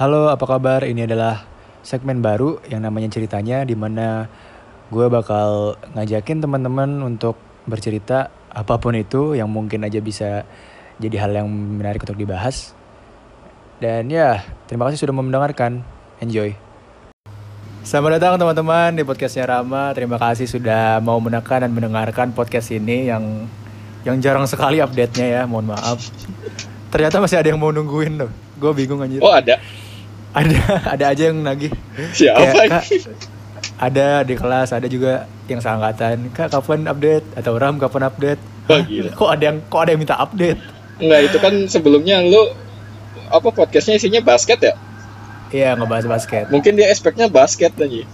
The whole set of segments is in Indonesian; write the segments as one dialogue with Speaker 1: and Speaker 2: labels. Speaker 1: Halo, apa kabar? Ini adalah segmen baru yang namanya ceritanya di mana gue bakal ngajakin teman-teman untuk bercerita apapun itu yang mungkin aja bisa jadi hal yang menarik untuk dibahas. Dan ya, terima kasih sudah mendengarkan. Enjoy. Selamat datang teman-teman di podcastnya Rama. Terima kasih sudah mau menekan dan mendengarkan podcast ini yang yang jarang sekali update-nya ya. Mohon maaf. Ternyata masih ada yang mau nungguin loh. Gue bingung anjir.
Speaker 2: Oh ada.
Speaker 1: Ada ada aja yang nagih. Kayak,
Speaker 2: Siapa?
Speaker 1: "Kak, ada di kelas, ada juga yang seangkatan. Kak, kapan update? Atau Ram, kapan update?
Speaker 2: Wah, gila.
Speaker 1: kok ada yang kok ada yang minta update?
Speaker 2: Enggak itu kan sebelumnya lu apa podcastnya isinya basket ya?
Speaker 1: Iya, ngebahas basket.
Speaker 2: Mungkin dia expectnya basket aja.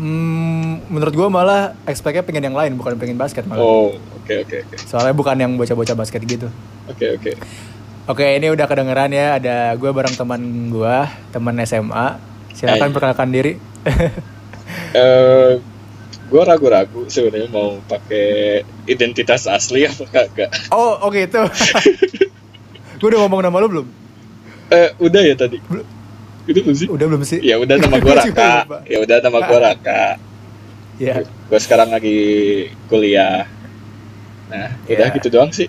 Speaker 1: Hmm, menurut gua malah expect-nya pengen yang lain, bukan pengen basket malah.
Speaker 2: Oh oke oke oke
Speaker 1: Soalnya bukan yang bocah-bocah basket gitu.
Speaker 2: oke oke.
Speaker 1: Oke, ini udah kedengeran ya. Ada gua bareng teman gua, teman SMA. Silakan
Speaker 2: Hai.
Speaker 1: perkenalkan diri.
Speaker 2: Eh, gue ragu-ragu sebenarnya mau pakai identitas asli apa kagak.
Speaker 1: oh, oke itu. gua udah ngomong nama lu belum?
Speaker 2: Eh udah ya tadi.
Speaker 1: Belum.
Speaker 2: Itu belum sih?
Speaker 1: Udah belum sih?
Speaker 2: Ya udah nama gue
Speaker 1: Gua juga lupa.
Speaker 2: Raka. Ya udah nama gue Raka.
Speaker 1: Iya.
Speaker 2: Gue sekarang lagi kuliah. Nah udah
Speaker 1: Iya.
Speaker 2: gitu doang sih.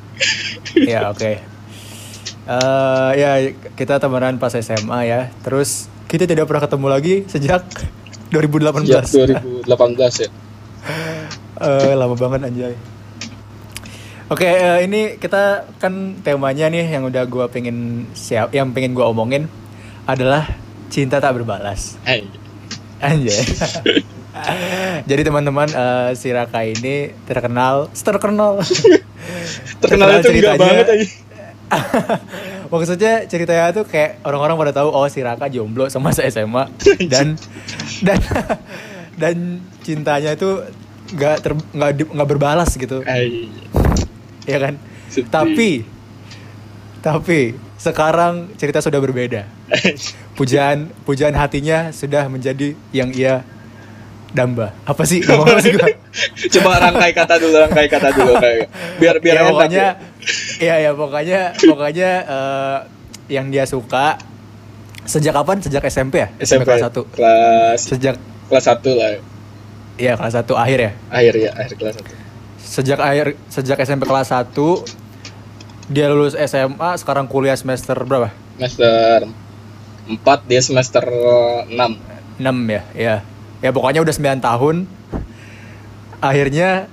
Speaker 1: Ya oke. Eh, ya kita temenan pas SMA ya. Terus kita tidak pernah ketemu lagi sejak 2018.
Speaker 2: Sejak 2018 ya.
Speaker 1: Eh, lama banget anjay. Oke, eh, ini kita kan temanya nih yang udah gua pengen siap yang pengen gua omongin adalah cinta tak berbalas.
Speaker 2: Eh,
Speaker 1: Anjay. Jadi teman-teman eh, si Raka ini terkenal terkenal.
Speaker 2: Terkenal itu enggak banget aja.
Speaker 1: Maksudnya ceritanya tuh kayak orang-orang pada tahu oh si Raka jomblo sama saya SMA dan dan dan cintanya itu nggak ter nggak di- nggak berbalas gitu
Speaker 2: Ay,
Speaker 1: ya kan
Speaker 2: Sedih.
Speaker 1: tapi tapi sekarang cerita sudah berbeda pujaan pujaan hatinya sudah menjadi yang ia damba apa sih ngomong apa sih gua?
Speaker 2: Coba rangkai kata dulu, rangkai kata dulu kayak biar biar
Speaker 1: ya,
Speaker 2: enak
Speaker 1: pokoknya
Speaker 2: ya.
Speaker 1: iya ya pokoknya pokoknya eh, yang dia suka sejak kapan sejak SMP ya
Speaker 2: SMP
Speaker 1: kelas satu
Speaker 2: Kelas
Speaker 1: sejak
Speaker 2: kelas 1 lah.
Speaker 1: ya kelas satu akhir ya
Speaker 2: Akhir ya, akhir kelas 1.
Speaker 1: sejak akhir sejak SMP kelas 1 dia lulus SMA sekarang kuliah semester berapa
Speaker 2: Semester 4 dia semester 6.
Speaker 1: 6 ya ya ya pokoknya udah 9 tahun akhirnya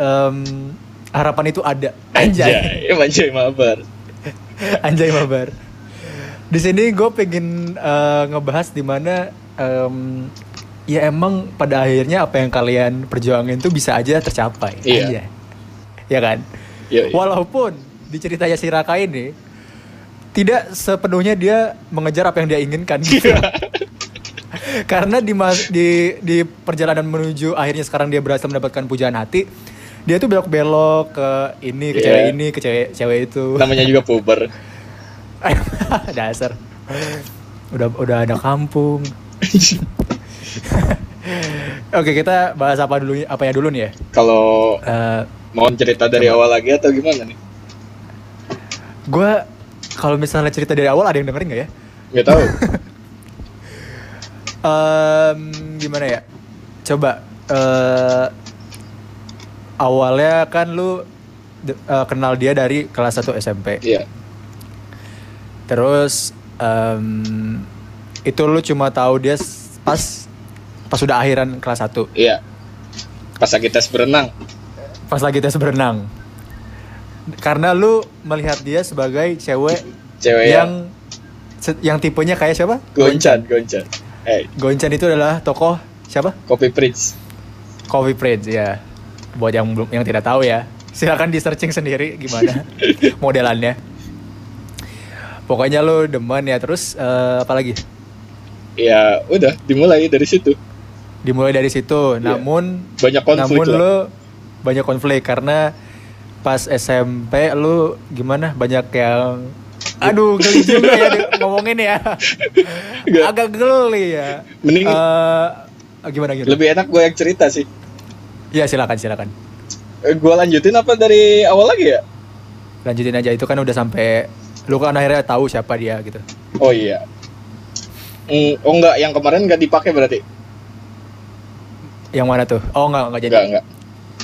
Speaker 1: em, harapan itu ada anjay
Speaker 2: Anjay, anjay mabar.
Speaker 1: Anjay Mabar. Di sini gue pengen eh, ngebahas dimana em, ya emang pada akhirnya apa yang kalian perjuangin tuh bisa aja tercapai.
Speaker 2: Iya.
Speaker 1: Anjay. Ya kan.
Speaker 2: Iya, iya.
Speaker 1: Walaupun di ceritanya si Raka ini tidak sepenuhnya dia mengejar apa yang dia inginkan. gitu.
Speaker 2: Iya.
Speaker 1: Karena di, mas- di di perjalanan menuju akhirnya sekarang dia berhasil mendapatkan pujaan hati, dia tuh belok-belok ke ini, ke
Speaker 2: Iya.
Speaker 1: cewek ini, ke cewek cewek itu.
Speaker 2: Namanya juga puber.
Speaker 1: dasar udah udah ada kampung oke kita bahas apa dulu apanya dulu nih ya
Speaker 2: Kalau
Speaker 1: Eh
Speaker 2: mau cerita dari awal lagi atau gimana nih?
Speaker 1: gue kalau misalnya cerita dari awal ada yang dengerin nggak ya
Speaker 2: Nggak tahu.
Speaker 1: Em, gimana ya coba eh awalnya kan lu de- eh, kenal dia dari kelas 1 SMP
Speaker 2: Iya.
Speaker 1: terus em, itu lu cuma tahu dia s- pas pas sudah akhiran kelas 1
Speaker 2: Iya. Pas lagi tes berenang.
Speaker 1: pas lagi tes berenang karena lu melihat dia sebagai cewek
Speaker 2: Cewek ya,
Speaker 1: yang
Speaker 2: yang
Speaker 1: se- yang tipenya kayak siapa
Speaker 2: goncan, goncan. Eh,
Speaker 1: Goncan itu adalah tokoh siapa
Speaker 2: Kopi Prince.
Speaker 1: Coffee Prince ya buat yang belum yang tidak tahu ya silakan di searching sendiri gimana modelannya pokoknya lu demen ya terus eh, apalagi
Speaker 2: Ya, udah dimulai dari situ.
Speaker 1: dimulai dari situ namun
Speaker 2: Iya. Banyak konflik
Speaker 1: namun
Speaker 2: lah.
Speaker 1: lu banyak konflik karena pas SMP lu gimana banyak yang aduh geli juga ya di- ngomongin ya
Speaker 2: Nggak.
Speaker 1: agak geli ya
Speaker 2: Mending-
Speaker 1: Eh, gimana gitu
Speaker 2: Lebih enak gue yang cerita sih.
Speaker 1: ya silakan silakan
Speaker 2: Eh, Gue lanjutin apa dari awal lagi ya?
Speaker 1: lanjutin aja itu kan udah sampai lu kan akhirnya tahu siapa dia gitu
Speaker 2: Oh iya. Mm, oh enggak, yang kemarin enggak dipakai berarti.
Speaker 1: Yang mana tuh? Oh enggak, enggak jadi.
Speaker 2: Enggak, enggak.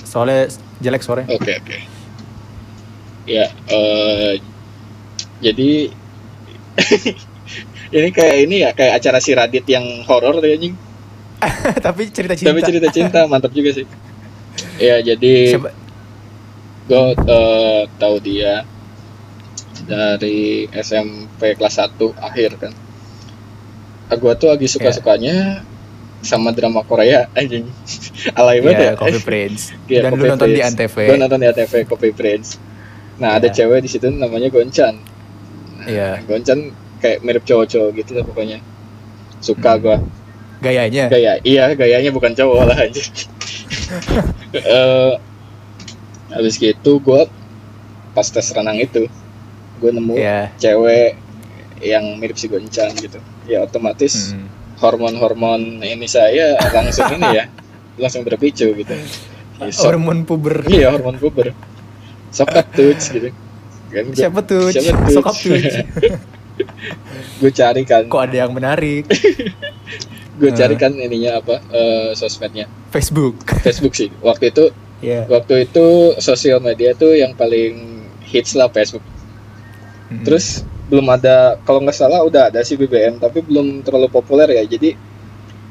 Speaker 1: Soalnya jelek sore.
Speaker 2: Oke, oke. Ya, eh jadi ini kayak ini ya, kayak acara si Radit yang horor tuh anjing.
Speaker 1: Tapi cerita cinta.
Speaker 2: Tapi cerita cinta mantap juga sih. Ya, jadi
Speaker 1: Siapa-
Speaker 2: gue eh, tahu dia dari SMP kelas 1 akhir kan. Gue tuh
Speaker 1: Iya.
Speaker 2: lagi suka-sukanya sama drama Korea anjing. Alay
Speaker 1: Ya,
Speaker 2: banget ya.
Speaker 1: Coffee Prince.
Speaker 2: Iya,
Speaker 1: Dan lu
Speaker 2: Coffee
Speaker 1: nonton di
Speaker 2: Prince.
Speaker 1: Antv.
Speaker 2: Gue nonton di ATV Kopi Prince. Nah, ada
Speaker 1: Iya.
Speaker 2: cewek di situ namanya Gonchan.
Speaker 1: Iya.
Speaker 2: Gonchan kayak mirip cowok-cowok gitu lah pokoknya. Suka
Speaker 1: Hmm.
Speaker 2: gua
Speaker 1: Gayanya.
Speaker 2: Gaya, iya gayanya bukan cowok lah anjir. Eh, habis gitu gua pas tes renang itu gue nemu
Speaker 1: Iya.
Speaker 2: cewek yang mirip si Gonchan gitu. Ya otomatis
Speaker 1: Mm.
Speaker 2: hormon-hormon ini saya langsung ini ya, langsung berpicu gitu. Ya, sok-
Speaker 1: Hormon puber.
Speaker 2: Iya hormon puber. Sokat tuh gitu. Kan gue,
Speaker 1: Siapa tuh?
Speaker 2: Siapa tuh?
Speaker 1: Sokap tuh.
Speaker 2: cari kan,
Speaker 1: Kok Hmm. ada yang menarik?
Speaker 2: gue cari kan ininya apa eh, sosmednya
Speaker 1: Facebook.
Speaker 2: Facebook sih. Waktu itu
Speaker 1: Iya.
Speaker 2: waktu itu sosial media tuh yang paling hits lah Facebook.
Speaker 1: Hmm. Mm.
Speaker 2: Terus belum ada kalau nggak salah udah ada sih BBM tapi belum terlalu populer ya. Jadi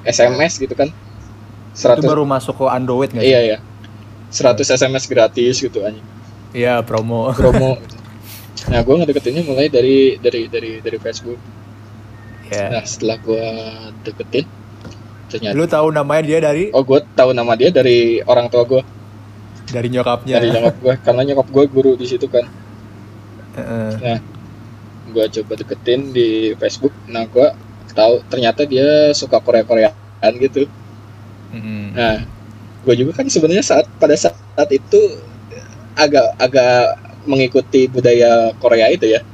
Speaker 2: SMS gitu kan.
Speaker 1: itu
Speaker 2: 100
Speaker 1: baru masuk ke Android nggak? sih?
Speaker 2: iya ya. 100 SMS gratis gitu anjing.
Speaker 1: Iya, promo.
Speaker 2: Promo. nah, gue ngedeketinnya mulai dari dari dari dari Facebook.
Speaker 1: Iya.
Speaker 2: Nah setelah gua deketin ternyata
Speaker 1: Lu tahu namanya dia dari
Speaker 2: Iya. oh gua tahu nama dia dari orang tua gua
Speaker 1: dari nyokapnya.
Speaker 2: dari nyokap gua karena nyokap gua guru di situ kan
Speaker 1: Heeh.
Speaker 2: gua coba deketin di Facebook nah gua tahu ternyata dia suka Korea Koreaan gitu
Speaker 1: Mm-mm.
Speaker 2: nah gua juga kan sebenarnya saat pada saat saat itu agak agak mengikuti budaya Korea itu ya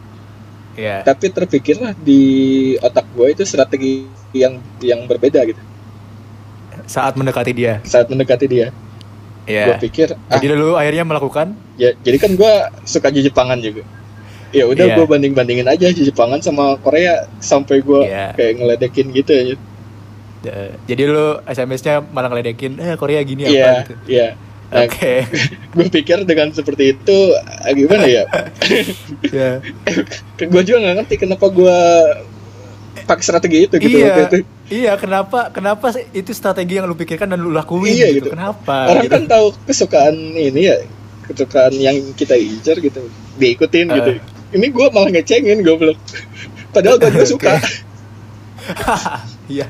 Speaker 1: Iya.
Speaker 2: tapi terpikirlah di otak gua itu strategi yang yang berbeda gitu
Speaker 1: Saat mendekati dia.
Speaker 2: saat mendekati dia gua
Speaker 1: Iya.
Speaker 2: pikir ah
Speaker 1: Jadi lu akhirnya melakukan
Speaker 2: ya jadi kan gua suka Jepangan juga ya udah
Speaker 1: Iya.
Speaker 2: gua banding bandingin aja Jepangan sama Korea sampai gua
Speaker 1: Iya.
Speaker 2: kayak ngeledekin gitu ya
Speaker 1: Eh, jadi lu SMS-nya malah ngeledekin, eh Korea gini apa
Speaker 2: iya
Speaker 1: gitu.
Speaker 2: iya Nah,
Speaker 1: Oke.
Speaker 2: gua pikir dengan seperti itu ah, gimana ya
Speaker 1: Iya.
Speaker 2: gue juga nggak ngerti kenapa gua pakai strategi itu gitu
Speaker 1: Iya.
Speaker 2: waktu itu.
Speaker 1: Iya, kenapa kenapa sih itu strategi yang lu pikirkan dan lu lakuin
Speaker 2: Iya,
Speaker 1: gitu.
Speaker 2: gitu.
Speaker 1: Kenapa?
Speaker 2: orang
Speaker 1: gitu.
Speaker 2: kan tahu kesukaan ini ya kesukaan yang kita incer gitu diikutin
Speaker 1: Eh.
Speaker 2: gitu ini gua malah ngecengin goblok padahal gua juga
Speaker 1: Oke.
Speaker 2: suka
Speaker 1: Iya.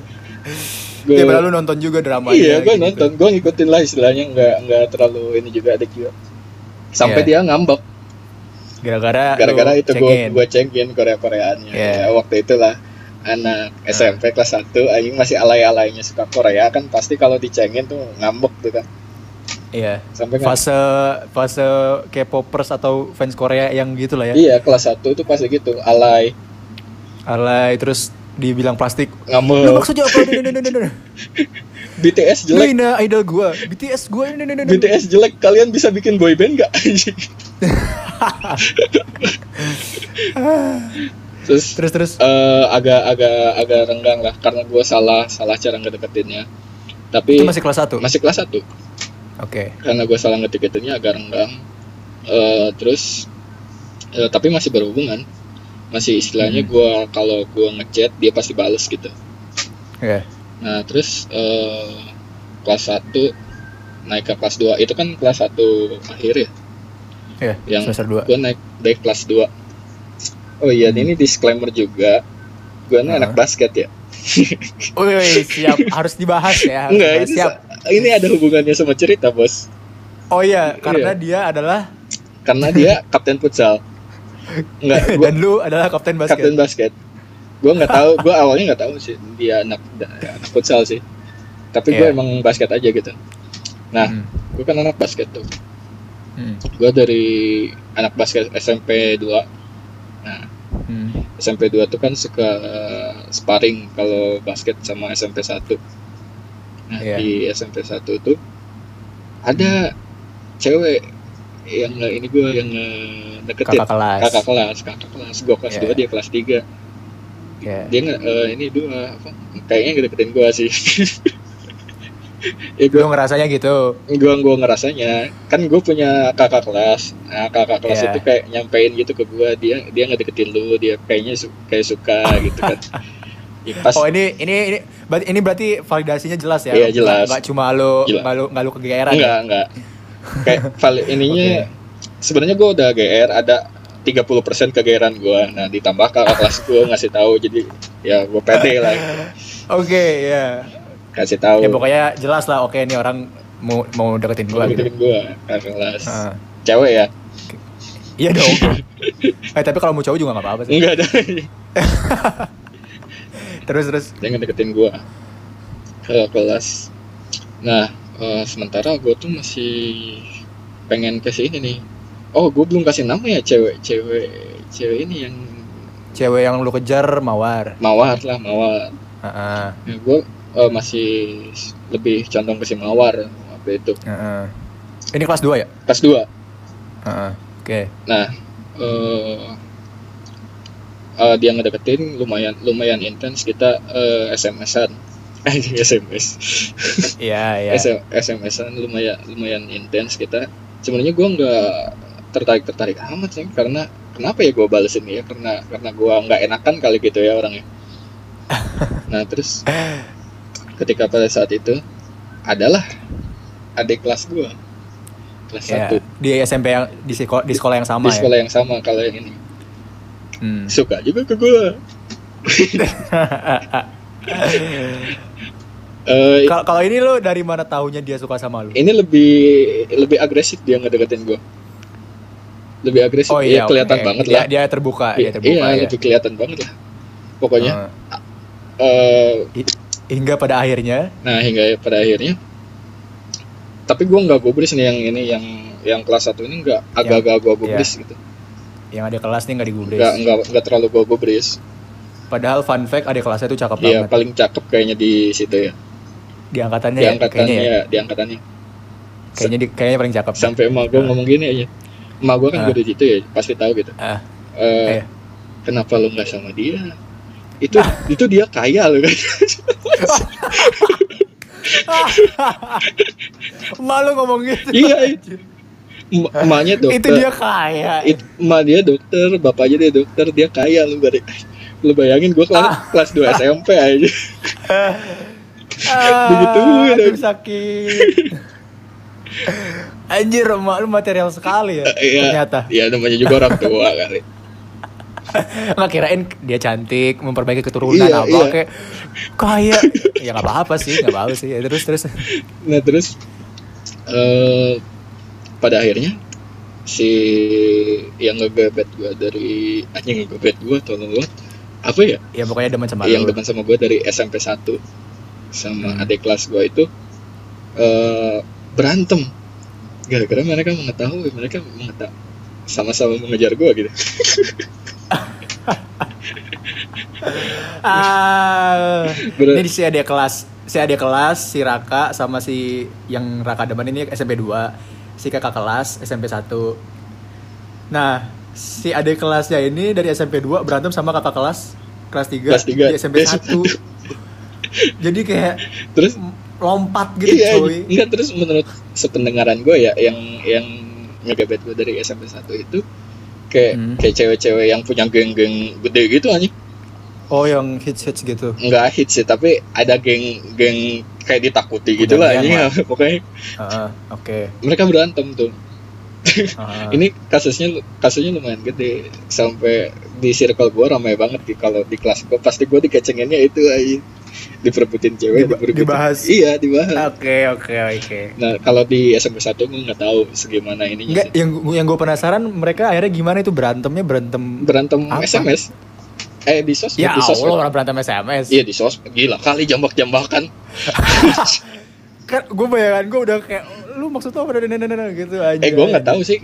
Speaker 2: Gua-
Speaker 1: Ya, padahal lu nonton juga dramanya.
Speaker 2: Iya, gue
Speaker 1: gitu.
Speaker 2: nonton, gue ngikutin lah istilahnya nggak nggak terlalu ini juga ada juga.
Speaker 1: Iya.
Speaker 2: Sampai dia ngambek
Speaker 1: Gara-gara
Speaker 2: gara-gara
Speaker 1: lu
Speaker 2: itu gue
Speaker 1: check-in.
Speaker 2: gue cengkin Korea Koreaannya.
Speaker 1: Iya.
Speaker 2: Ya, waktu itulah anak SMP kelas 1 anjing masih alay-alaynya suka Korea kan pasti kalau dicengin tuh ngambek tuh kan.
Speaker 1: Iya.
Speaker 2: Sampai ngambek.
Speaker 1: Fase fase K-popers atau fans Korea yang gitu lah ya.
Speaker 2: Iya, kelas 1 tuh pasti gitu, alay,
Speaker 1: Alay terus dibilang plastik. Lu
Speaker 2: ngambek.
Speaker 1: maksudnya apa? Duh, duh, duh, duh, duh.
Speaker 2: BTS
Speaker 1: Lu
Speaker 2: Oh. jelek.
Speaker 1: hina idol gua, BTS gua. duh, duh, duh, duh.
Speaker 2: BTS jelek, kalian bisa bikin boy band gak? anjing? Terus
Speaker 1: Terus terus.
Speaker 2: eh agak agak agak renggang lah karena gue salah salah cara ngedeketinnya tapi
Speaker 1: Itu
Speaker 2: masih,
Speaker 1: masih kelas 1. Oke.
Speaker 2: kelas 1 karena gue salah ngedeketinnya agak renggang Eh, terus eh, tapi masih berhubungan masih istilahnya
Speaker 1: Hmm.
Speaker 2: gua gue kalau gue ngechat dia pasti bales gitu
Speaker 1: Iya.
Speaker 2: nah terus eh kelas 1 naik ke kelas 2 itu kan kelas 1 akhir ya
Speaker 1: Iya,
Speaker 2: Yang-
Speaker 1: semester 2.
Speaker 2: gue naik naik kelas 2 oh iya
Speaker 1: Hmm.
Speaker 2: ini disclaimer juga gue ini anak
Speaker 1: Uh-huh.
Speaker 2: basket ya
Speaker 1: Wih, siap harus dibahas ya. harus
Speaker 2: Enggak,
Speaker 1: dibahas.
Speaker 2: ini
Speaker 1: siap.
Speaker 2: ini ada hubungannya sama cerita bos
Speaker 1: Oh iya, karena dia adalah
Speaker 2: karena dia kapten futsal nggak gua
Speaker 1: dan lu adalah kapten
Speaker 2: kapten
Speaker 1: basket.
Speaker 2: basket gue nggak tahu gue awalnya nggak tahu sih dia anak, anak futsal sih tapi gue
Speaker 1: Iya.
Speaker 2: emang basket aja gitu nah
Speaker 1: Hmm,
Speaker 2: gue kan anak basket tuh
Speaker 1: hmm,
Speaker 2: gue dari anak basket SMP 2
Speaker 1: hmm.
Speaker 2: Nah. SMP 2 tuh kan suka eh, sparring kalau basket sama SMP 1 nah
Speaker 1: Iya.
Speaker 2: di SMP 1 tuh ada cewek yang eh, nge- ini gue yang ngedeketin
Speaker 1: Kakak kelas.
Speaker 2: kakak kelas kakak kelas gue kelas
Speaker 1: Iya.
Speaker 2: 2 dia kelas 3
Speaker 1: Ya.
Speaker 2: dia nggak eh, ini dua apa kayaknya gede-gedein gua sih ya gua
Speaker 1: Lu ngerasanya gitu.
Speaker 2: gua gua ngerasanya kan gua punya kakak kelas nah kakak kelas
Speaker 1: Iya.
Speaker 2: itu kayak nyampein gitu ke gua dia dia nggak deketin lu dia kayaknya su- kayak suka gitu kan Ya, pas
Speaker 1: Oh ini ini ini berarti ini berarti validasinya jelas ya.
Speaker 2: Iya, jelas.
Speaker 1: Gak cuma lu
Speaker 2: Jelas.
Speaker 1: nggak lu nggak lu kegeeran.
Speaker 2: enggak enggak kayak vali- ininya sebenarnya gua udah GR ada 30% kegeran gua nah ditambah kakak kelas gua ngasih tahu jadi ya gua pede lah
Speaker 1: Oke, ya.
Speaker 2: kasih tahu
Speaker 1: Ya pokoknya jelas lah oke ini orang mau mau deketin gua gitu.
Speaker 2: deketin gua kakak kelas
Speaker 1: Ah.
Speaker 2: cewek ya
Speaker 1: Iya dong. eh tapi kalau mau cowok juga nggak apa-apa sih.
Speaker 2: enggak ada
Speaker 1: Terus terus.
Speaker 2: dia ngedeketin gue ke kelas nah eh, sementara gue tuh masih pengen ke sini nih oh gue belum kasih nama ya cewek cewek cewek ini yang
Speaker 1: Cewek yang lu kejar mawar.
Speaker 2: mawar lah mawar
Speaker 1: Heeh.
Speaker 2: gue masih lebih condong ke si mawar waktu itu
Speaker 1: heeh. Ini kelas 2 ya?
Speaker 2: kelas 2
Speaker 1: Heeh. Oke.
Speaker 2: nah eh eh, dia ngedeketin lumayan lumayan intens kita eh, SMS-an Anjing, SMS
Speaker 1: Iya, iya.
Speaker 2: SM- SMS-an lumayan lumayan intens kita. Sebenarnya gua nggak tertarik tertarik amat sih karena kenapa ya gua balesin ya karena karena gua nggak enakan kali gitu ya orangnya. Nah terus ketika pada saat itu adalah adik kelas gua kelas
Speaker 1: Iya.
Speaker 2: satu
Speaker 1: Di SMP yang di sekolah di sekolah yang sama
Speaker 2: di
Speaker 1: ya.
Speaker 2: sekolah yang sama kalau yang ini
Speaker 1: Hmm.
Speaker 2: suka juga ke gua. Eh,
Speaker 1: Kalau kalau ini lu dari mana tahunya dia suka sama lu?
Speaker 2: ini lebih lebih agresif dia ngedeketin gua. Lebih agresif,
Speaker 1: Oh
Speaker 2: ya
Speaker 1: iya,
Speaker 2: kelihatan
Speaker 1: oke.
Speaker 2: banget
Speaker 1: dia,
Speaker 2: lah.
Speaker 1: Dia terbuka, dia
Speaker 2: Iya,
Speaker 1: terbuka ya. Hmm.
Speaker 2: lebih kelihatan banget lah. Pokoknya,
Speaker 1: Heeh.
Speaker 2: eh,
Speaker 1: Nah, hingga pada akhirnya
Speaker 2: nah hingga pada akhirnya. Tapi gua nggak gubris nih yang ini yang yang kelas satu ini nggak
Speaker 1: Iya.
Speaker 2: agak-agak gua gubris gitu.
Speaker 1: yang ada kelas nih nggak digubris.
Speaker 2: Nggak nggak nggak terlalu gua gubris.
Speaker 1: Padahal fun fact ada kelasnya itu cakep
Speaker 2: Iya
Speaker 1: banget.
Speaker 2: paling cakep kayaknya di situ ya.
Speaker 1: Di angkatannya,
Speaker 2: Di
Speaker 1: ya,
Speaker 2: angkatannya,
Speaker 1: kayaknya ya.
Speaker 2: di angkatannya.
Speaker 1: Kayaknya di- kayaknya paling cakep.
Speaker 2: Sampai
Speaker 1: Nah.
Speaker 2: emak gua ngomong gini aja. Emak gua kan
Speaker 1: Ah.
Speaker 2: guru gitu ya, pasti tahu gitu.
Speaker 1: Ah.
Speaker 2: Eh,
Speaker 1: Iya.
Speaker 2: kenapa lu nggak sama dia? Itu itu dia kaya loh kan.
Speaker 1: Malu ngomong gitu.
Speaker 2: iya. Em- Emaknya dokter.
Speaker 1: Itu dia kaya.
Speaker 2: It- emak dia dokter, bapaknya dia dokter, dia kaya lu bari. Lu bayangin gue kelas, kelas 2 SMP aja.
Speaker 1: Ah,
Speaker 2: Digituin,
Speaker 1: aduh,
Speaker 2: anjing.
Speaker 1: sakit. Anjir, emak lu material sekali ya.
Speaker 2: Iya.
Speaker 1: Ternyata.
Speaker 2: Iya namanya juga orang tua kali.
Speaker 1: Nggak kirain dia cantik, memperbaiki keturunan apa
Speaker 2: Iya, iya.
Speaker 1: kayak kaya. ya nggak apa-apa sih, nggak apa-apa sih. Ya, terus terus.
Speaker 2: Nah, terus eh pada akhirnya si yang ngegebet gua dari anjing ngegebet gua tolong lu. Apa ya?
Speaker 1: Ya pokoknya demen sama
Speaker 2: Yang
Speaker 1: lu.
Speaker 2: depan sama gua dari SMP 1 sama
Speaker 1: Hmm.
Speaker 2: adik kelas gua itu eh berantem. Gara-gara mereka mengetahui, mereka mengetahui sama-sama mengejar gua gitu.
Speaker 1: Ah.
Speaker 2: Bener.
Speaker 1: Ini si ada kelas, si ada kelas, si Raka sama si yang Raka demen ini SMP 2, si kakak kelas SMP 1. Nah, si adik kelasnya ini dari SMP 2 berantem sama kakak kelas kelas 3,
Speaker 2: Kelas tiga,
Speaker 1: di SMP
Speaker 2: di SMP
Speaker 1: 1. Jadi kayak
Speaker 2: Terus
Speaker 1: lompat gitu
Speaker 2: iya,
Speaker 1: cuy.
Speaker 2: enggak terus menurut sependengaran gue ya yang yang ngegebet gue dari SMP 1 itu kayak
Speaker 1: Hmm.
Speaker 2: kayak cewek-cewek yang punya geng-geng gede gitu anjing.
Speaker 1: Oh, yang hits-hits gitu.
Speaker 2: Enggak hit sih, tapi ada geng-geng kayak ditakuti gitu lah
Speaker 1: Geng-geng
Speaker 2: anjing. Pokoknya
Speaker 1: Heeh, oke.
Speaker 2: mereka berantem tuh.
Speaker 1: Heeh.
Speaker 2: Ini kasusnya kasusnya lumayan gede sampai di circle gue ramai banget di kalau di kelas gue pasti gue dikecenginnya itu anjing. Diperebutin cewek,
Speaker 1: Diba-
Speaker 2: diperebutin-
Speaker 1: dibahas. Ah.
Speaker 2: Iya, dibahas.
Speaker 1: Oke, oke, oke.
Speaker 2: Nah, kalau di SMP 1 gue nggak tahu segimana ininya
Speaker 1: Enggak, yang yang gue penasaran mereka akhirnya gimana itu berantemnya berantem
Speaker 2: berantem
Speaker 1: Apa?
Speaker 2: SMS eh di sosmed
Speaker 1: Ya
Speaker 2: di sosmed
Speaker 1: Allah orang berantem SMS.
Speaker 2: iya di sosmed gila kali jambak-jambakan
Speaker 1: Kan gue bayangan gue udah kayak lu maksud lu apa
Speaker 3: Nah,
Speaker 1: dan gitu aja.
Speaker 2: eh gue nggak tahu sih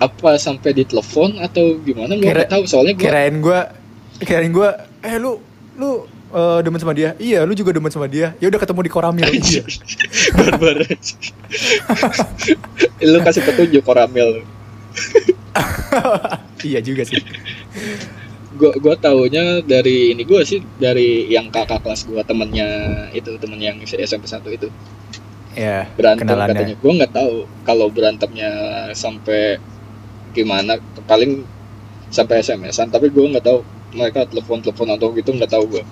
Speaker 2: apa sampai ditelepon atau gimana gue
Speaker 1: Kira-
Speaker 2: nggak tahu soalnya gue
Speaker 1: Kirain gue kirain gue eh lu lu eh, demen sama dia. Iya, lu juga demen sama dia. Ya udah ketemu di Koramil. iya.
Speaker 2: barbar lu kasih petunjuk koramil
Speaker 1: iya juga sih.
Speaker 2: gua gua taunya dari ini gua sih dari yang kakak kelas gua temennya itu temen yang SMP 1 itu
Speaker 3: ya
Speaker 2: berantem
Speaker 3: Kenalannya.
Speaker 2: katanya gua nggak tahu kalau berantemnya sampai gimana paling sampai SMS-an tapi gua nggak tahu mereka telepon telepon atau gitu nggak tahu gua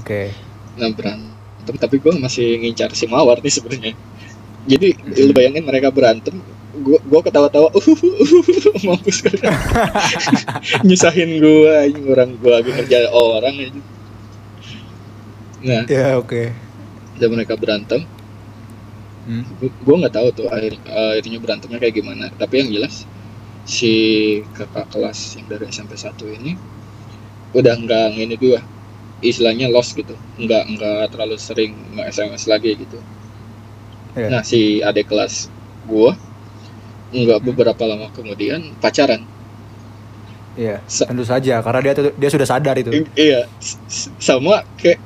Speaker 3: oke
Speaker 2: nah berantem tapi gua masih ngincar si mawar nih sebenarnya jadi lu bayangin mereka berantem gua gua ketawa-tawa "Uh, mampus kan nyusahin gua anjing orang gua lagi kerja orang aja nah
Speaker 3: ya oke
Speaker 2: dan mereka berantem
Speaker 3: Hmm.
Speaker 2: Gu- gua nggak tahu tuh akhir, eh, akhirnya berantemnya kayak gimana tapi yang jelas si kakak kelas yang dari SMP 1 ini udah nggak ini gua istilahnya lost gitu nggak nggak terlalu sering nggak SMS lagi gitu
Speaker 3: Iya.
Speaker 2: nah si adik kelas gua nggak beberapa lama kemudian pacaran
Speaker 3: Iya,
Speaker 2: Sa-
Speaker 3: tentu saja karena dia tuh- dia sudah sadar itu.
Speaker 2: I- iya s- s- sama kayak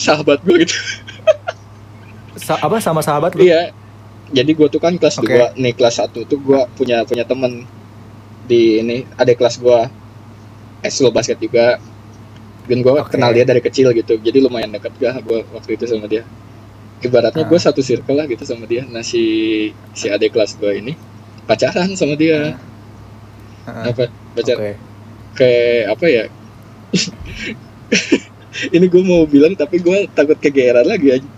Speaker 2: sahabat gua gitu
Speaker 3: Sa- apa sama sahabat lu?
Speaker 2: Iya. Jadi gue tuh kan kelas
Speaker 3: Oke.
Speaker 2: 2, nih kelas 1 tuh gue punya punya temen di ini ada kelas gue ekskul basket juga. Dan gue
Speaker 3: Oke.
Speaker 2: kenal dia dari kecil gitu. Jadi lumayan deket gak gue waktu itu sama dia. Ibaratnya gue
Speaker 3: Ah.
Speaker 2: satu circle lah gitu sama dia. Nah si si adik kelas gue ini pacaran sama dia.
Speaker 3: Heeh,
Speaker 2: Apa pacar
Speaker 3: oke.
Speaker 2: kayak apa ya? ini gue mau bilang tapi gue takut kegeeran lagi aja.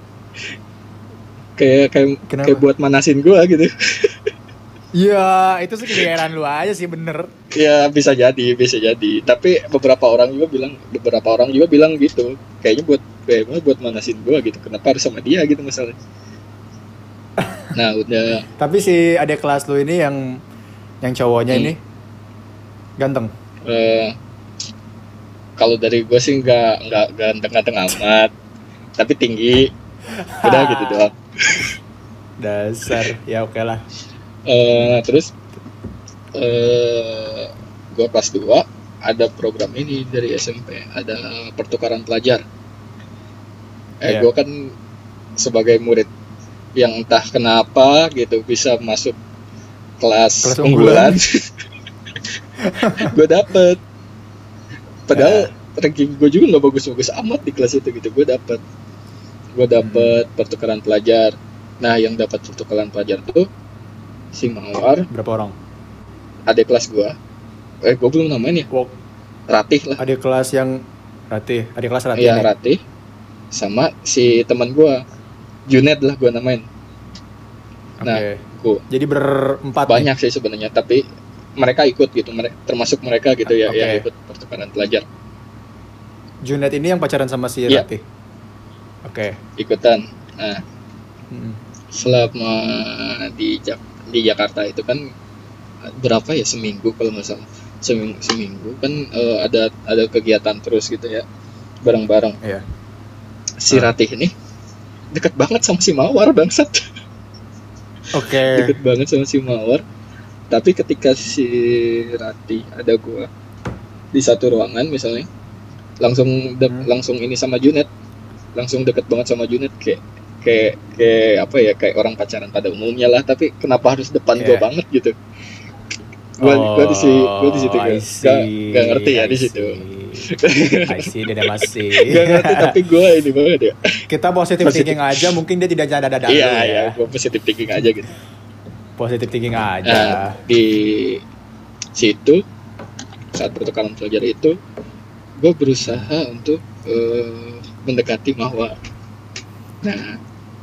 Speaker 2: Kayak kayak
Speaker 3: Kenapa?
Speaker 2: kayak buat manasin gue gitu.
Speaker 3: Iya, itu sih kegeeran lu aja sih bener.
Speaker 2: Ya bisa jadi, bisa jadi. Tapi beberapa orang juga bilang, beberapa orang juga bilang gitu. Kayaknya buat kayaknya buat manasin gua gitu. Kenapa harus sama dia gitu misalnya? Nah udah
Speaker 3: Tapi si adik kelas lu ini yang yang cowoknya
Speaker 2: Hmm.
Speaker 3: ini ganteng.
Speaker 2: eh, kalau dari gue sih nggak nggak ganteng-ganteng amat, tapi tinggi. Udah gitu doang.
Speaker 3: Dasar. Ya oke lah.
Speaker 2: Eh, terus eh gue kelas 2 ada program ini dari SMP ada pertukaran pelajar eh
Speaker 3: Iya.
Speaker 2: gue kan sebagai murid yang entah kenapa gitu bisa masuk kelas,
Speaker 3: Kelas
Speaker 2: unggulan, gue dapet padahal ranking gue juga nggak bagus-bagus amat di kelas itu gitu gue dapet gue dapet pertukaran pelajar nah yang dapat pertukaran pelajar tuh si Mawar
Speaker 3: Berapa orang?
Speaker 2: adik kelas gua eh gua belum namain ya
Speaker 3: Wok,
Speaker 2: Ratih lah
Speaker 3: adik kelas yang Ratih, adik kelas Ratih.
Speaker 2: iya
Speaker 3: nih.
Speaker 2: Ratih sama si teman gua Juned lah gua namain
Speaker 3: Oke.
Speaker 2: nah. gua
Speaker 3: Jadi berempat nih.
Speaker 2: banyak sih sebenarnya tapi mereka ikut gitu mere- termasuk mereka gitu ya
Speaker 3: Oke.
Speaker 2: yang ikut pertukaran pelajar
Speaker 3: Junet ini yang pacaran sama si
Speaker 2: Iya.
Speaker 3: Ratih. Oke. Hmm,
Speaker 2: ikutan nah
Speaker 3: Mm-mm.
Speaker 2: selama di Jak di Jakarta itu kan berapa ya seminggu kalau nggak salah seminggu, seminggu kan eh, ada ada kegiatan terus gitu ya bareng-bareng
Speaker 3: Iya.
Speaker 2: si
Speaker 3: Ah.
Speaker 2: Ratih ini deket banget sama si Mawar bangsat
Speaker 3: Oke.
Speaker 2: deket banget sama si Mawar tapi ketika si Rati ada gua di satu ruangan misalnya langsung de-
Speaker 3: Hmm.
Speaker 2: langsung ini sama Junet langsung deket banget sama Junet kayak kayak kayak apa ya kayak orang pacaran pada umumnya lah tapi kenapa harus depan gua
Speaker 3: Yeah.
Speaker 2: banget gitu gua gua di si- gua di situ
Speaker 3: Oh, I
Speaker 2: gua- gua
Speaker 3: see,
Speaker 2: gak ngerti ya
Speaker 3: I
Speaker 2: di situ
Speaker 3: see. I see, dia masih.
Speaker 2: gak ngerti tapi gua ini banget ya
Speaker 3: Kita positive
Speaker 2: Positive.
Speaker 3: thinking aja, mungkin dia tidak ada dada
Speaker 2: iya iya gua positif thinking aja gitu
Speaker 3: Positive thinking
Speaker 2: Nah,
Speaker 3: aja.
Speaker 2: di situ saat pertukaran pelajar itu gue berusaha untuk eh, mendekati Mawar. Nah,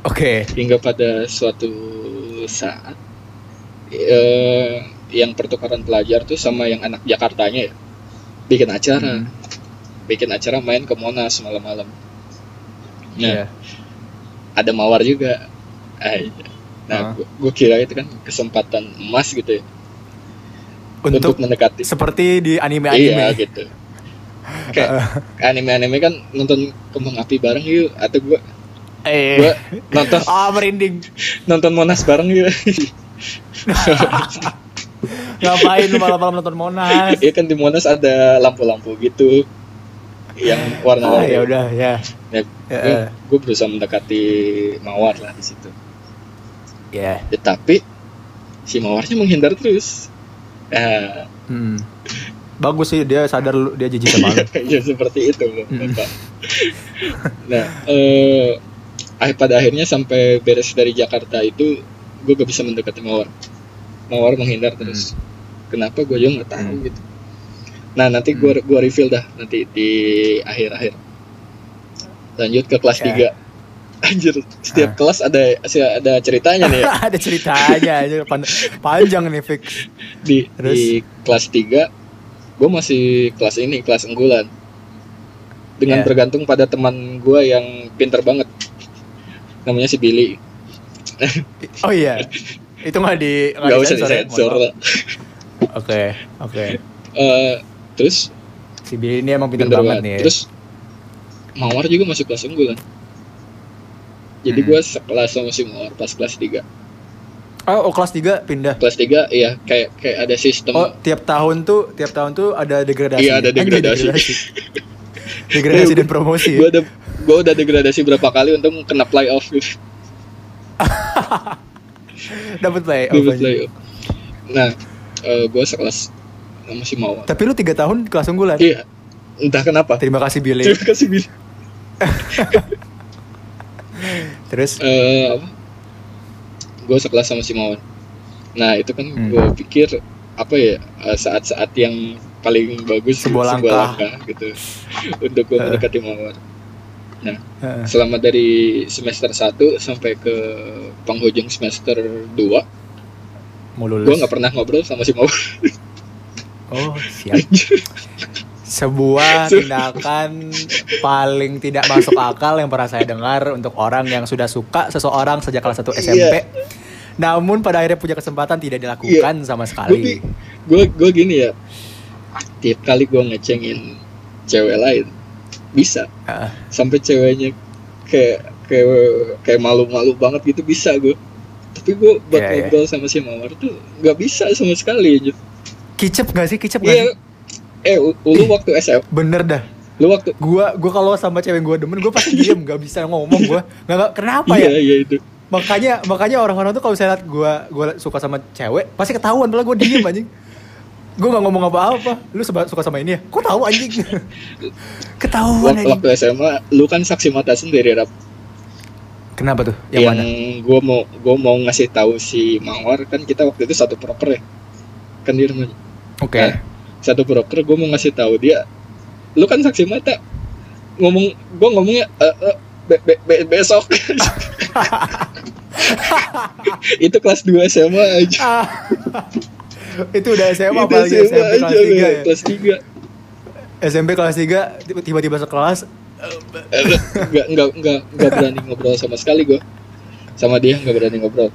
Speaker 3: Oke.
Speaker 2: hingga pada suatu saat eh, yang pertukaran pelajar tuh sama yang anak Jakartanya ya bikin acara,
Speaker 3: Hmm,
Speaker 2: bikin acara main ke Monas malam-malam. Nah,
Speaker 3: Iya.
Speaker 2: ada mawar juga. Ay. Nah,
Speaker 3: Ah.
Speaker 2: gue kira itu kan kesempatan emas gitu ya untuk
Speaker 3: Untuk
Speaker 2: mendekati
Speaker 3: seperti di
Speaker 2: Iya
Speaker 3: anime-anime.
Speaker 2: gitu. Kayak anime-anime kan nonton kembang api bareng yuk atau gua
Speaker 3: Eh.
Speaker 2: gua nonton
Speaker 3: Ah, merinding.
Speaker 2: nonton Monas bareng yuk.
Speaker 3: Ngapain lu malam-malam nonton Monas?
Speaker 2: Iya kan di Monas ada lampu-lampu gitu yang
Speaker 3: Ah, ya
Speaker 2: warna-warni.
Speaker 3: udah, ya.
Speaker 2: Nah,
Speaker 3: Ya,
Speaker 2: gua,
Speaker 3: eh.
Speaker 2: gua berusaha mendekati Mawar lah di situ.
Speaker 3: Ya.
Speaker 2: Ya, tapi si Mawarnya menghindar terus. Nah,
Speaker 3: Hmm.
Speaker 1: bagus sih dia sadar lu- dia jijik sama lu.
Speaker 2: ya seperti itu Bapak.
Speaker 1: Mm.
Speaker 2: nah eh ah- pada akhirnya sampai beres dari Jakarta itu gue gak bisa mendekati Mawar Mawar menghindar terus kenapa gue juga nggak tahu gitu nah nanti gue gua reveal dah nanti di akhir-akhir lanjut ke kelas
Speaker 1: Ya.
Speaker 2: 3 anjir setiap kelas ada ada ceritanya nih ya
Speaker 1: Ada ceritanya aja pan- panjang nih fix.
Speaker 2: di
Speaker 1: Terus?
Speaker 2: di kelas 3 gue masih kelas ini kelas unggulan dengan
Speaker 1: Iya.
Speaker 2: bergantung pada teman gue yang pinter banget namanya si Billy
Speaker 1: Oh iya. Itu nggak di nggak
Speaker 2: nggak usah
Speaker 1: disensor ya?
Speaker 2: disensor
Speaker 1: Mohon
Speaker 2: lah.
Speaker 1: maaf. Oke oke.
Speaker 2: Eh, terus
Speaker 1: Si Billy ini emang pintar
Speaker 2: pinter
Speaker 1: banget
Speaker 2: banget
Speaker 1: nih. ya.
Speaker 2: terus Mawar juga masuk kelas unggulan jadi
Speaker 1: Hmm.
Speaker 2: gue sekelas sama si Mawar pas kelas 3
Speaker 1: Oh, oh, kelas 3 pindah.
Speaker 2: kelas 3 iya kayak kayak ada sistem
Speaker 1: Oh tiap tahun tuh tiap tahun tuh ada degradasi.
Speaker 2: Iya, ada
Speaker 1: Anjir,
Speaker 2: degradasi.
Speaker 1: degradasi. Degradasi dan promosi.
Speaker 2: gue udah gue udah degradasi berapa kali untuk kena playoff gitu
Speaker 1: Dapat play.
Speaker 2: Gua ikut playoff. Nah, gue sekelas sama si Mawar.
Speaker 1: Tapi lu 3 tahun kelas unggulan.
Speaker 2: Iya, entah kenapa.
Speaker 1: Terima kasih Billy.
Speaker 2: Terima kasih Billy.
Speaker 1: Terus
Speaker 2: Eh, apa? Gue sekelas sama si Mawar. Nah, itu kan
Speaker 1: Hmm.
Speaker 2: gue pikir apa ya eh, saat-saat yang paling bagus
Speaker 1: Sebuah langkah.
Speaker 2: gitu untuk gue
Speaker 1: Eh.
Speaker 2: mendekati Mawar.
Speaker 1: heeh.
Speaker 2: Selama dari semester 1 sampai ke penghujung semester 2 Gue
Speaker 1: mau lulus.
Speaker 2: nggak pernah ngobrol sama si Mawar
Speaker 1: Oh, siap. Sebuah
Speaker 2: Se-
Speaker 1: tindakan paling tidak masuk akal yang pernah saya dengar untuk orang yang sudah suka seseorang sejak kelas
Speaker 2: Iya.
Speaker 1: 1 SMP. Namun pada akhirnya punya kesempatan tidak dilakukan
Speaker 2: Iya.
Speaker 1: sama sekali.
Speaker 2: gue gue gini ya tiap kali gue ngecengin cewek lain bisa
Speaker 1: Heeh.
Speaker 2: sampai ceweknya kayak kayak kayak malu-malu banget gitu bisa gue tapi gue buat
Speaker 1: Iya, iya.
Speaker 2: ngobrol sama si Mawar tuh nggak bisa sama sekali Jun.
Speaker 1: Kicep gak sih? Kicep gak sih?
Speaker 2: iya eh u- lu waktu SM
Speaker 1: Bener dah.
Speaker 2: lu waktu
Speaker 1: Gua gua kalau sama cewek gua demen, gua pasti diem, gak bisa ngomong gua. Nggak- nggak- kenapa ya?
Speaker 2: iya iya itu
Speaker 1: makanya makanya orang-orang tuh kalau saya lihat gue gue suka sama cewek pasti ketahuan padahal gue diem anjing gue gak ngomong apa-apa lu seba- suka sama ini ya kok tahu anjing ketahuan
Speaker 2: waktu,
Speaker 1: anjing
Speaker 2: waktu SMA lu kan saksi mata sendiri rap
Speaker 1: kenapa tuh yang,
Speaker 2: yang,
Speaker 1: mana
Speaker 2: gue mau gue mau ngasih tahu si Mawar kan kita waktu itu satu proker ya kan di rumah
Speaker 1: oke
Speaker 2: Nah, satu broker gue mau ngasih tahu dia lu kan saksi mata ngomong gue ngomongnya "Eh, eh, be- be- be- besok itu kelas 2 SMA aja
Speaker 1: Ah. itu udah SMA
Speaker 2: itu
Speaker 1: apalagi SMP
Speaker 2: SMA aja
Speaker 1: kelas ya?
Speaker 2: lu,
Speaker 1: 3
Speaker 2: kelas tiga
Speaker 1: SMP kelas 3 tiba-tiba sekelas
Speaker 2: Eh, nggak nggak nggak nggak berani ngobrol sama sekali gue sama dia nggak berani ngobrol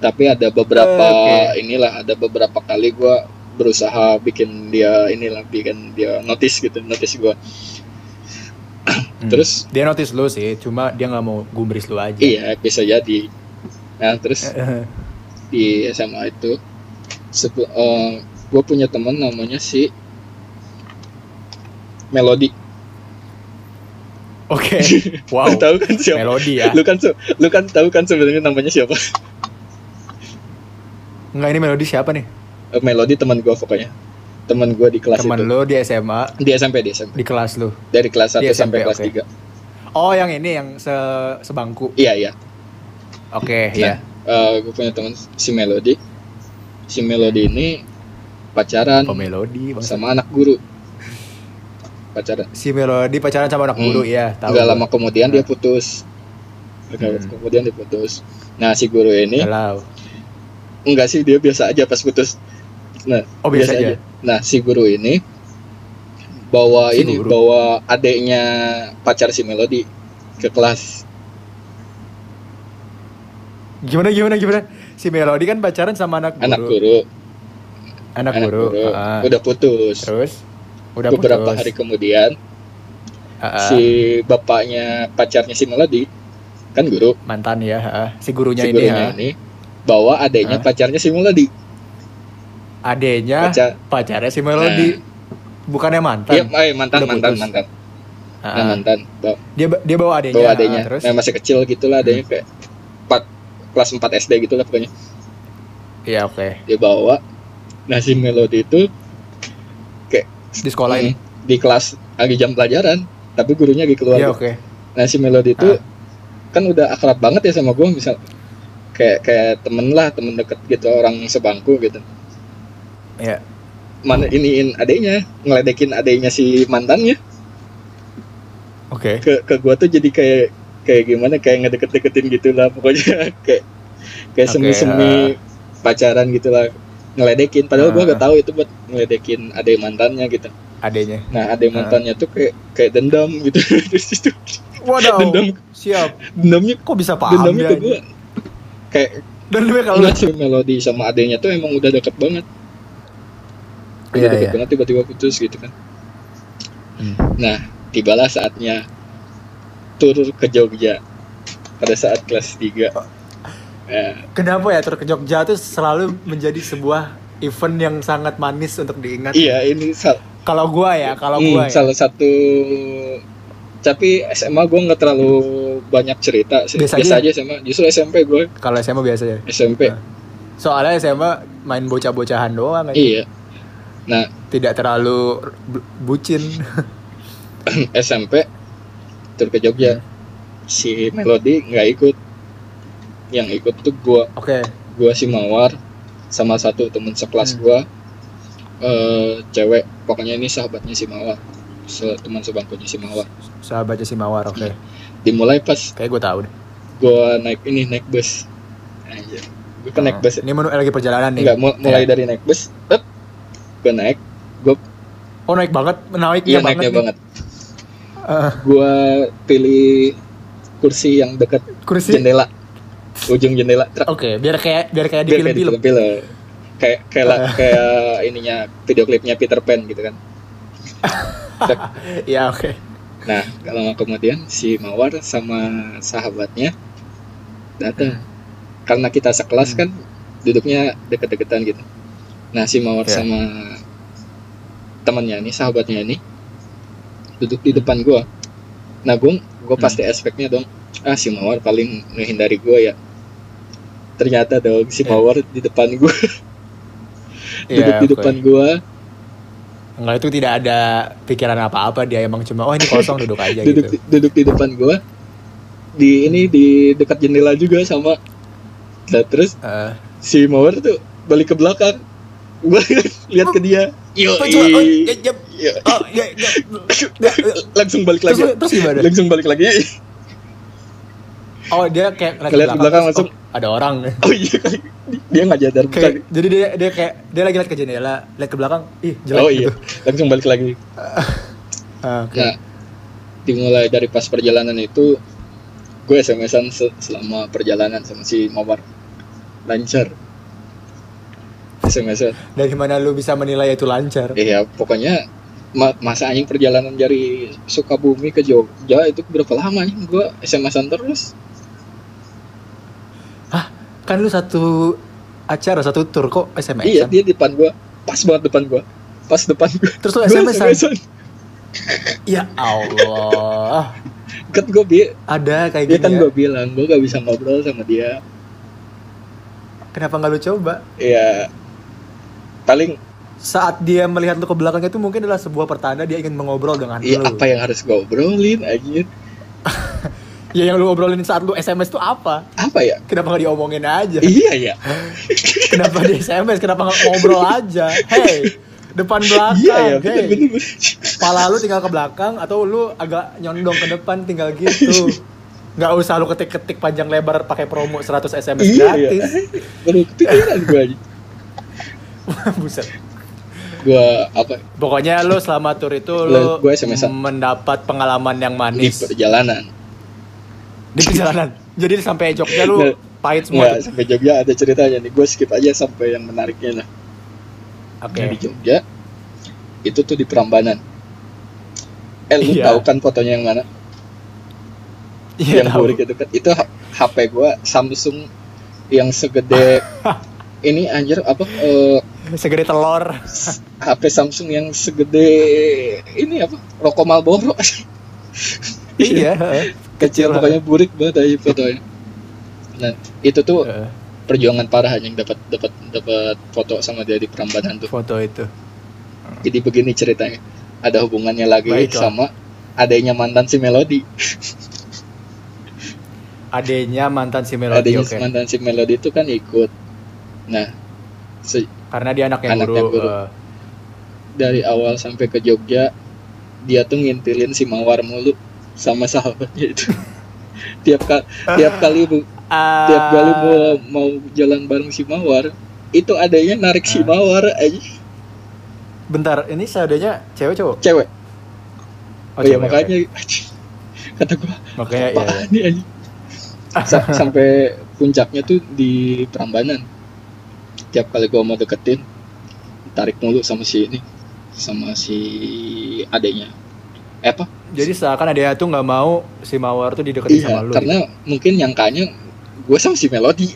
Speaker 2: tapi ada beberapa
Speaker 1: Eh, Oke.
Speaker 2: inilah ada beberapa kali gue berusaha bikin dia inilah bikin dia notice gitu notice gue
Speaker 1: Hmm.
Speaker 2: terus
Speaker 1: dia notice lu sih cuma dia nggak mau gubris lu aja
Speaker 2: Iya bisa jadi. Nah terus
Speaker 1: Eh.
Speaker 2: di SMA itu, gue punya teman namanya si Melody.
Speaker 1: oke wow
Speaker 2: Lu tahu kan siapa?
Speaker 1: melodi ya
Speaker 2: Lu kan se- lu kan tahu kan sebenarnya namanya siapa?
Speaker 1: nggak ini melodi siapa nih
Speaker 2: Eh, Melody teman gue pokoknya. Teman gue di kelas
Speaker 1: teman
Speaker 2: itu.
Speaker 1: lu di SMA
Speaker 2: Di SMP di
Speaker 1: di
Speaker 2: SMP.
Speaker 1: kelas lu
Speaker 2: Dari kelas
Speaker 1: Di
Speaker 2: 1
Speaker 1: SMP,
Speaker 2: sampai kelas
Speaker 1: oke.
Speaker 2: 3.
Speaker 1: Oh, yang ini yang se sebangku.
Speaker 2: Iya iya.
Speaker 1: Oke,
Speaker 2: Nah,
Speaker 1: iya.
Speaker 2: gue punya teman si Melody. Si Melody ini pacaran
Speaker 1: Oh, melodi bangsa.
Speaker 2: sama anak guru. Pacaran.
Speaker 1: Si melodi pacaran sama anak
Speaker 2: Hmm.
Speaker 1: guru ya, tahu.
Speaker 2: Gak lama kemudian
Speaker 1: Nah.
Speaker 2: dia putus. Gak lama
Speaker 1: Hmm.
Speaker 2: Kemudian dia putus. Nah si guru ini
Speaker 1: Galau.
Speaker 2: enggak sih dia biasa aja pas putus. Nah
Speaker 1: Oh, biasa aja.
Speaker 2: Nah si guru ini bawa
Speaker 1: Si
Speaker 2: ini
Speaker 1: guru.
Speaker 2: bawa adeknya pacar si Melody ke kelas.
Speaker 1: Gimana gimana gimana? Si melodi kan pacaran sama anak guru.
Speaker 2: Anak guru,
Speaker 1: Anak guru. Ah,
Speaker 2: udah putus.
Speaker 1: Terus udah
Speaker 2: Beberapa
Speaker 1: putus.
Speaker 2: hari kemudian
Speaker 1: Ah, ah.
Speaker 2: si bapaknya pacarnya si Melody kan guru,
Speaker 1: mantan ya, ah, ah. si gurunya ini
Speaker 2: si gurunya
Speaker 1: ya.
Speaker 2: ini bawa adeknya
Speaker 1: Ah. Ya,
Speaker 2: pacarnya si Melody.
Speaker 1: Adenya
Speaker 2: Pacar, Nah.
Speaker 1: pacarnya si melodi. Bukannya mantan.
Speaker 2: iya, eh, mantan,
Speaker 1: Udah
Speaker 2: mantan,
Speaker 1: putus.
Speaker 2: mantan,
Speaker 1: Ah,
Speaker 2: Nah,
Speaker 1: ah.
Speaker 2: mantan. Bawa-
Speaker 1: Dia ba- dia bawa adenya.
Speaker 2: bawa
Speaker 1: ah,
Speaker 2: adanya
Speaker 1: terus Hmm.
Speaker 2: nah, masih kecil gitulah adanya kayak 4 kelas 4 SD gitu lah pokoknya
Speaker 1: Iya, oke.
Speaker 2: dia bawa nah si Melody itu
Speaker 1: Di sekolah ini?
Speaker 2: di kelas lagi jam pelajaran tapi gurunya lagi keluar
Speaker 1: Iya Ah.
Speaker 2: gitu.
Speaker 1: oke.
Speaker 2: Nah si Melody itu kan udah akrab banget ya sama gue misal kayak kayak temen lah temen deket gitu orang sebangku gitu.
Speaker 1: Iya.
Speaker 2: Mana iniin adeknya ngeledekin adeknya si mantannya
Speaker 1: Oke.
Speaker 2: ke ke gue tuh jadi kayak kayak gimana kayak ngedeket-deketin gitu lah pokoknya kayak
Speaker 1: Oke,
Speaker 2: kayak
Speaker 1: ah.
Speaker 2: semi-semi pacaran gitu lah ngeledekin padahal gue gak tahu itu buat ngeledekin adek mantannya gitu
Speaker 1: Adanya.
Speaker 2: nah adek mantannya tuh kayak kayak dendam gitu terus itu
Speaker 1: Waduh.
Speaker 2: Dendam.
Speaker 1: Siap.
Speaker 2: dendamnya
Speaker 1: Kok bisa paham dia?
Speaker 2: dendamnya ke gue kayak
Speaker 1: Dendamnya kalau
Speaker 2: Enggak sih Melody sama adenya tuh emang udah deket banget Udah
Speaker 1: Iya,
Speaker 2: deket
Speaker 1: iya.
Speaker 2: banget tiba-tiba putus gitu kan
Speaker 1: Hmm.
Speaker 2: Nah tibalah saatnya Tur ke Jogja Pada saat kelas Nah, 3
Speaker 1: Oh. Kenapa ya tur ke Jogja itu selalu menjadi sebuah event yang sangat manis untuk diingat.
Speaker 2: Iya ini sal-
Speaker 1: Kalau gua ya, kalau
Speaker 2: hmm,
Speaker 1: gua ya.
Speaker 2: salah satu Tapi SMA gue nggak terlalu banyak cerita sih
Speaker 1: Biasa aja.
Speaker 2: aja SMA Justru SMP gue
Speaker 1: Kalau SMA biasa ya.
Speaker 2: SMP
Speaker 1: Ah. Soalnya SMA main bocah-bocahan doang aja.
Speaker 2: Iya Nah
Speaker 1: Tidak terlalu bu- bucin.
Speaker 2: SMP tur ke
Speaker 1: Hmm.
Speaker 2: Jogja si Melody nggak ikut yang ikut tuh gua
Speaker 1: Oke.
Speaker 2: gua si Mawar sama satu temen sekelas
Speaker 1: Hmm.
Speaker 2: gua eh cewek pokoknya ini sahabatnya si Mawar Se- teman sebangkunya si Mawar
Speaker 1: Sahabatnya si Mawar, oke.
Speaker 2: Iya. dimulai pas
Speaker 1: Kayak gua tahu deh.
Speaker 2: gua naik ini naik bus Anjir. gua kan
Speaker 1: Oh.
Speaker 2: naik
Speaker 1: Iya.
Speaker 2: bus ya.
Speaker 1: Ini menu lagi perjalanan nih.
Speaker 2: nggak mu- mulai dari naik bus up, gua naik
Speaker 1: Oh naik banget, naiknya
Speaker 2: iya
Speaker 1: banget.
Speaker 2: naiknya
Speaker 1: nih.
Speaker 2: banget
Speaker 1: Eh,
Speaker 2: gua pilih kursi yang dekat
Speaker 1: kursi.
Speaker 2: jendela ujung jendela truk
Speaker 1: Oke, biar kayak biar kayak di
Speaker 2: Biar kayak di
Speaker 1: film-film. Ah.
Speaker 2: film-film. kayak kayak la- kayak ininya video klipnya Peter Pan gitu kan
Speaker 1: Iya, oke.
Speaker 2: nah kalau nggak kemudian si Mawar sama sahabatnya datang karena kita sekelas
Speaker 1: Hmm.
Speaker 2: kan duduknya deket-deketan gitu nah si Mawar
Speaker 1: Ya.
Speaker 2: sama temannya ini sahabatnya ini duduk di depan gua nah gua gua pasti
Speaker 1: Hmm.
Speaker 2: aspeknya dong ah si Mawar paling menghindari gua ya ternyata dong si
Speaker 1: Ya.
Speaker 2: Mawar di depan gua
Speaker 1: Iya,
Speaker 2: duduk di
Speaker 1: oke.
Speaker 2: depan gua
Speaker 1: Enggak itu tidak ada pikiran apa-apa dia emang cuma oh ini kosong duduk aja
Speaker 2: duduk
Speaker 1: gitu.
Speaker 2: di, duduk di depan gua di ini di dekat jendela juga sama nah terus
Speaker 1: Eh,
Speaker 2: si Mawar tuh balik ke belakang gua lihat ke dia yo
Speaker 1: oh, coba, oh, ya, ya, oh, ya, ya.
Speaker 2: langsung balik
Speaker 1: Terus,
Speaker 2: lagi
Speaker 1: terus gimana?
Speaker 2: langsung balik lagi
Speaker 1: Oh dia kayak ngeliat
Speaker 2: Ngeliat ke belakang
Speaker 1: terus,
Speaker 2: langsung.
Speaker 1: oh, ada orang.
Speaker 2: oh iya dia nggak jadar
Speaker 1: Kayak,
Speaker 2: bukan
Speaker 1: jadi dia dia kayak dia lagi lihat ke jendela, lihat ke belakang, ih jelek
Speaker 2: oh iya
Speaker 1: gitu.
Speaker 2: langsung balik lagi
Speaker 1: Ah, oke.
Speaker 2: nah dimulai dari pas perjalanan itu gue SMS-an se- selama perjalanan sama si Mawar lancar SMS-an
Speaker 1: Dari mana lu bisa menilai itu lancar?
Speaker 2: Iya, pokoknya ma- masa anjing perjalanan dari Sukabumi ke Jogja itu berapa lama anjing gua SMS-an terus.
Speaker 1: Hah, kan lu satu acara satu tur kok SMS?
Speaker 2: Iya, dia di depan gua, pas banget depan gua. Pas depan gua.
Speaker 1: Terus lu
Speaker 2: Gua
Speaker 1: SMS-an?
Speaker 2: SMS-an.
Speaker 1: Ya Allah.
Speaker 2: Kan gua bi-
Speaker 1: Ada kayak
Speaker 2: dia
Speaker 1: gini
Speaker 2: kan
Speaker 1: ya.
Speaker 2: gua bilang gua gak bisa ngobrol sama dia.
Speaker 1: Kenapa nggak lu coba?
Speaker 2: Iya. Paling
Speaker 1: Saat dia melihat lu ke belakang itu mungkin adalah sebuah pertanda dia ingin mengobrol dengan
Speaker 2: iya
Speaker 1: lu.
Speaker 2: apa yang harus gua obrolin anjir?
Speaker 1: Ya yang lu obrolin saat lu SMS tuh apa?
Speaker 2: Apa ya?
Speaker 1: Kenapa nggak diomongin aja?
Speaker 2: iya ya.
Speaker 1: Kenapa di SMS? Kenapa nggak ngobrol aja? Hey, depan belakang.
Speaker 2: Iya ya,
Speaker 1: hey.
Speaker 2: bener bener. bener.
Speaker 1: Pala lu tinggal ke belakang atau lu agak nyondong ke depan tinggal gitu.
Speaker 2: Iya.
Speaker 1: Nggak usah lu ketik-ketik panjang lebar pakai promo 100 SMS
Speaker 2: Iya ya.
Speaker 1: gratis.
Speaker 2: Baru kepikiran gua anjing.
Speaker 1: Buset.
Speaker 2: Gua apa
Speaker 1: Pokoknya lu selama tur itu
Speaker 2: Lah,
Speaker 1: lu
Speaker 2: gua Iya, SMS-an.
Speaker 1: mendapat pengalaman yang
Speaker 2: di
Speaker 1: manis
Speaker 2: perjalanan
Speaker 1: di perjalanan. Jadi sampai Jogja
Speaker 2: Nah,
Speaker 1: lu pahit semua.
Speaker 2: Nggak, sampai Jogja ada ceritanya nih. Gue skip aja sampai yang menariknya lah. Di
Speaker 1: Oke.
Speaker 2: Jogja itu tuh di Prambanan. Eh lu
Speaker 1: Iya.
Speaker 2: tahu kan fotonya yang mana?
Speaker 1: Iya
Speaker 2: yang
Speaker 1: tahu.
Speaker 2: burik itu kan. Itu H- HP gue Samsung yang segede ini anjir apa eh,
Speaker 1: Segede telur.
Speaker 2: s- HP Samsung yang segede ini apa rokok Marlboro
Speaker 1: iya.
Speaker 2: kecil pokoknya burik banget aja fotonya nah itu tuh
Speaker 1: Heeh,
Speaker 2: perjuangan parah yang dapat dapat dapat foto sama dia di Prambanan tuh
Speaker 1: Foto itu.
Speaker 2: Jadi begini ceritanya. Ada hubungannya lagi
Speaker 1: Baiklah.
Speaker 2: sama adanya mantan si Melody.
Speaker 1: Adanya mantan si Melody,
Speaker 2: Adanya
Speaker 1: oke.
Speaker 2: mantan si Melody itu kan ikut. Nah, se-
Speaker 1: Karena dia anaknya,
Speaker 2: Anaknya
Speaker 1: guru.
Speaker 2: guru.
Speaker 1: eh,
Speaker 2: dari awal sampai ke Jogja dia tuh ngintilin si Mawar mulu sama sahabatnya itu tiap kali tiap kali bu-
Speaker 1: ah,
Speaker 2: tiap kali mau mau jalan bareng si Mawar itu adanya narik si
Speaker 1: Ah.
Speaker 2: Mawar eh, aja
Speaker 1: Bentar, ini seadanya cewek cowok?
Speaker 2: cewek oh, iya
Speaker 1: cewek,
Speaker 2: makanya anjing. kata gua
Speaker 1: oke. Makanya iya.
Speaker 2: apaan nih anjing?" Sa- sampai puncaknya tuh di Prambanan tiap kali gua mau deketin tarik mulu sama si ini sama si adeknya eh, apa
Speaker 1: Jadi seakan ada tuh nggak mau si Mawar tuh dideketin sama lu.
Speaker 2: Iya, karena mungkin nyangkanya gue sama si Melody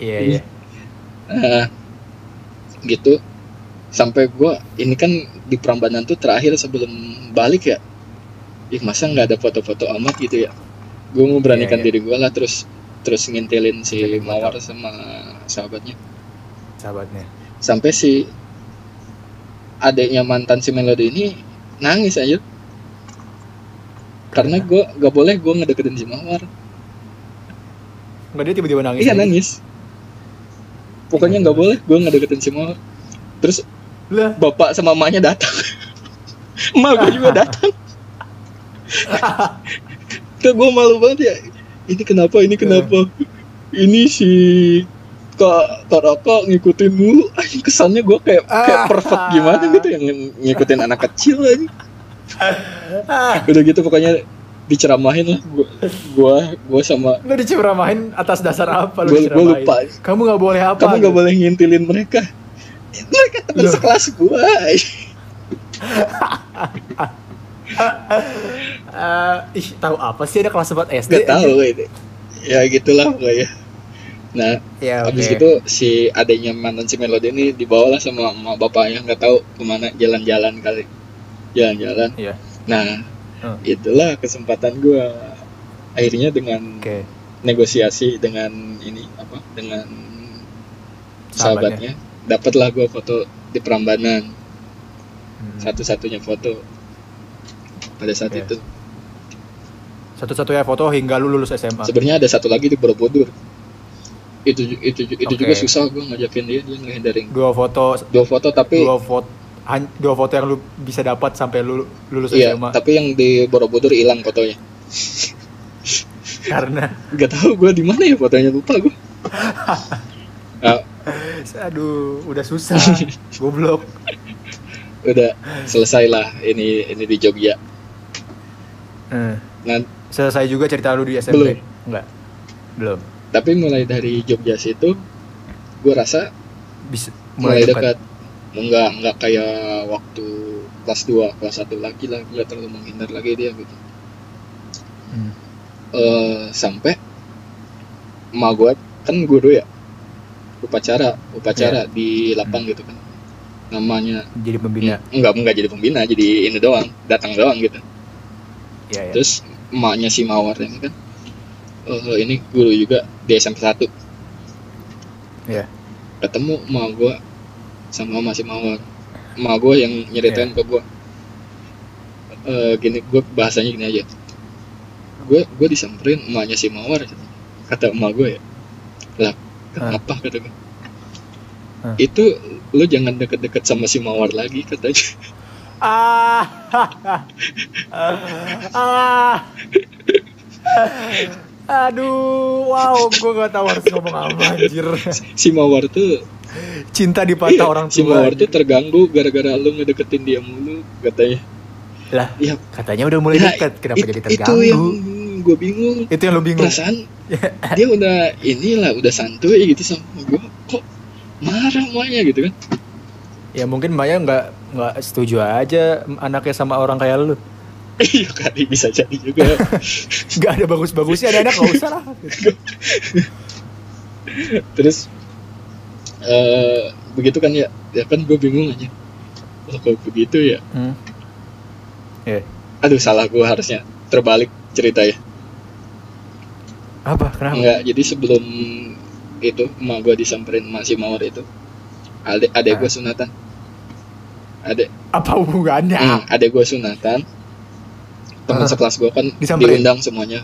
Speaker 1: Iya, iya.
Speaker 2: Eh, gitu sampai gue ini kan di Prambanan tuh terakhir sebelum balik ya ih masa nggak ada foto-foto amat gitu ya gue memberanikan
Speaker 1: Iya, iya.
Speaker 2: diri gue lah terus terus ngintilin si
Speaker 1: Ngintilin
Speaker 2: Mawar sama sahabatnya
Speaker 1: Sahabatnya.
Speaker 2: sampai si adeknya mantan si Melody ini nangis aja karena
Speaker 1: Iya.
Speaker 2: gue gak boleh gue ngedeketin si Mawar
Speaker 1: Enggak dia tiba-tiba nangis.
Speaker 2: Iya
Speaker 1: aja.
Speaker 2: nangis. Pokoknya nggak boleh, gue ngedeketin si Mawar. Terus
Speaker 1: Lah,
Speaker 2: bapak sama mamanya datang. Emak gue juga datang. Tuh gue malu banget ya. Ini kenapa? Ini kenapa? Ini si kak kak Raka ngikutin mulu. Anjing, kesannya gue kayak kayak perfect gimana gitu yang ng- ngikutin anak kecil aja.
Speaker 1: ah,
Speaker 2: Udah gitu pokoknya diceramahin lah gue gue gue sama
Speaker 1: lu diceramahin atas dasar apa lu
Speaker 2: gue gue
Speaker 1: diceramahin?
Speaker 2: lupa
Speaker 1: Kamu nggak boleh apa?
Speaker 2: kamu nggak boleh ngintilin mereka Eh, mereka teman
Speaker 1: Loh.
Speaker 2: sekelas gua
Speaker 1: Eh, ih, tahu apa sih ada kelas 4 SD?
Speaker 2: nggak tahu ini ya gitulah pokoknya nah
Speaker 1: Ya, oke.
Speaker 2: habis itu si adanya mantan si Melody ini dibawalah sama emak bapaknya nggak tahu kemana jalan-jalan kali jalan-jalan
Speaker 1: Iya.
Speaker 2: nah
Speaker 1: Hmm.
Speaker 2: itulah kesempatan gua akhirnya dengan
Speaker 1: Oke.
Speaker 2: negosiasi dengan ini apa dengan
Speaker 1: Sahabatnya.
Speaker 2: sahabatnya, dapatlah gua foto di Prambanan
Speaker 1: Hmm.
Speaker 2: satu-satunya foto pada saat
Speaker 1: Oke.
Speaker 2: itu.
Speaker 1: Satu-satunya foto hingga lu lulus SMA.
Speaker 2: Sebenarnya ada satu lagi di Borobudur. Itu ju- itu ju- itu
Speaker 1: Oke.
Speaker 2: juga susah gue ngajakin dia dia ngehindarin
Speaker 1: Dua foto
Speaker 2: dua foto tapi
Speaker 1: dua foto han- dua foto yang lu bisa dapat sampai lu lulus
Speaker 2: iya
Speaker 1: SMA
Speaker 2: tapi yang di Borobudur hilang fotonya.
Speaker 1: karena
Speaker 2: Gak tahu gue di mana ya fotonya lupa Ah, gue.
Speaker 1: aduh udah susah goblok
Speaker 2: Udah selesai lah ini ini di Jogja.
Speaker 1: Hmm.
Speaker 2: Nah,
Speaker 1: selesai juga cerita lu di SMP
Speaker 2: Belum.
Speaker 1: enggak belum
Speaker 2: tapi mulai dari Jogja situ gue rasa
Speaker 1: bisa
Speaker 2: mulai dekat. Enggak enggak kayak waktu kelas 2, kelas 1 lagi lah enggak terlalu menghindar lagi dia gitu.
Speaker 1: Hmm.
Speaker 2: eh sampai emak gue kan guru ya upacara upacara
Speaker 1: Iya.
Speaker 2: di lapang gitu kan namanya
Speaker 1: jadi pembina
Speaker 2: enggak enggak jadi pembina jadi ini doang datang doang gitu
Speaker 1: ya ya
Speaker 2: Iya. terus emaknya si mawar ini kan eh, ini guru juga di SMP 1
Speaker 1: Iya.
Speaker 2: ketemu emak gue sama emak si mawar emak gue yang nyeritain ke gue Eh, gini gue bahasanya gini aja gue gue disamperin emaknya si mawar kata emak gue ya lah kenapa kata gue
Speaker 1: Ah.
Speaker 2: itu lu jangan deket-deket sama si mawar lagi katanya
Speaker 1: ah ah aduh wow gue gak tahu harus ngomong apa anjir
Speaker 2: si mawar tuh
Speaker 1: cinta dipatah orang
Speaker 2: si
Speaker 1: tua
Speaker 2: mawar tuh terganggu gara-gara lu ngedeketin dia mulu katanya
Speaker 1: lah
Speaker 2: Iya.
Speaker 1: katanya udah mulai
Speaker 2: Nah,
Speaker 1: dekat kan kenapa
Speaker 2: It-
Speaker 1: jadi
Speaker 2: itu
Speaker 1: terganggu
Speaker 2: yang gue bingung
Speaker 1: itu yang lu bingung
Speaker 2: perasaan dia udah inilah udah santuy gitu sama gue kok marah emaknya gitu kan
Speaker 1: Ya mungkin Maya nggak nggak setuju aja anaknya sama orang kayak lu.
Speaker 2: iya kali bisa jadi juga
Speaker 1: Nggak ada bagus-bagusnya ada anak nggak usah lah.
Speaker 2: terus eh begitu kan ya ya kan gue bingung aja Loh, kalau begitu ya
Speaker 1: Hmm. Ya.
Speaker 2: aduh salah gue harusnya terbalik cerita ya
Speaker 1: Apa? Kenapa?
Speaker 2: enggak jadi sebelum
Speaker 1: Ah.
Speaker 2: itu emak gue disamperin emak si mawar itu adek adek gue sunatan ada
Speaker 1: apa hubungannya
Speaker 2: hmm, ada gue sunatan teman
Speaker 1: Ah.
Speaker 2: sekelas gue kan
Speaker 1: Disamperin.
Speaker 2: diundang semuanya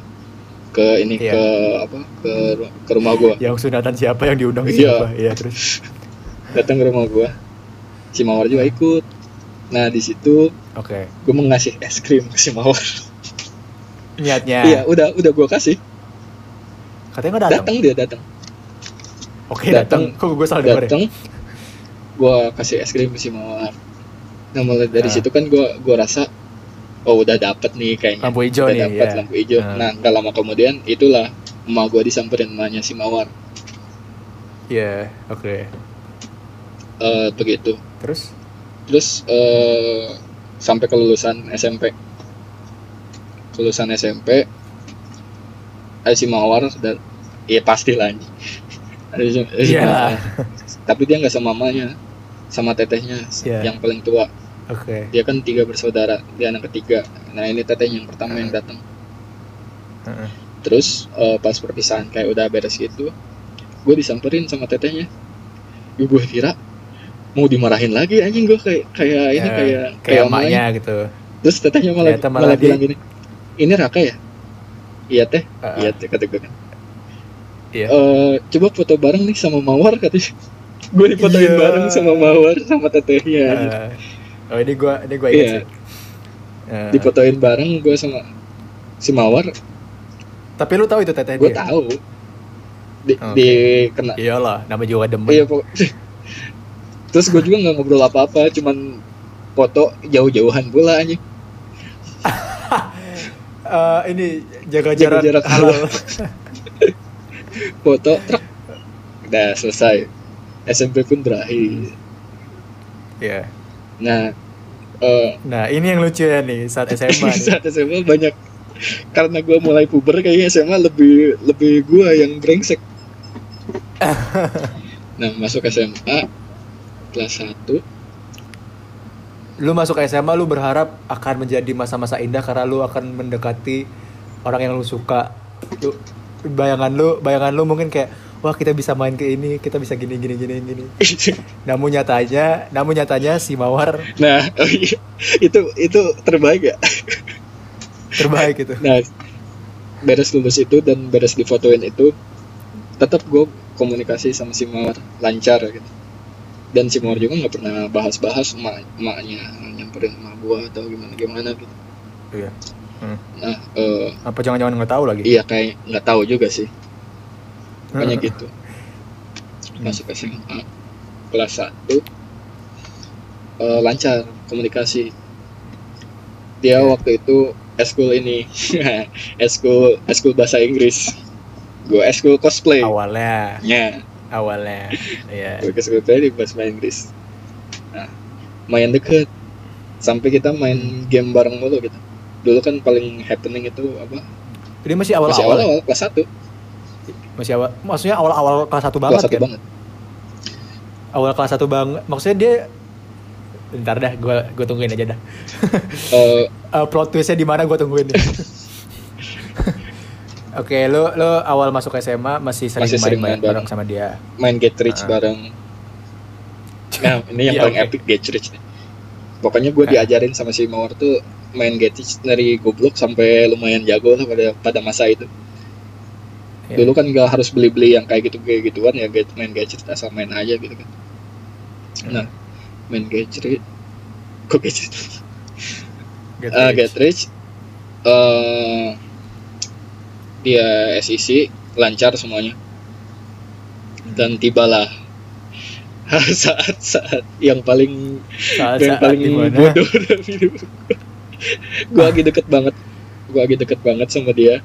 Speaker 2: ke ini
Speaker 1: Iya.
Speaker 2: ke apa ke ru- ke rumah gue
Speaker 1: yang sunatan siapa yang diundang
Speaker 2: Iya.
Speaker 1: siapa ya terus
Speaker 2: datang ke rumah gue si mawar juga ikut nah di situ
Speaker 1: oke
Speaker 2: gue mau ngasih es krim ke si mawar
Speaker 1: niatnya
Speaker 2: iya udah udah gue kasih
Speaker 1: katanya nggak Ya. datang
Speaker 2: datang dia datang
Speaker 1: oke datang kok gue salah dengar ya
Speaker 2: datang gue kasih es krim ke si mawar nah mulai dari
Speaker 1: Ah.
Speaker 2: situ kan gue gua rasa oh udah dapet nih kayaknya
Speaker 1: lampu hijau
Speaker 2: udah
Speaker 1: nih
Speaker 2: dapet
Speaker 1: ya
Speaker 2: lampu hijau
Speaker 1: Ah.
Speaker 2: nah nggak lama kemudian itulah emak gue disamperin emaknya si mawar
Speaker 1: iya oke
Speaker 2: Eh, begitu
Speaker 1: terus
Speaker 2: terus eh, sampai kelulusan SMP kelulusan SMP eh, si mawar dan ya pasti lah anjing. Ada si- ada si
Speaker 1: Iyalah.
Speaker 2: Mawar. tapi dia nggak sama mamanya sama tetehnya
Speaker 1: Iya.
Speaker 2: yang paling tua
Speaker 1: oke
Speaker 2: dia kan tiga bersaudara dia anak ketiga nah ini tetehnya yang pertama
Speaker 1: Ah.
Speaker 2: yang datang
Speaker 1: Heeh.
Speaker 2: terus eh, pas perpisahan kayak udah beres gitu gue disamperin sama tetehnya gue kira mau dimarahin lagi anjing gue kayak kayak Nah, ini
Speaker 1: Ya,
Speaker 2: kayak
Speaker 1: kayak
Speaker 2: emaknya.
Speaker 1: emaknya gitu
Speaker 2: terus tetehnya malah
Speaker 1: Ternyata
Speaker 2: malah,
Speaker 1: malah dia-
Speaker 2: bilang gini ini raka ya iya teh
Speaker 1: Heeh.
Speaker 2: iya teh kata gue kan
Speaker 1: Ah. Iya.
Speaker 2: "Eh, coba foto bareng nih sama mawar katanya gue difotoin
Speaker 1: Iya.
Speaker 2: bareng sama mawar sama tetehnya anjing.
Speaker 1: Eh, oh ini gue ini gue ingat
Speaker 2: Iya.
Speaker 1: sih Eh,
Speaker 2: difotoin bareng gue sama si mawar
Speaker 1: Iya. tapi lu tahu itu teteh
Speaker 2: gue
Speaker 1: dia
Speaker 2: tahu di,
Speaker 1: Oke. Iya,
Speaker 2: di kena
Speaker 1: iyalah nama juga demen
Speaker 2: iya pokok- terus gue juga nggak ngobrol apa apa cuman foto jauh-jauhan pula anjing
Speaker 1: Eh, ini jaga
Speaker 2: Jaga
Speaker 1: jarak,
Speaker 2: jarak
Speaker 1: halal.
Speaker 2: foto truk udah selesai SMP pun berakhir
Speaker 1: Iya.
Speaker 2: nah eh,
Speaker 1: Nah, ini yang lucu ya nih saat SMA nih.
Speaker 2: saat SMA banyak karena gue mulai puber kayaknya SMA lebih lebih gue yang brengsek nah masuk SMA kelas 1
Speaker 1: Lu masuk SMA lu berharap akan menjadi masa-masa indah karena lu akan mendekati orang yang lu suka. Lu bayangan lu, bayangan lu mungkin kayak wah kita bisa main ke ini, kita bisa gini gini gini gini. Namun nyatanya, namun nyatanya si Mawar
Speaker 2: nah oh iya, itu itu terbaik ya
Speaker 1: terbaik gitu.
Speaker 2: nah beres lulus itu dan beres difotoin itu tetap gue komunikasi sama si mawar lancar gitu dan si mawar juga nggak pernah bahas-bahas emak emaknya nyamperin emak gue atau gimana gimana gitu
Speaker 1: Iya.
Speaker 2: nah eh,
Speaker 1: Apa jangan-jangan nggak tahu lagi?
Speaker 2: iya kayak nggak tahu juga sih pokoknya gitu
Speaker 1: Hmm.
Speaker 2: masuk SMA kelas 1 eh, lancar komunikasi dia
Speaker 1: Iya.
Speaker 2: waktu itu eskul ini eskul eskul bahasa Inggris gue eskul cosplay
Speaker 1: Awalnya,
Speaker 2: ya
Speaker 1: awalnya. Iya.
Speaker 2: gue eskul cosplay di bahasa Inggris nah main deket sampai kita main game bareng mulu gitu dulu kan paling happening itu apa
Speaker 1: Jadi masih
Speaker 2: masih
Speaker 1: awal-awal. ya?
Speaker 2: awal-awal kelas 1
Speaker 1: Masih awal. Maksudnya awal-awal kelas 1 banget
Speaker 2: kelas 1
Speaker 1: kan?
Speaker 2: banget
Speaker 1: awal kelas 1 bang maksudnya dia ntar dah gue gue tungguin aja dah
Speaker 2: Eh,
Speaker 1: Eh, plot twistnya di mana gue tungguin nih. oke lo lo awal masuk SMA masih sering
Speaker 2: Masih sering
Speaker 1: main,
Speaker 2: main
Speaker 1: bareng
Speaker 2: bareng.
Speaker 1: sama dia
Speaker 2: main Get Rich
Speaker 1: Ah.
Speaker 2: bareng. Nah, ini yang
Speaker 1: Iya,
Speaker 2: paling
Speaker 1: oke.
Speaker 2: epic Get Rich nih. Pokoknya gue
Speaker 1: Ah.
Speaker 2: diajarin sama si Mawar tuh main Get Rich dari goblok sampai lumayan jago lah pada pada masa itu.
Speaker 1: Iya.
Speaker 2: Dulu kan gak harus beli-beli yang kayak gitu kayak gituan ya get, main Get Rich asal main aja gitu kan.
Speaker 1: Iya.
Speaker 2: Nah, main Get Rich kok Get Rich?
Speaker 1: Get
Speaker 2: Eh,
Speaker 1: rich.
Speaker 2: Get Rich eh, dia SEC lancar semuanya dan tibalah saat-saat yang paling
Speaker 1: Saat-
Speaker 2: yang
Speaker 1: saat
Speaker 2: paling
Speaker 1: di mana?
Speaker 2: bodoh dalam hidup gue lagi deket banget gue lagi deket banget sama dia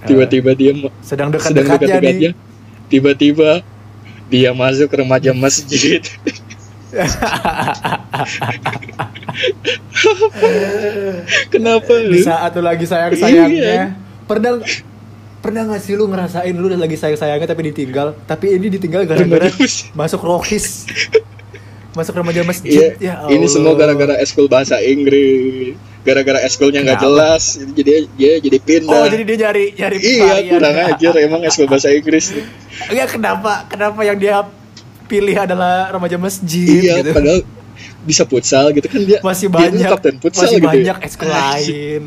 Speaker 1: Eh,
Speaker 2: tiba-tiba dia ma-
Speaker 1: sedang
Speaker 2: sedang
Speaker 1: dekat-dekatnya nih
Speaker 2: dekat-dekatnya tiba-tiba dia masuk remaja masjid kenapa
Speaker 1: di
Speaker 2: lu?
Speaker 1: saat lu lagi sayang
Speaker 2: Iya.
Speaker 1: sayangnya pernah pernah nggak sih lu ngerasain lu udah lagi sayang sayangnya tapi ditinggal tapi ini ditinggal gara-gara
Speaker 2: Remaja masjid.
Speaker 1: masuk rokis masuk remaja masjid ya
Speaker 2: Iya, ini
Speaker 1: Allah.
Speaker 2: semua gara-gara eskul bahasa Inggris. Gara-gara eskulnya nggak
Speaker 1: Kenapa?
Speaker 2: jelas, jadi dia jadi pindah.
Speaker 1: Oh jadi dia nyari nyari
Speaker 2: iya,
Speaker 1: varian.
Speaker 2: kurang ajar emang eskul bahasa Inggris. nih.
Speaker 1: Enggak kenapa kenapa yang dia pilih adalah remaja masjid
Speaker 2: iya,
Speaker 1: gitu.
Speaker 2: padahal bisa futsal gitu kan dia
Speaker 1: masih
Speaker 2: dia tuh
Speaker 1: banyak
Speaker 2: kapten futsal
Speaker 1: masih
Speaker 2: gitu ya.
Speaker 1: banyak ekskul lain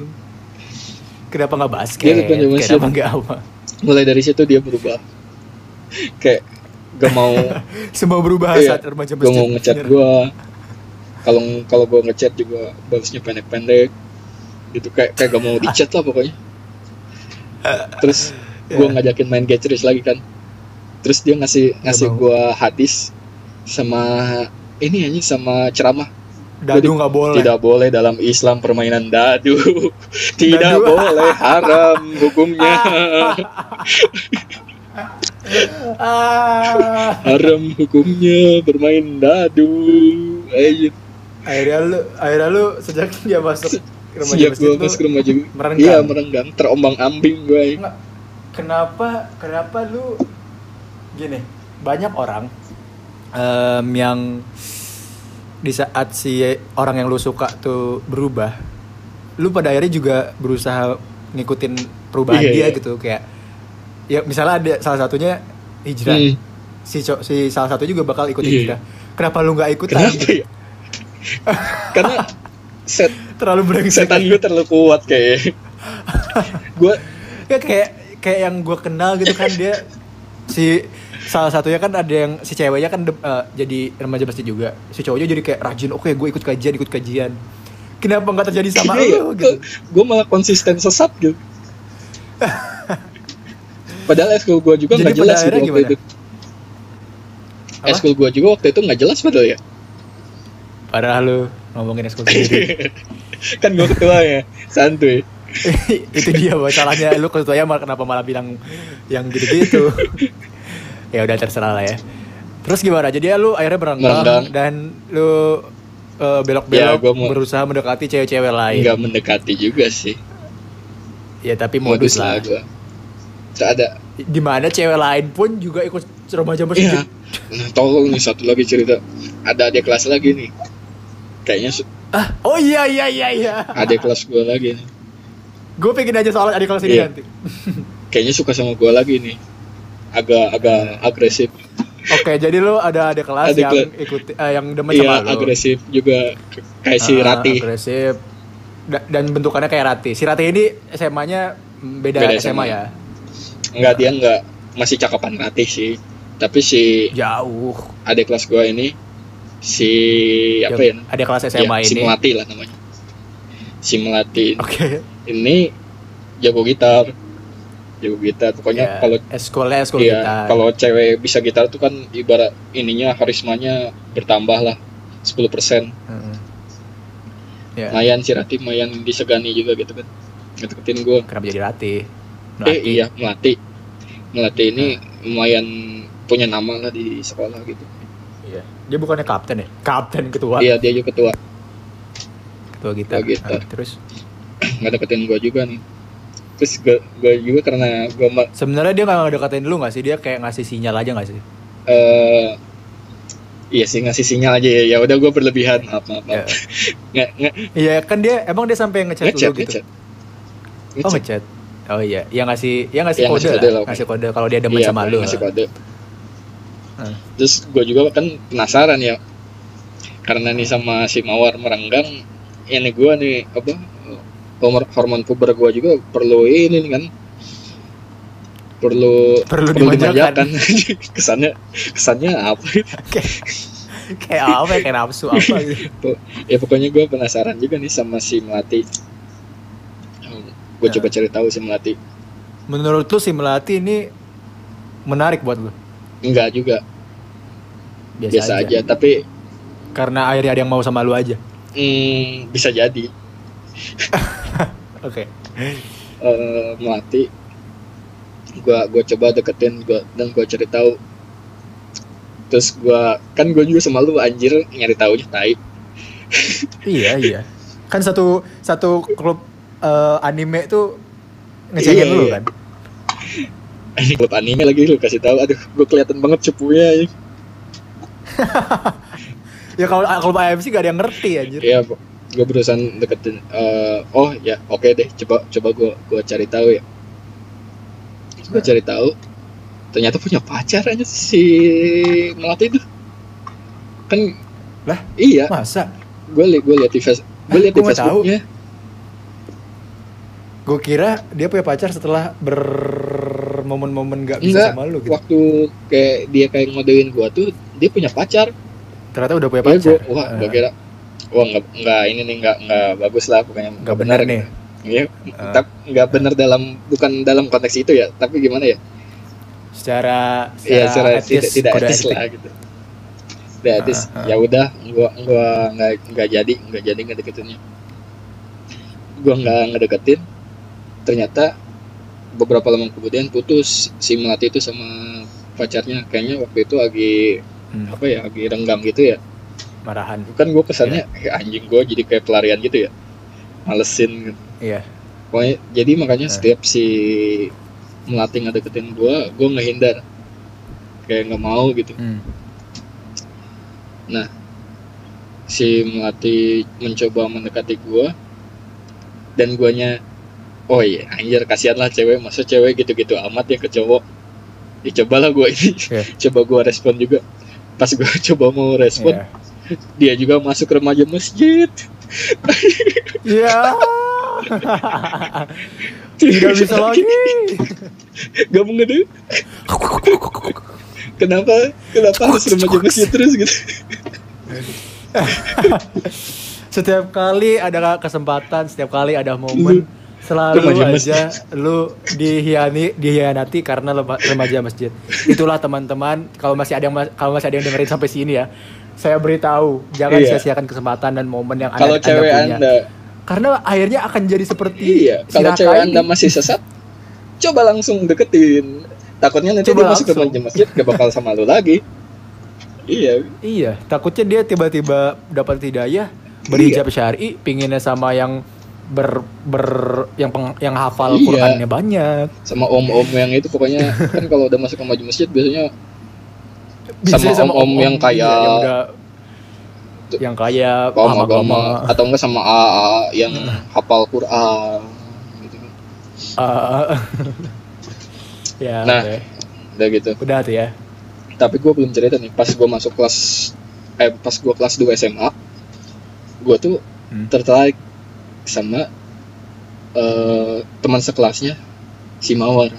Speaker 1: kenapa nggak basket
Speaker 2: Dia bukan cuma
Speaker 1: kenapa
Speaker 2: siap-
Speaker 1: nggak apa
Speaker 2: mulai dari situ dia berubah kayak gak mau
Speaker 1: semua berubah
Speaker 2: Iya,
Speaker 1: saat remaja
Speaker 2: gak mau
Speaker 1: masjid.
Speaker 2: ngechat
Speaker 1: Bener.
Speaker 2: gua kalau kalau gua ngechat juga balasnya pendek-pendek gitu kayak kayak gak mau dicat lah pokoknya terus
Speaker 1: Iya.
Speaker 2: gua ngajakin main Getris lagi kan terus dia ngasih ngasih
Speaker 1: mau.
Speaker 2: gua hadis sama ini aja sama ceramah
Speaker 1: dadu nggak boleh
Speaker 2: tidak boleh dalam Islam permainan dadu tidak
Speaker 1: Dadu.
Speaker 2: boleh haram hukumnya
Speaker 1: Ah.
Speaker 2: haram hukumnya bermain dadu Eh, iya. ayo
Speaker 1: akhirnya lu akhirnya lu sejak dia masuk remaja
Speaker 2: sejak
Speaker 1: masjid
Speaker 2: gua
Speaker 1: tuh,
Speaker 2: masuk rumah juga
Speaker 1: merenggang.
Speaker 2: iya merenggang terombang ambing eh. gue
Speaker 1: Nggak. kenapa kenapa lu gini banyak orang em, yang di saat si orang yang lu suka tuh berubah lu pada akhirnya juga berusaha ngikutin perubahan
Speaker 2: Iya,
Speaker 1: dia
Speaker 2: iya.
Speaker 1: gitu kayak ya misalnya ada salah satunya hijrah
Speaker 2: Hmm.
Speaker 1: si co- si salah satu juga bakal ikut
Speaker 2: Iya.
Speaker 1: hijrah kenapa lu nggak ikutan
Speaker 2: kenapa ya karena set
Speaker 1: terlalu brengsek
Speaker 2: setan gue terlalu kuat kayak gue
Speaker 1: ya kayak kayak yang gue kenal gitu kan dia si salah satunya kan ada yang si ceweknya kan de- eh, jadi remaja pasti juga si cowoknya jadi kayak rajin oke gue ikut kajian ikut kajian kenapa nggak terjadi sama
Speaker 2: Iya,
Speaker 1: lu gitu
Speaker 2: gue ya, malah konsisten sesat gitu padahal eskul gue juga
Speaker 1: Jadi
Speaker 2: nggak
Speaker 1: pada
Speaker 2: jelas gitu
Speaker 1: akhirnya
Speaker 2: waktu
Speaker 1: gimana?
Speaker 2: itu
Speaker 1: Apa?
Speaker 2: eskul gue juga waktu itu nggak jelas padahal ya
Speaker 1: padahal lu ngomongin eskul sendiri
Speaker 2: kan gue ketuanya santuy
Speaker 1: itu dia masalahnya lu ketuanya malah kenapa malah bilang yang gitu-gitu ya udah terserah lah ya terus gimana jadi ya lu akhirnya
Speaker 2: Merenggang.
Speaker 1: berenggang dan lu eh,
Speaker 2: Ya,
Speaker 1: belok-belok
Speaker 2: gua mau-
Speaker 1: berusaha mendekati cewek-cewek lain
Speaker 2: nggak mendekati juga sih
Speaker 1: ya tapi modus,
Speaker 2: modus
Speaker 1: lah
Speaker 2: lah gue tak ada
Speaker 1: di mana cewek lain pun juga ikut remaja masjid
Speaker 2: Iya. Nah, tolong nih satu lagi cerita. Ada adik kelas lagi nih. Kayaknya su-
Speaker 1: ah oh iya iya iya iya
Speaker 2: adik kelas gue lagi nih.
Speaker 1: gue pengen aja soal adik kelas ini
Speaker 2: Iya.
Speaker 1: nanti
Speaker 2: Kayaknya suka sama gue lagi nih. Agak agak agresif.
Speaker 1: oke jadi lu ada adik kelas
Speaker 2: Adik
Speaker 1: yang
Speaker 2: kelas.
Speaker 1: ikut eh, yang demen
Speaker 2: Iya,
Speaker 1: sama lu
Speaker 2: agresif juga K- kayak si
Speaker 1: Ah,
Speaker 2: Rati.
Speaker 1: agresif Da- dan bentukannya kayak Rati si Rati ini SMA-nya beda,
Speaker 2: Beda
Speaker 1: SMA,
Speaker 2: SMA.
Speaker 1: ya
Speaker 2: Enggak dia enggak masih cakapan Rati sih. Tapi si
Speaker 1: jauh
Speaker 2: adik kelas gue ini si apa ya?
Speaker 1: Yang adik kelas SMA
Speaker 2: Ya,
Speaker 1: ini
Speaker 2: si Melati lah namanya. Si Melati
Speaker 1: oke
Speaker 2: ini jago gitar. Jago gitar. Pokoknya
Speaker 1: Ya,
Speaker 2: kalau
Speaker 1: eskulnya eskul
Speaker 2: Iya,
Speaker 1: kita
Speaker 2: kalau cewek bisa gitar tuh kan ibarat ininya karismanya bertambah lah 10% persen.
Speaker 1: Mm-mm. ya
Speaker 2: Mayan si Rati, Mayan disegani juga gitu kan. Ngedeketin gue.
Speaker 1: kenapa jadi Rati
Speaker 2: Eh
Speaker 1: Melati.
Speaker 2: iya melati, melati ini lumayan punya nama lah di sekolah gitu.
Speaker 1: Iya. dia bukannya kapten ya kapten ketua
Speaker 2: Iya dia juga ketua.
Speaker 1: ketua gitar,
Speaker 2: Ketua gitar.
Speaker 1: Ah, terus
Speaker 2: Ngedeketin gue juga nih. Terus gue, gue juga karena gue ma-
Speaker 1: Sebenarnya dia nggak deketin lu nggak sih? Dia kayak ngasih sinyal aja nggak sih?
Speaker 2: eh, iya sih ngasih sinyal aja ya. Ya udah gue berlebihan. Maaf maaf. maaf. Nge- nge-
Speaker 1: Ya. Iya kan dia emang dia sampai ngechat
Speaker 2: ngechat,
Speaker 1: lu gitu.
Speaker 2: ngechat.
Speaker 1: Oh
Speaker 2: Ngechat.
Speaker 1: ngechat. Oh iya, yang ngasih yang ngasih
Speaker 2: Yang
Speaker 1: kode,
Speaker 2: ngasih
Speaker 1: lah.
Speaker 2: kode lah, oke.
Speaker 1: ngasih kode kalau dia demen
Speaker 2: Iya,
Speaker 1: sama lu.
Speaker 2: ngasih kode.
Speaker 1: Hmm.
Speaker 2: Terus gue juga kan penasaran ya, karena nih sama si mawar merenggang, ini gue nih apa hormon hormon puber gue juga perlu ini nih kan, perlu
Speaker 1: Perlu
Speaker 2: dimanjakan.
Speaker 1: dimanjakan.
Speaker 2: kesannya kesannya apa? gitu.
Speaker 1: kayak apa? ya? Kayak nafsu apa gitu.
Speaker 2: ya pokoknya gue penasaran juga nih sama si melati. Gue
Speaker 1: Ya.
Speaker 2: coba cari tahu si melati.
Speaker 1: Menurut lu si Melati ini menarik buat lu?
Speaker 2: Enggak juga, biasa, aja. Tapi
Speaker 1: Karena akhirnya ada yang mau sama lu aja.
Speaker 2: hmm, bisa jadi.
Speaker 1: Oke.
Speaker 2: eh melati gua gua coba deketin gua dan gua cari tahu terus gua kan gua juga sama lu anjir nyari taunya tai
Speaker 1: iya iya. Kan satu satu klub eh, anime tuh ngecengin
Speaker 2: Iya,
Speaker 1: lu
Speaker 2: iya.
Speaker 1: kan?
Speaker 2: ini klub anime lagi lu kasih tahu aduh gua kelihatan banget cepunya ya.
Speaker 1: Ya kalau klub AFC gak ada yang ngerti anjir.
Speaker 2: ya bu- gua berusaha deketin eh, oh ya oke deh coba coba gua gua cari tahu ya terus gua cari tahu ternyata punya pacar aja si melati itu kan
Speaker 1: Lah,
Speaker 2: iya
Speaker 1: masa?
Speaker 2: gue liat gue liat di face gue liat di
Speaker 1: Gua mau tahu.
Speaker 2: Facebooknya
Speaker 1: Gue kira dia punya pacar setelah bermomen-momen gak
Speaker 2: enggak
Speaker 1: bisa sama lu gitu.
Speaker 2: waktu kayak dia kayak ngodein gue tuh dia punya pacar
Speaker 1: Ternyata udah punya
Speaker 2: Tapi
Speaker 1: pacar.
Speaker 2: Iya, gua- wah gue
Speaker 1: Eh,
Speaker 2: kira wah nggak nggak ini nih nggak nggak bagus lah pokoknya
Speaker 1: nggak benar nih. Ah.
Speaker 2: Iya, tap- nggak benar dalam bukan dalam konteks itu ya, tapi gimana ya?
Speaker 1: Secara
Speaker 2: Iya, secara tidak, tidak
Speaker 1: Ya, kode
Speaker 2: etis
Speaker 1: etik.
Speaker 2: lah gitu. Tidak etis.
Speaker 1: Ah, ah.
Speaker 2: Ya udah, gua gua nggak nggak jadi, nggak jadi ngedeketinnya. Gua nggak ngedeketin. Ternyata beberapa lama kemudian putus si melati itu sama pacarnya kayaknya waktu itu lagi
Speaker 1: Hmm,
Speaker 2: apa ya lagi renggang gitu ya
Speaker 1: marahan.
Speaker 2: kan gue kesannya
Speaker 1: Ya.
Speaker 2: "Eh, anjing gue jadi kayak pelarian gitu ya malesin gitu.
Speaker 1: Iya.
Speaker 2: Pokoknya, jadi makanya
Speaker 1: Eh.
Speaker 2: setiap si melati ngedeketin gue gue ngehindar kayak nggak mau gitu
Speaker 1: Hmm.
Speaker 2: si melati mencoba mendekati gua dan guanya oh iya anjir kasihan lah cewek masa cewek gitu-gitu amat ya ke cowok ya cobalah gua ini
Speaker 1: Iya.
Speaker 2: coba gua respon juga pas gua coba mau respon
Speaker 1: Iya.
Speaker 2: dia juga masuk remaja masjid
Speaker 1: Iya. Tidak bisa lagi.
Speaker 2: gak mau ngede kenapa kenapa harus remaja masjid terus gitu
Speaker 1: Setiap kali ada kesempatan, setiap kali ada momen, selalu
Speaker 2: Mhm. Remaja
Speaker 1: aja lu dihiani, dihianati karena lema- remaja masjid. Itulah teman-teman, kalau masih ada yang mas- kalau masih ada yang dengerin sampai sini ya, saya beritahu jangan
Speaker 2: Iya.
Speaker 1: sia-siakan kesempatan dan momen yang
Speaker 2: kalau
Speaker 1: anda, Anda
Speaker 2: cewek
Speaker 1: punya.
Speaker 2: anda
Speaker 1: Karena akhirnya akan jadi seperti
Speaker 2: Iya, kalau
Speaker 1: si
Speaker 2: cewek
Speaker 1: Raka
Speaker 2: anda
Speaker 1: ini.
Speaker 2: masih sesat, coba langsung deketin. Takutnya nanti
Speaker 1: Coba
Speaker 2: dia masuk ke
Speaker 1: langsung.
Speaker 2: masjid masjid gak bakal sama lu lagi. Iya,
Speaker 1: Iya, takutnya dia tiba-tiba dapat hidayah
Speaker 2: Iya.
Speaker 1: berhijab syar'i, pinginnya sama yang ber ber yang peng, yang hafal
Speaker 2: Iya.
Speaker 1: Qur'annya banyak.
Speaker 2: sama om-om yang itu pokoknya kan kalau udah masuk ke masjid masjid biasanya
Speaker 1: Biasanya
Speaker 2: Sama om-om yang kaya.
Speaker 1: iya, yang udah yang kaya
Speaker 2: paham
Speaker 1: paham agama. Hmm.
Speaker 2: agama atau enggak sama AA yang hafal Quran. Gitu.
Speaker 1: Ah, ya,
Speaker 2: Nah.
Speaker 1: oke.
Speaker 2: Udah gitu.
Speaker 1: udah tuh ya.
Speaker 2: Tapi gue belum cerita nih. Pas gue masuk kelas, eh pas gue kelas 2 SMA, gue tuh
Speaker 1: Hmm.
Speaker 2: tertarik sama eh, teman sekelasnya si Mawar.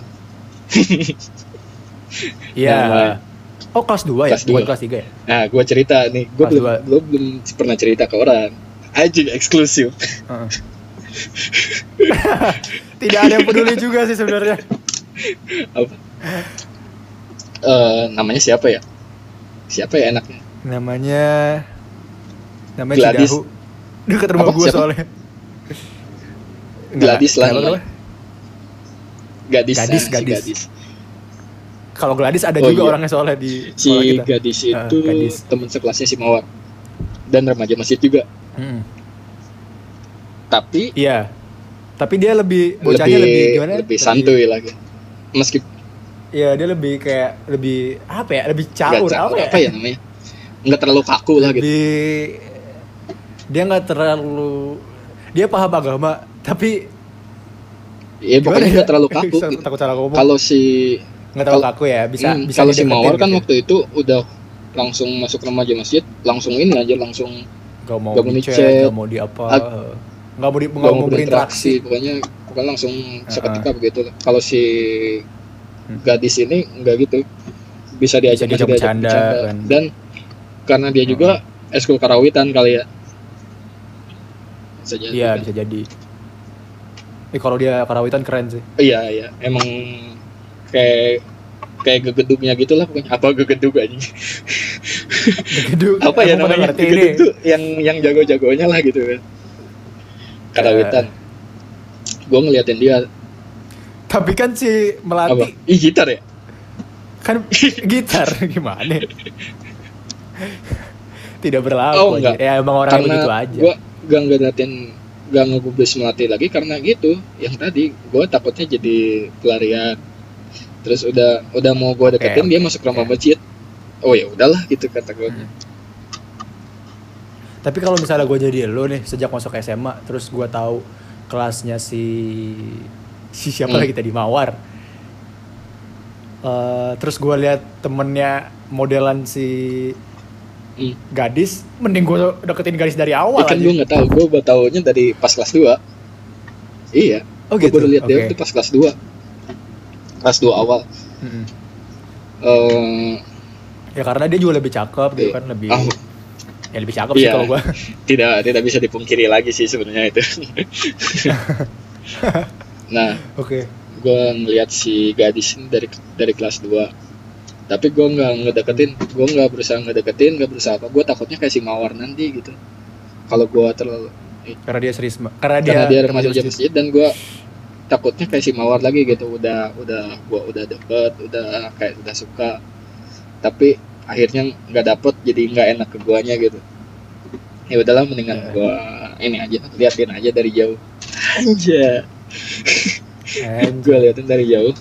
Speaker 1: Iya.
Speaker 2: Nah,
Speaker 1: Oh, kelas 2 ya,
Speaker 2: Kelas
Speaker 1: bukan
Speaker 2: dua.
Speaker 1: kelas 3 ya.
Speaker 2: Nah, gue cerita nih, gue
Speaker 1: Pas
Speaker 2: belum,
Speaker 1: dua.
Speaker 2: gua belum pernah cerita ke orang. Anjing eksklusif.
Speaker 1: Heeh. Tidak ada yang peduli juga sih sebenarnya.
Speaker 2: Eh, namanya siapa ya? Siapa ya enaknya?
Speaker 1: Namanya namanya
Speaker 2: Gladys.
Speaker 1: Cidahu. Dekat rumah
Speaker 2: Apa?
Speaker 1: gue
Speaker 2: Siapa?
Speaker 1: soalnya. Nah,
Speaker 2: Gladys lah
Speaker 1: Kenapa,
Speaker 2: namanya.
Speaker 1: kenapa?
Speaker 2: Gadis,
Speaker 1: Gadis,
Speaker 2: ah, si
Speaker 1: gadis.
Speaker 2: gadis.
Speaker 1: Kalau Gladys ada
Speaker 2: Oh,
Speaker 1: juga
Speaker 2: iya.
Speaker 1: orangnya soalnya di
Speaker 2: Si
Speaker 1: sekolah kita.
Speaker 2: gadis
Speaker 1: Ah,
Speaker 2: itu
Speaker 1: gadis.
Speaker 2: teman sekelasnya si Mawar dan remaja masjid juga.
Speaker 1: Mm-mm.
Speaker 2: Tapi
Speaker 1: Hmm. Iya. Tapi dia lebih bocahnya lebih, gimana?
Speaker 2: lebih santuy gitu. lagi. Meskipun
Speaker 1: Iya, dia lebih kayak lebih apa ya? Lebih
Speaker 2: nggak
Speaker 1: caur,
Speaker 2: caur,
Speaker 1: apa, ya?
Speaker 2: apa ya namanya? Nggak terlalu kaku lah gitu.
Speaker 1: Lebih dia nggak terlalu dia paham agama tapi
Speaker 2: Ya
Speaker 1: gimana
Speaker 2: pokoknya
Speaker 1: ya?
Speaker 2: nggak terlalu kaku. gitu.
Speaker 1: Saya takut salah ngomong
Speaker 2: Kalau si
Speaker 1: nggak terlalu
Speaker 2: kalau-
Speaker 1: kaku ya bisa
Speaker 2: Hmm,
Speaker 1: bisa
Speaker 2: kalau si
Speaker 1: dideketin
Speaker 2: Mawar kan
Speaker 1: gitu.
Speaker 2: waktu itu udah langsung masuk remaja masjid, langsung ini aja langsung
Speaker 1: Gak mau
Speaker 2: Gak mau
Speaker 1: di
Speaker 2: di-chat.
Speaker 1: chat, gak mau di apa,
Speaker 2: Ag-
Speaker 1: gak mau di, gak
Speaker 2: nggak
Speaker 1: mau berinteraksi.
Speaker 2: pokoknya pokoknya langsung seketika
Speaker 1: Heeh.
Speaker 2: begitu. Kalau si
Speaker 1: Hmm.
Speaker 2: gadis ini enggak gitu. Bisa diajak
Speaker 1: diajak bercanda, kan. Hmm.
Speaker 2: Dan karena dia juga eskul karawitan kali ya. Bisa jadi
Speaker 1: Iya
Speaker 2: kan.
Speaker 1: bisa jadi. Eh kalau dia karawitan keren sih.
Speaker 2: Iya, iya. Emang kayak kayak gegedugnya gitu lah pokoknya. Apa gegedug anjing?
Speaker 1: Gedung.
Speaker 2: apa ya
Speaker 1: emang pada Gitu.
Speaker 2: namanya
Speaker 1: ngerti ini.
Speaker 2: itu yang yang jago-jagonya lah gitu kan
Speaker 1: Iya.
Speaker 2: karawitan gue ngeliatin dia
Speaker 1: Tapi kan si
Speaker 2: apa
Speaker 1: melati
Speaker 2: ih gitar ya
Speaker 1: kan gitar gimana? Tidak berlaku
Speaker 2: Oh,
Speaker 1: aja.
Speaker 2: enggak.
Speaker 1: Ya emang orangnya
Speaker 2: karena
Speaker 1: begitu aja.
Speaker 2: gue gak ngeliatin gak ngegubris melati lagi karena gitu yang tadi gue takutnya jadi pelarian terus udah udah mau gue deketin
Speaker 1: Oke,
Speaker 2: dia masuk rumah masjid oh ya udahlah gitu kata
Speaker 1: Hmm.
Speaker 2: gue
Speaker 1: Tapi kalau misalnya gue jadi lo nih sejak masuk SMA, terus gue tahu kelasnya si si siapa
Speaker 2: Hmm.
Speaker 1: lagi tadi Mawar. Eh, terus gue lihat temennya modelan si
Speaker 2: Hmm.
Speaker 1: gadis mending gue deketin gadis dari awal
Speaker 2: Ya kan
Speaker 1: aja.
Speaker 2: gue nggak tahu, gue baru taunya dari pas kelas 2 Iya,
Speaker 1: oh
Speaker 2: gue
Speaker 1: gitu
Speaker 2: baru lihat dia
Speaker 1: Oke.
Speaker 2: itu pas kelas 2 Kelas 2 awal.
Speaker 3: Hmm.
Speaker 1: Mm-mm.
Speaker 2: Eh,
Speaker 1: ya karena dia juga lebih cakep gitu
Speaker 2: Iya.
Speaker 1: kan lebih
Speaker 2: ah,
Speaker 1: ya lebih cakep sih
Speaker 2: Iya.
Speaker 1: kalau gue
Speaker 2: tidak tidak bisa dipungkiri lagi sih sebenarnya itu. nah,
Speaker 1: oke
Speaker 2: gue ngeliat si gadis ini dari dari kelas 2 tapi gue nggak ngedeketin gue nggak berusaha ngedeketin nggak berusaha apa gue takutnya kayak si mawar nanti gitu kalau gue terlalu
Speaker 1: karena dia serius ma- karena dia
Speaker 2: karena dia
Speaker 1: termasuk
Speaker 2: remaja
Speaker 1: serius.
Speaker 2: masjid dan gue takutnya kayak si mawar lagi gitu udah udah gue udah deket udah kayak udah suka tapi akhirnya nggak dapet jadi nggak enak ke guanya gitu ya udahlah
Speaker 1: Ya.
Speaker 2: mendingan gue ini aja liatin aja dari jauh aja
Speaker 1: Anjir,
Speaker 2: gue liatin dari jauh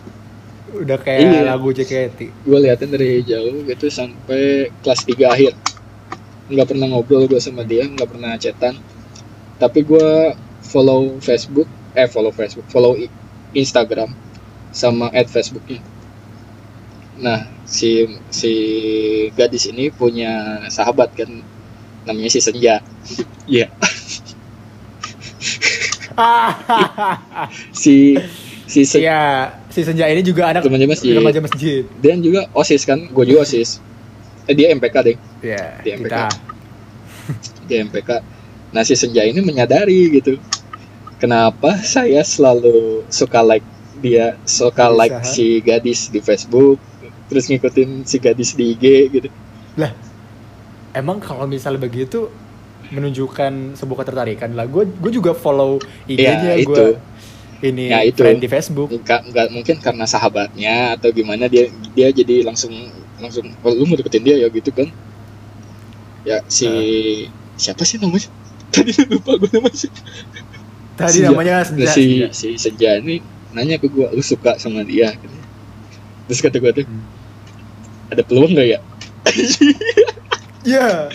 Speaker 1: Eh, udah kayak
Speaker 2: Iya.
Speaker 1: lagu JKT
Speaker 2: gue liatin dari jauh gitu sampai kelas 3 akhir nggak pernah ngobrol gue sama dia nggak pernah chatan tapi gue follow Facebook eh follow Facebook follow I- Instagram sama ad Facebooknya nah si si gadis ini punya sahabat kan namanya si Senja iya si si Senja
Speaker 1: Iya, si Senja ini juga anak
Speaker 2: temannya masih
Speaker 1: remaja masjid.
Speaker 2: dan juga osis kan gue juga osis eh, dia MPK deh
Speaker 1: Iya,
Speaker 2: Di MPK.
Speaker 1: kita.
Speaker 2: di MPK. Nah si Senja ini menyadari gitu, kenapa saya selalu suka like dia, suka
Speaker 1: Bisa,
Speaker 2: like
Speaker 1: ha?
Speaker 2: si gadis di Facebook, terus ngikutin si gadis di IG gitu.
Speaker 1: Emang kalau misalnya begitu menunjukkan sebuah ketertarikan lah. Gue gue juga follow
Speaker 2: Ya,
Speaker 1: IG-nya
Speaker 2: itu.
Speaker 1: gue. Ini
Speaker 2: Ya, itu.
Speaker 1: friend di Facebook.
Speaker 2: Nggak, nggak- mungkin karena sahabatnya atau gimana dia dia jadi langsung langsung oh, lu mau deketin dia ya gitu kan? Ya si siapa sih namanya? Tadi lupa gue namanya.
Speaker 1: Tadi
Speaker 2: Senja.
Speaker 1: namanya Senja.
Speaker 2: Terus si,
Speaker 1: Senja.
Speaker 2: si Senja ini nanya ke gue, lu suka sama dia? Gitu. Terus kata gue tuh,
Speaker 1: Hmm.
Speaker 2: ada peluang gak ya?
Speaker 1: Iya.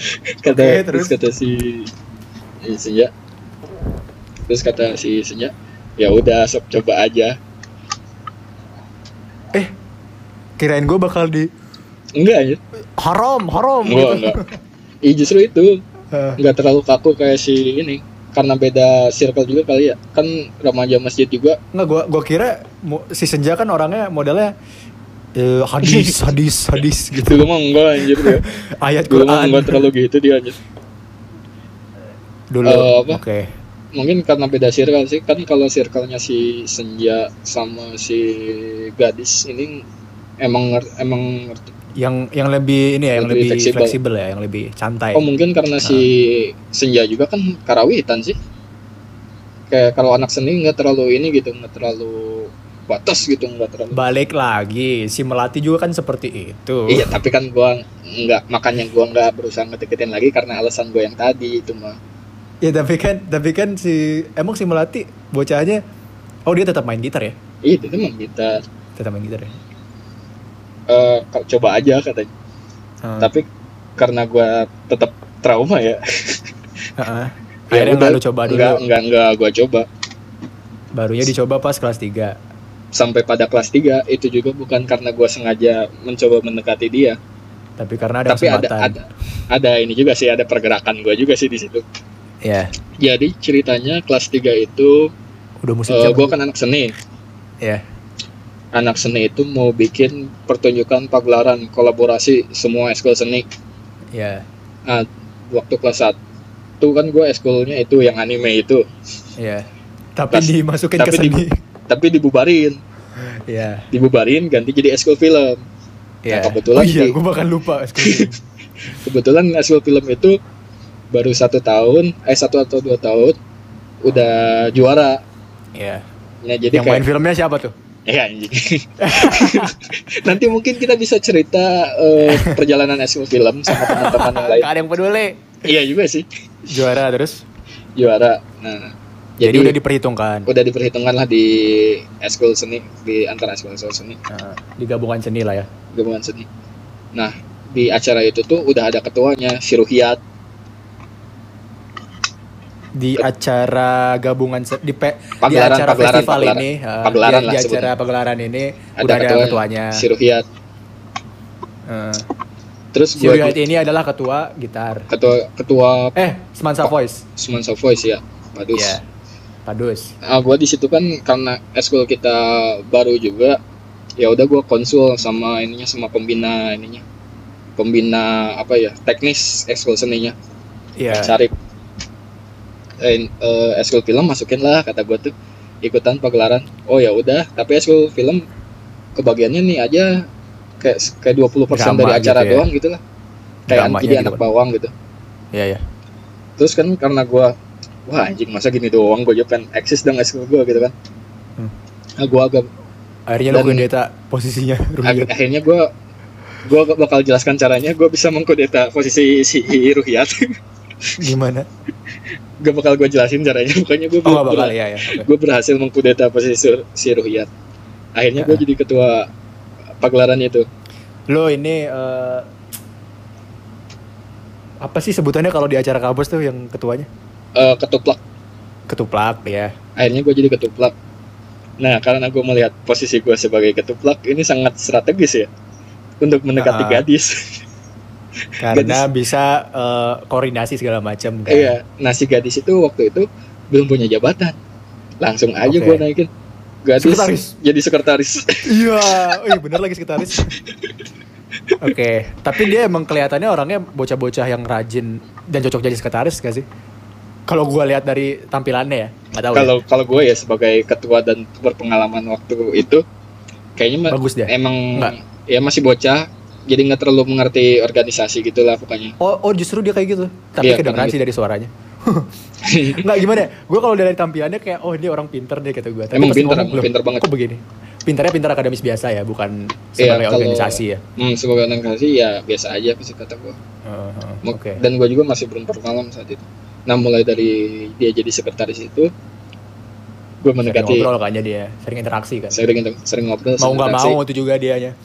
Speaker 2: Kata,
Speaker 1: Oke, terus?
Speaker 2: terus. kata si, si Senja, terus kata si Senja, ya udah sok coba aja.
Speaker 1: Eh, Kirain gue bakal di
Speaker 2: Enggak ya,
Speaker 1: haram, haram
Speaker 2: gue
Speaker 1: gitu.
Speaker 2: enggak. Iya justru itu,
Speaker 1: Eh,
Speaker 2: nggak terlalu kaku kayak si ini. Karena beda circle juga kali ya, kan remaja masjid juga.
Speaker 1: Enggak gue gue kira mo- si Senja kan orangnya modelnya eh, hadis, hadis, hadis gitu.
Speaker 2: Dulu mah enggak anjir dia.
Speaker 1: Ayat
Speaker 2: Dulu mah
Speaker 1: Quran.
Speaker 2: enggak terlalu gitu dia anjir.
Speaker 1: Dulu.
Speaker 2: Eh, apa?
Speaker 1: Oke.
Speaker 2: mungkin karena beda circle sih kan kalau circle-nya si Senja sama si gadis ini emang nger- emang ngerti.
Speaker 1: Yang yang lebih ini ya, yang lebih,
Speaker 2: Lebih fleksibel.
Speaker 1: fleksibel. ya, yang lebih santai.
Speaker 2: oh mungkin karena si Senja juga kan karawitan sih kayak kalau anak seni nggak terlalu ini gitu nggak terlalu batas gitu nggak terlalu
Speaker 1: Balik lagi, si Melati juga kan seperti itu.
Speaker 2: iya tapi kan gua nggak makanya gua nggak berusaha ngedeketin lagi karena alasan gua yang tadi itu mah
Speaker 1: Ya tapi kan, tapi kan si emang si Melati bocahnya, oh dia tetap main gitar ya,
Speaker 2: Ih, Iya, itu mah kita
Speaker 1: tetap main gitar ya.
Speaker 2: eh, ko- coba aja katanya
Speaker 1: Hmm.
Speaker 2: tapi karena gua tetap trauma ya
Speaker 1: Heeh. Akhirnya nggak lu coba dulu,
Speaker 2: Enggak, enggak, enggak gua coba.
Speaker 1: barunya dicoba pas kelas 3
Speaker 2: Sampai pada kelas 3 itu juga bukan karena gua sengaja mencoba mendekati dia,
Speaker 1: Tapi karena ada
Speaker 2: tapi ada,
Speaker 1: kesempatan.
Speaker 2: ada ada ini juga sih, ada pergerakan gua juga sih di situ.
Speaker 1: Ya,
Speaker 2: Jadi ceritanya kelas 3 itu
Speaker 1: udah musim
Speaker 2: eh,
Speaker 1: jam.
Speaker 2: gua kan anak seni.
Speaker 1: Ya.
Speaker 2: Anak seni itu mau bikin pertunjukan pagelaran kolaborasi semua eskul seni. Nah,
Speaker 1: Ya,
Speaker 2: Waktu kelas 1 kan gua eskulnya itu yang anime itu,
Speaker 1: ya. Tapi
Speaker 2: Tas-
Speaker 1: dimasukin
Speaker 2: tapi
Speaker 1: ke
Speaker 2: di-
Speaker 1: sini.
Speaker 2: tapi dibubarin,
Speaker 1: Ya,
Speaker 2: dibubarin ganti jadi eskul film.
Speaker 1: ya.
Speaker 2: Nah, kebetulan
Speaker 1: oh, iya,
Speaker 2: di-
Speaker 1: gue bahkan lupa. Excuse me.
Speaker 2: kebetulan hasil film itu baru satu tahun eh satu atau dua tahun udah juara
Speaker 1: ya.
Speaker 2: ya jadi
Speaker 1: Yang main
Speaker 2: kayak
Speaker 1: filmnya siapa tuh?
Speaker 2: ya anjing nanti mungkin kita bisa cerita eh, perjalanan hasil film sama teman-teman yang lain
Speaker 1: Gak ada yang peduli.
Speaker 2: iya juga sih
Speaker 1: Juara terus.
Speaker 2: juara nah
Speaker 1: Jadi,
Speaker 2: jadi,
Speaker 1: udah diperhitungkan.
Speaker 2: udah diperhitungkan lah di eskul seni di antara eskul eskul seni
Speaker 1: Nah, di gabungan seni lah ya.
Speaker 2: gabungan seni nah di acara itu tuh udah ada ketuanya si Ruhiyat
Speaker 1: di acara gabungan se- di, pe- di
Speaker 2: Pagelaran,
Speaker 1: acara
Speaker 2: pagelaran,
Speaker 1: festival
Speaker 2: pagelaran.
Speaker 1: ini eh, di,
Speaker 2: Pagelaran lah
Speaker 1: di acara
Speaker 2: sebutnya.
Speaker 1: pagelaran ini udah
Speaker 2: Ada
Speaker 1: ada
Speaker 2: ketuanya.
Speaker 1: ketuanya
Speaker 2: si Ruhiyat
Speaker 1: Eh,
Speaker 2: terus gue
Speaker 1: Suriat ini adalah ketua gitar.
Speaker 2: ketua ketua
Speaker 1: Eh, Semansa Voice.
Speaker 2: Semansa Voice ya Padus
Speaker 1: Iya. Padus.
Speaker 2: ah gue di situ kan karena eskul kita baru juga ya udah gue konsul sama ininya sama pembina ininya pembina apa ya teknis eskul seninya
Speaker 1: Iya.
Speaker 2: Sarip eh, eh, eskul film masukin lah kata gue tuh ikutan pagelaran oh ya udah tapi eskul film kebagiannya nih aja kayak kayak 20%
Speaker 1: Drama
Speaker 2: dari acara
Speaker 1: gitu ya.
Speaker 2: doang gitu lah kayak
Speaker 1: Dramanya
Speaker 2: jadi
Speaker 1: gitu
Speaker 2: anak
Speaker 1: kan.
Speaker 2: bawang gitu
Speaker 1: Iya, iya.
Speaker 2: terus kan karena gue wah anjing masa gini doang gue juga pengen eksis dong eskul gue gitu kan
Speaker 1: Hmm.
Speaker 2: nah, gue agak
Speaker 1: Akhirnya lu
Speaker 2: Dan-
Speaker 1: kudeta posisinya
Speaker 2: ag-
Speaker 1: Ruhiyat.
Speaker 2: akhirnya gue gue bakal jelaskan caranya gue bisa mengkudeta posisi si Ruhiyat
Speaker 1: Gimana?
Speaker 2: gak bakal gue jelasin caranya pokoknya gue
Speaker 1: Oh, nggak bakal ya, ya. Oke.
Speaker 2: gue berhasil mengkudeta posisi Sur- si Ruhiyat akhirnya gue
Speaker 1: Ya.
Speaker 2: jadi ketua pagelaran itu
Speaker 1: Lo ini eh, apa sih sebutannya kalau di acara kampus tuh yang ketuanya?
Speaker 2: Eh, ketuplak
Speaker 1: Ketuplak ya.
Speaker 2: akhirnya gue jadi ketuplak nah karena gue melihat posisi gue sebagai ketuplak ini sangat strategis ya untuk mendekati
Speaker 1: Ah.
Speaker 2: gadis
Speaker 1: Karena bisa eh, koordinasi segala macam kan.
Speaker 2: iya nah si gadis itu waktu itu belum punya jabatan langsung aja
Speaker 1: Oke.
Speaker 2: gue naikin gadis
Speaker 1: Sekretaris.
Speaker 2: jadi sekretaris
Speaker 1: Iya, iya bener lagi sekretaris. Oke, tapi dia emang kelihatannya orangnya bocah-bocah yang rajin dan cocok jadi sekretaris gak sih? Kalau gua lihat dari tampilannya ya, nggak tahu. ya.
Speaker 2: kalau kalau gue ya sebagai ketua dan berpengalaman waktu itu kayaknya me-
Speaker 1: bagus dia.
Speaker 2: emang
Speaker 1: Nggak.
Speaker 2: ya masih bocah jadi nggak terlalu mengerti organisasi gitulah pokoknya
Speaker 1: Oh, oh justru dia kayak gitu. Tapi
Speaker 2: Iya,
Speaker 1: kedengeran
Speaker 2: kayak
Speaker 1: sih dari suaranya. Nggak gimana ya? Gue kalau dari tampilannya kayak oh ini orang pinter deh kata gue.
Speaker 2: Emang pinter, emang pinter banget."
Speaker 1: Kok begini? Pinternya pinter akademis biasa ya, bukan
Speaker 2: Iya,
Speaker 1: sebagai
Speaker 2: kalau-
Speaker 1: organisasi ya.
Speaker 2: hmm, sebagai organisasi ya biasa aja pasti kata gue
Speaker 1: Heeh, heeh,
Speaker 2: Mo-
Speaker 1: Oke.
Speaker 2: dan gue juga masih belum pengalaman saat itu nah mulai dari dia jadi sekretaris itu gue
Speaker 1: Sering
Speaker 2: mendekati
Speaker 1: ngobrol kayaknya dia, sering interaksi kan.
Speaker 2: sering sering, ngobrol
Speaker 1: Mau nggak
Speaker 2: interaksi.
Speaker 1: mau itu juga dianya.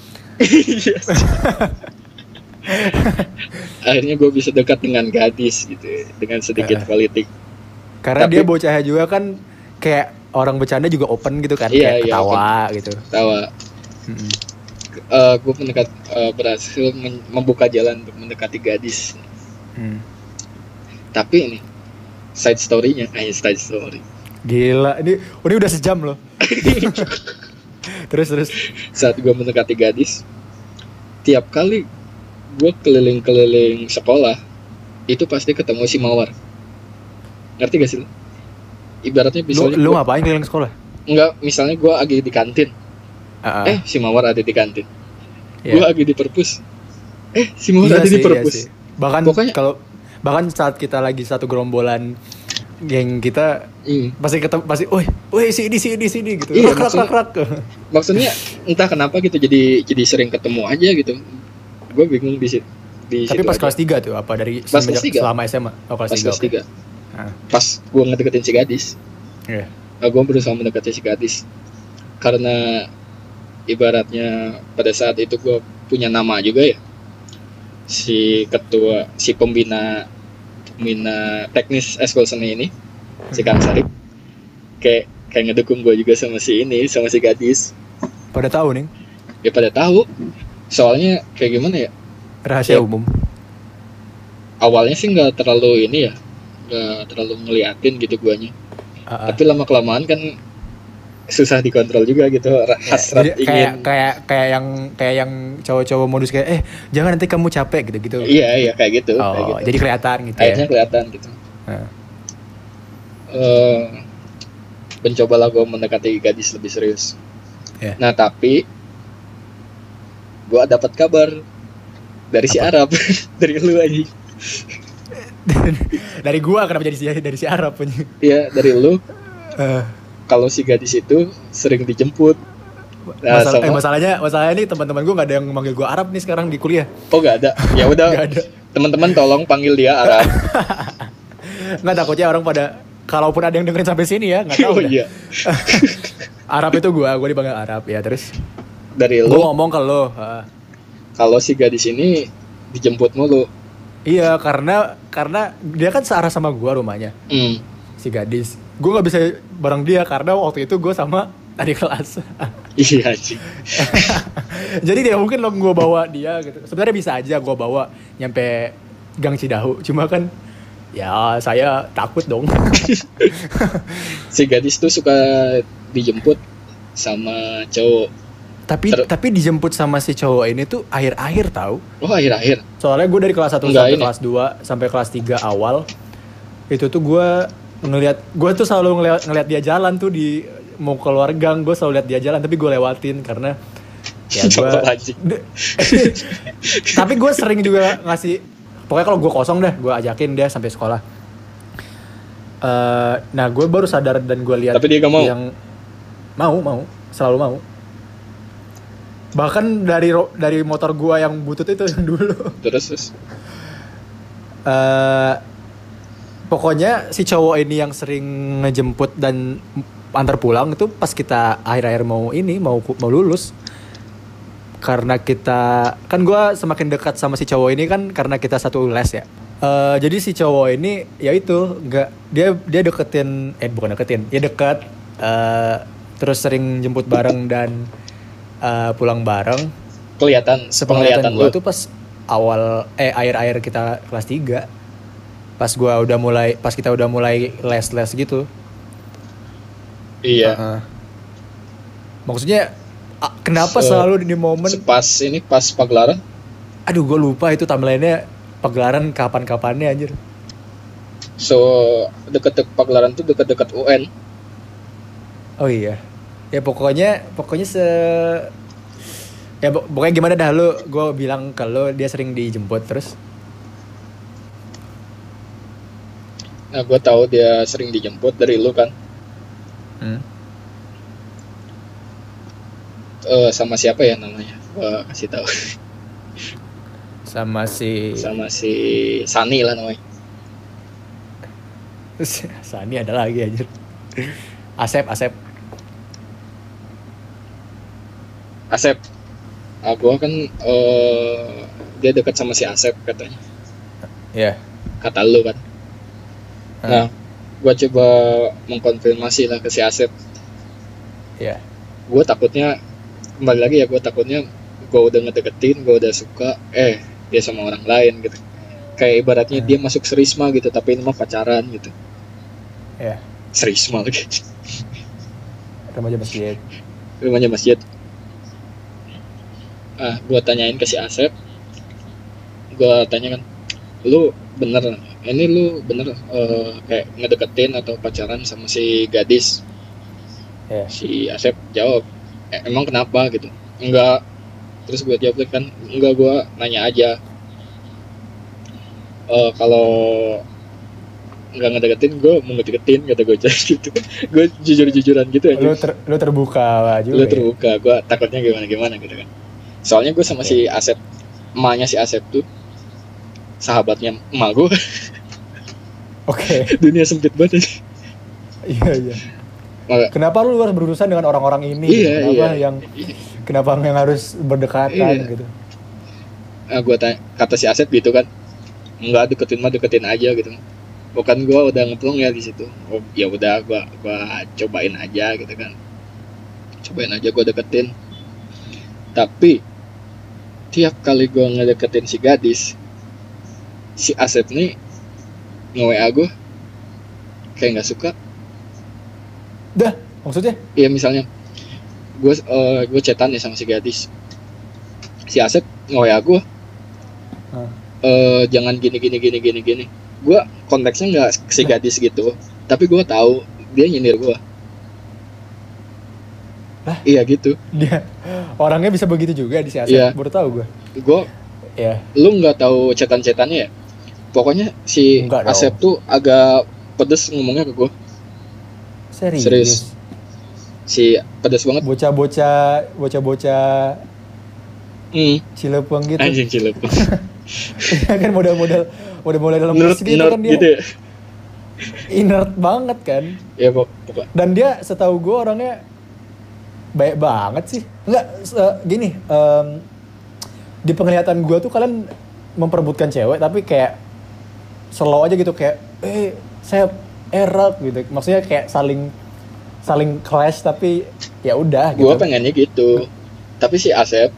Speaker 2: akhirnya gue bisa dekat dengan gadis gitu dengan sedikit
Speaker 1: Eh.
Speaker 2: politik
Speaker 1: Karena
Speaker 2: Tapi-
Speaker 1: dia bocahnya juga kan kayak orang bercanda juga open gitu kan,
Speaker 2: Iya,
Speaker 1: kayak
Speaker 2: iya,
Speaker 1: ketawa gitu.
Speaker 2: tawa
Speaker 1: Mm-mm.
Speaker 2: gue mendekat eh, berhasil men- membuka jalan untuk mendekati gadis
Speaker 1: Hmm.
Speaker 2: tapi ini side story-nya eh, side story
Speaker 1: Gila, ini ini udah sejam loh. terus terus.
Speaker 2: saat gue mendekati gadis tiap kali gue keliling-keliling sekolah itu pasti ketemu si mawar ngerti gak sih lu? ibaratnya
Speaker 1: Lu,
Speaker 2: misalnya
Speaker 1: lu
Speaker 2: gua-
Speaker 1: ngapain keliling sekolah?
Speaker 2: enggak misalnya gue lagi di kantin eh
Speaker 1: Heeh.
Speaker 2: si mawar ada di kantin
Speaker 1: Iya.
Speaker 2: gue lagi di perpus eh si mawar ada di
Speaker 1: sih, iya
Speaker 2: perpus
Speaker 1: sih. Bahkan
Speaker 2: Pokoknya-
Speaker 1: kalau bahkan saat kita lagi satu gerombolan geng kita
Speaker 2: Hmm.
Speaker 1: pasti ketemu pasti, "Woi, woi sini sini sini" gitu.
Speaker 2: Iya,
Speaker 1: rak, rak, rak, rak.
Speaker 2: maksudnya entah kenapa gitu jadi jadi sering ketemu aja gitu gue bingung di situ di
Speaker 1: Tapi
Speaker 2: situ
Speaker 1: pas
Speaker 2: aja.
Speaker 1: kelas 3 tuh apa dari
Speaker 2: Pas kelas
Speaker 1: semenjak
Speaker 2: tiga.
Speaker 1: selama SMA? Oh, kelas
Speaker 2: pas
Speaker 1: 3.
Speaker 2: kelas tiga
Speaker 1: Ah.
Speaker 2: pas gue ngedeketin si gadis
Speaker 1: Iya.
Speaker 2: gue Nah, berusaha mendekati si gadis karena ibaratnya pada saat itu gue punya nama juga ya si ketua si pembina pembina teknis eskul seni ini si Kang Sarip kayak kayak ngedukung gue juga sama si ini sama si gadis
Speaker 1: Pada tahu nih,
Speaker 2: ya pada tahu soalnya kayak gimana ya
Speaker 1: rahasia
Speaker 2: Iya.
Speaker 1: umum.
Speaker 2: awalnya sih nggak terlalu ini ya nggak terlalu ngeliatin gitu guanya
Speaker 1: Heeh.
Speaker 2: tapi lama kelamaan kan susah dikontrol juga gitu hasrat
Speaker 1: Iya, Jadi kayak
Speaker 2: ingin
Speaker 1: kayak kayak yang kayak yang cowok-cowok modus kayak eh jangan nanti kamu capek gitu-gitu.
Speaker 2: Iya iya kayak gitu.
Speaker 1: oh,
Speaker 2: kayak gitu.
Speaker 1: jadi kelihatan gitu
Speaker 2: akhirnya
Speaker 1: ya.
Speaker 2: kelihatan gitu.
Speaker 1: Heeh.
Speaker 2: Eh, mencobalah gue mendekati gadis lebih serius.
Speaker 1: Iya.
Speaker 2: Nah tapi gue dapat kabar dari si Arab dari lu aja.
Speaker 1: dari gua kenapa jadi si dari si Arab punya.
Speaker 2: Iya dari lu Nah,
Speaker 1: Eh,
Speaker 2: kalau si gadis itu sering dijemput. Nah,
Speaker 1: masalah, eh,
Speaker 2: sama-
Speaker 1: masalahnya masalahnya nih teman-teman gua nggak ada yang manggil gua Arab nih sekarang di kuliah.
Speaker 2: Oh gak ada. Ya
Speaker 1: Nggak
Speaker 2: udah
Speaker 1: ada.
Speaker 2: teman-teman tolong panggil dia Arab.
Speaker 1: Nggak takutnya orang pada kalaupun ada yang dengerin sampai sini ya nggak
Speaker 2: oh
Speaker 1: tahu. dah.
Speaker 2: iya
Speaker 1: Arab itu gua, gua dipanggil Arab ya terus.
Speaker 2: dari
Speaker 1: Gua
Speaker 2: lu
Speaker 1: ngomong ke lo. "Ah, heeh.
Speaker 2: kalau si gadis ini dijemput mulu.
Speaker 1: iya karena karena dia kan searah sama gua rumahnya.
Speaker 2: Hmm.
Speaker 1: si gadis gue nggak bisa bareng dia karena waktu itu gue sama tadi kelas.
Speaker 2: iya anjing
Speaker 1: Jadi tidak mungkin lo gue bawa dia gitu. Sebenarnya bisa aja gue bawa nyampe Gang Cidahu. Cuma kan ya saya takut dong.
Speaker 2: si gadis tuh suka dijemput sama cowok
Speaker 1: tapi
Speaker 2: Ter-
Speaker 1: tapi dijemput sama si cowok ini tuh akhir-akhir tahu.
Speaker 2: oh akhir-akhir
Speaker 1: Soalnya gue dari kelas 1
Speaker 2: Enggak,
Speaker 1: sampai
Speaker 2: ini.
Speaker 1: kelas 2 sampai kelas 3 awal itu tuh gue ngelihat gue tuh selalu ngelihat ngelihat dia jalan tuh di mau keluar gang gue selalu lihat dia jalan tapi gue lewatin karena ya gue
Speaker 2: Cowok anjing.
Speaker 1: tapi gue sering juga ngasih pokoknya kalau gue kosong deh gue ajakin dia sampai sekolah Eh, nah gue baru sadar dan gue lihat
Speaker 2: Tapi dia gak mau?
Speaker 1: yang mau mau selalu mau bahkan dari ro- dari motor gue yang butut itu yang dulu
Speaker 2: terus terus
Speaker 1: eh pokoknya si cowok ini yang sering ngejemput dan antar pulang itu pas kita akhir-akhir mau ini mau mau lulus karena kita kan gua semakin dekat sama si cowok ini kan karena kita satu les ya Eh, jadi si cowok ini ya itu nggak dia dia deketin eh bukan deketin ya dekat eh, terus sering jemput bareng dan eh, pulang bareng
Speaker 2: kelihatan
Speaker 1: sepenglihatan
Speaker 2: penglihatan
Speaker 1: gue
Speaker 2: lu
Speaker 1: tuh pas awal eh air-air kita kelas 3 pas gua udah mulai pas kita udah mulai les-les gitu
Speaker 2: iya
Speaker 1: Heeh. maksudnya a- kenapa
Speaker 2: Se-
Speaker 1: selalu di momen
Speaker 2: pas ini pas pagelaran
Speaker 1: aduh gue lupa itu timelinenya pagelaran kapan-kapannya anjir
Speaker 2: so deket-deket pagelaran tuh deket-deket UN
Speaker 1: oh iya ya pokoknya pokoknya se ya pok- pokoknya gimana dah lu gue bilang ke lu dia sering dijemput terus
Speaker 2: nah gue tahu dia sering dijemput dari lu kan Hmm. Eh, sama siapa ya namanya Gua kasih tahu
Speaker 1: Iya. sama si
Speaker 2: sama si Sani lah namanya
Speaker 1: Sani ada lagi anjir Asep Asep
Speaker 2: Asep ah gue kan eh, dia dekat sama si Asep katanya Iya.
Speaker 1: ya
Speaker 2: kata lu kan
Speaker 1: Hmm.
Speaker 2: nah gue coba mengkonfirmasi lah ke si Asep
Speaker 1: Iya.
Speaker 2: gue takutnya kembali lagi ya gue takutnya gue udah ngedeketin gue udah suka eh dia sama orang lain gitu kayak ibaratnya
Speaker 1: Hmm.
Speaker 2: dia masuk serisma gitu tapi ini mah pacaran gitu
Speaker 1: Iya.
Speaker 2: serisma lagi
Speaker 1: remaja masjid
Speaker 2: rumahnya masjid ah gue tanyain ke si Asep gue tanya kan lu bener ini lu bener eh, kayak ngedeketin atau pacaran sama si gadis
Speaker 1: Iya.
Speaker 2: si Asep jawab "E- emang kenapa gitu enggak terus gue jawab lagi kan enggak gue nanya aja Eh kalau nggak ngedeketin gue mau ngedeketin kata gue gitu gue jujur jujuran gitu aja
Speaker 1: lu ter- lu terbuka juga
Speaker 2: lu
Speaker 1: ya?
Speaker 2: terbuka gue takutnya gimana gimana gitu kan soalnya gue sama si Asep emaknya si Asep tuh sahabatnya emak gue
Speaker 1: oke
Speaker 2: dunia sempit banget aja.
Speaker 1: iya iya
Speaker 2: Maka-
Speaker 1: kenapa lu harus berurusan dengan orang-orang ini
Speaker 2: Iya,
Speaker 1: kenapa
Speaker 2: iya.
Speaker 1: yang kenapa yang harus berdekatan
Speaker 2: Iya.
Speaker 1: gitu
Speaker 2: nah, gue tanya kata si Asep gitu kan nggak deketin mah deketin aja gitu bukan gue udah ngeplong ya di situ oh ya udah gue gua cobain aja gitu kan cobain aja gue deketin tapi tiap kali gue ngedeketin si gadis si Asep nih nge WA gue kayak nggak suka
Speaker 1: dah maksudnya
Speaker 2: Iya misalnya gue eh gue chatan nih sama si gadis si Asep nge-WA gue
Speaker 1: Hmm.
Speaker 2: eh jangan gini gini gini gini gini gue konteksnya nggak si gadis gitu tapi gue tahu dia nyindir gue
Speaker 1: Lah?
Speaker 2: iya gitu
Speaker 1: dia orangnya bisa begitu juga di si Asep
Speaker 2: Iya.
Speaker 1: baru tahu gue
Speaker 2: gue
Speaker 1: ya
Speaker 2: lu nggak tahu chatan chatannya ya pokoknya si
Speaker 1: Nggak dong.
Speaker 2: Asep tuh agak pedes ngomongnya ke gue
Speaker 1: serius,
Speaker 2: Serius. si pedes banget
Speaker 1: bocah-bocah bocah-bocah
Speaker 2: hmm,
Speaker 1: cilepeng gitu
Speaker 2: anjing cilep
Speaker 1: Iya kan model-model model-model dalam
Speaker 2: menurut
Speaker 1: gitu
Speaker 2: menurut
Speaker 1: kan dia
Speaker 2: gitu ya
Speaker 1: inert banget kan
Speaker 2: ya pok- pokok-
Speaker 1: dan dia setahu gue orangnya baik banget sih nggak se- eh, gini em, di penglihatan gue tuh kalian memperebutkan cewek tapi kayak slow aja gitu kayak eh saya erat gitu maksudnya kayak saling saling clash tapi ya udah gitu
Speaker 2: Gua pengennya gitu. Tapi si Asep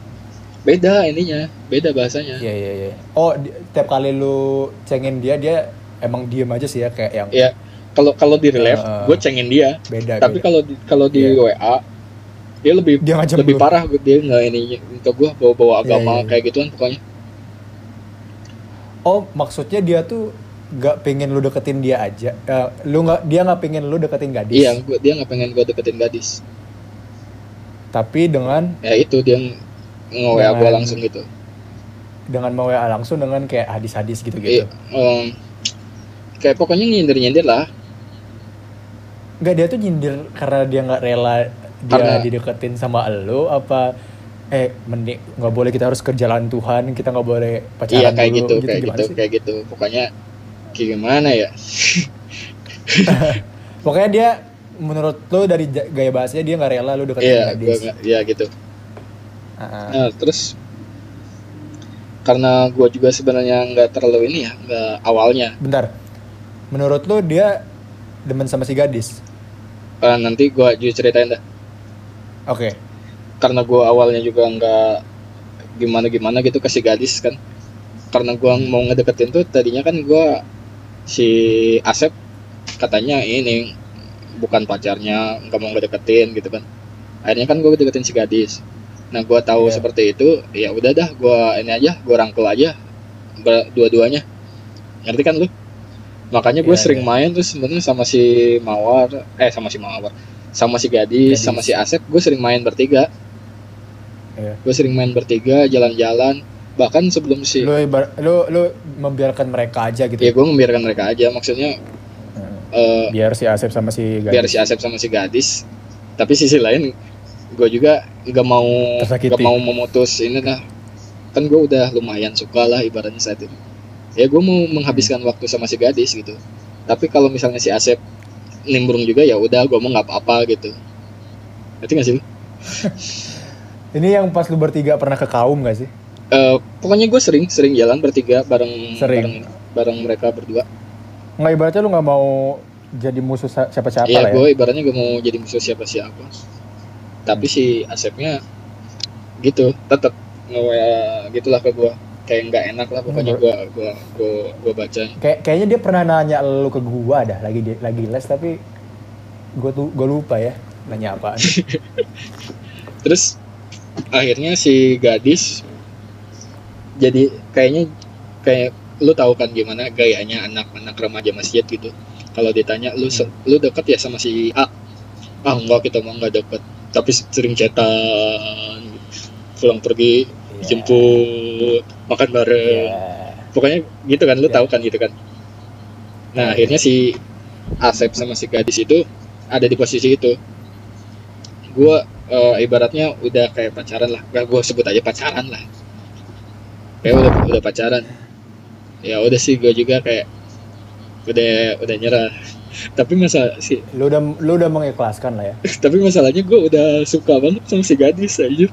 Speaker 2: beda ininya, beda bahasanya.
Speaker 1: Iya iya iya. Oh, di- tiap kali lu cengin dia dia emang diem aja sih ya kayak yang
Speaker 2: Iya. Kalau kalau di relief,
Speaker 1: Ah.
Speaker 2: gue cengin dia.
Speaker 1: beda.
Speaker 2: Tapi
Speaker 1: beda.
Speaker 2: kalau di, kalau di
Speaker 1: Iya.
Speaker 2: WA dia lebih
Speaker 1: Dia ngajak
Speaker 2: lebih
Speaker 1: lu.
Speaker 2: parah dia nggak ini ke gue bawa-bawa
Speaker 1: iya,
Speaker 2: agama
Speaker 1: iya.
Speaker 2: kayak gituan pokoknya.
Speaker 1: oh maksudnya dia tuh gak pengen lu deketin dia aja. Eh, lu nggak dia nggak pengen lu deketin gadis.
Speaker 2: Iya, gua, dia nggak pengen gue deketin gadis.
Speaker 1: Tapi dengan
Speaker 2: Ya itu dia nge-WA gue
Speaker 1: Dengan-
Speaker 2: langsung gitu.
Speaker 1: dengan mau WA langsung dengan kayak hadis-hadis
Speaker 2: Iya,
Speaker 1: gitu-gitu.
Speaker 2: em, kayak pokoknya nyindir-nyindir lah.
Speaker 1: Enggak dia tuh nyindir karena dia nggak rela dia
Speaker 2: Karena-
Speaker 1: dideketin sama lu apa eh mending nggak boleh kita harus ke jalan Tuhan kita nggak boleh pacaran
Speaker 2: Iya
Speaker 1: dulu,
Speaker 2: kayak gitu, kayak
Speaker 1: gimana
Speaker 2: gitu,
Speaker 1: sih?
Speaker 2: kayak gitu. Pokoknya kayak gimana ya?
Speaker 1: Pokoknya dia menurut lu dari ja- gaya bahasanya dia nggak rela lu deketin
Speaker 2: Iya,
Speaker 1: gadis.
Speaker 2: gua nggak, iya gitu.
Speaker 1: Ah,
Speaker 2: Nah, terus karena gue juga sebenarnya nggak terlalu ini ya, nggak awalnya.
Speaker 1: Bentar. Menurut lu dia demen sama si gadis?
Speaker 2: Eh, nanti gue juga ceritain dah.
Speaker 1: Oke.
Speaker 2: Karena gue awalnya juga nggak gimana-gimana gitu kasih gadis kan. Karena gue mau ngedeketin tuh tadinya kan gue si Asep katanya ini bukan pacarnya nggak mau ngedeketin gitu kan. Akhirnya kan gue deketin si gadis. Nah gue tahu
Speaker 1: Iya.
Speaker 2: seperti itu, ya udah dah gue ini aja, gue rangkul aja ber- dua-duanya. Ngerti kan lu? Makanya gue
Speaker 1: Iya,
Speaker 2: sering
Speaker 1: iya.
Speaker 2: main tuh sebenarnya sama si Mawar, eh sama si Mawar, sama si
Speaker 1: Gadis.
Speaker 2: gadis, sama si Asep, gue sering main bertiga.
Speaker 1: Iya.
Speaker 2: Gue sering main bertiga, jalan-jalan. Bahkan sebelum si,
Speaker 1: Lu ibar- lu lu membiarkan mereka aja gitu.
Speaker 2: ya gue membiarkan mereka aja. Maksudnya
Speaker 1: Heeh.
Speaker 2: eh,
Speaker 1: Biar si Asep sama si Hmm. gadis.
Speaker 2: biar si Asep sama si gadis tapi sisi lain gue juga nggak mau
Speaker 1: Tersakiti.
Speaker 2: nggak mau memutus ini lah kan gue udah lumayan suka lah ibaratnya saat ini ya gue mau menghabiskan
Speaker 1: Hmm.
Speaker 2: waktu sama si gadis gitu tapi kalau misalnya si Asep nimbrung juga ya udah gue mau nggak apa-apa gitu ngerti nggak sih lu?
Speaker 1: Ini yang pas lu bertiga pernah ke kaum gak sih?
Speaker 2: Eh, pokoknya gue sering sering jalan bertiga bareng
Speaker 1: Sering.
Speaker 2: bareng, bareng mereka berdua
Speaker 1: Nggak ibaratnya lu nggak mau jadi musuh sa- siapa-siapa
Speaker 2: Iya
Speaker 1: lah ya.
Speaker 2: gue ibaratnya gue mau jadi musuh siapa-siapa Tapi si Asepnya gitu tetap nge-WA gitulah ke gue Kayak nggak enak lah pokoknya
Speaker 1: Hmm,
Speaker 2: gue gua, gua, gua baca
Speaker 1: Kayak kayaknya dia pernah nanya lu ke gua dah lagi di- lagi les tapi gua tuh gua lupa ya nanya Iya. apa.
Speaker 2: Terus akhirnya si gadis Jadi kayaknya kayak lu tahu kan gimana gayanya anak-anak remaja masjid gitu kalau ditanya lu se- lu deket ya sama si A ah enggak kita mah nggak deket tapi sering cetan pulang pergi jemput makan bareng
Speaker 1: Iya.
Speaker 2: pokoknya gitu kan lu
Speaker 1: Ya.
Speaker 2: tahu kan gitu kan nah akhirnya si Asep sama si gadis itu ada di posisi itu gue ibaratnya udah kayak pacaran lah gak gue sebut aja pacaran lah kayak udah udah pacaran ya udah sih gue juga kayak udah udah nyerah tapi masa si
Speaker 1: Lu udah lu udah mengikhlaskan lah ya.
Speaker 2: tapi masalahnya gue udah suka banget sama si gadis aja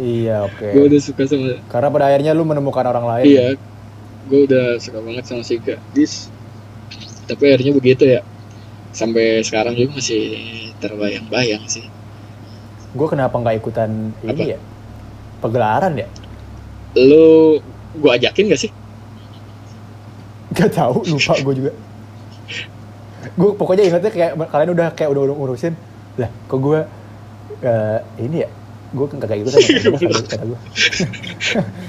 Speaker 1: Iya, oke.
Speaker 2: gue udah suka sama
Speaker 1: Karena pada akhirnya lu menemukan orang lain.
Speaker 2: Iya, gue udah suka banget sama si gadis. Tapi akhirnya begitu ya. Sampai sekarang juga masih terbayang-bayang sih.
Speaker 1: Gue kenapa nggak ikutan
Speaker 2: Apa?
Speaker 1: ini ya? Pegelaran ya?
Speaker 2: Lu gue ajakin gak sih?
Speaker 1: Gak tahu, lupa gue juga. Gue pokoknya ingetnya kayak kalian udah kayak udah udah urusin. Lah, kok gue eh ini ya? Gue kagak ikutan kata gua, kata- kata gue.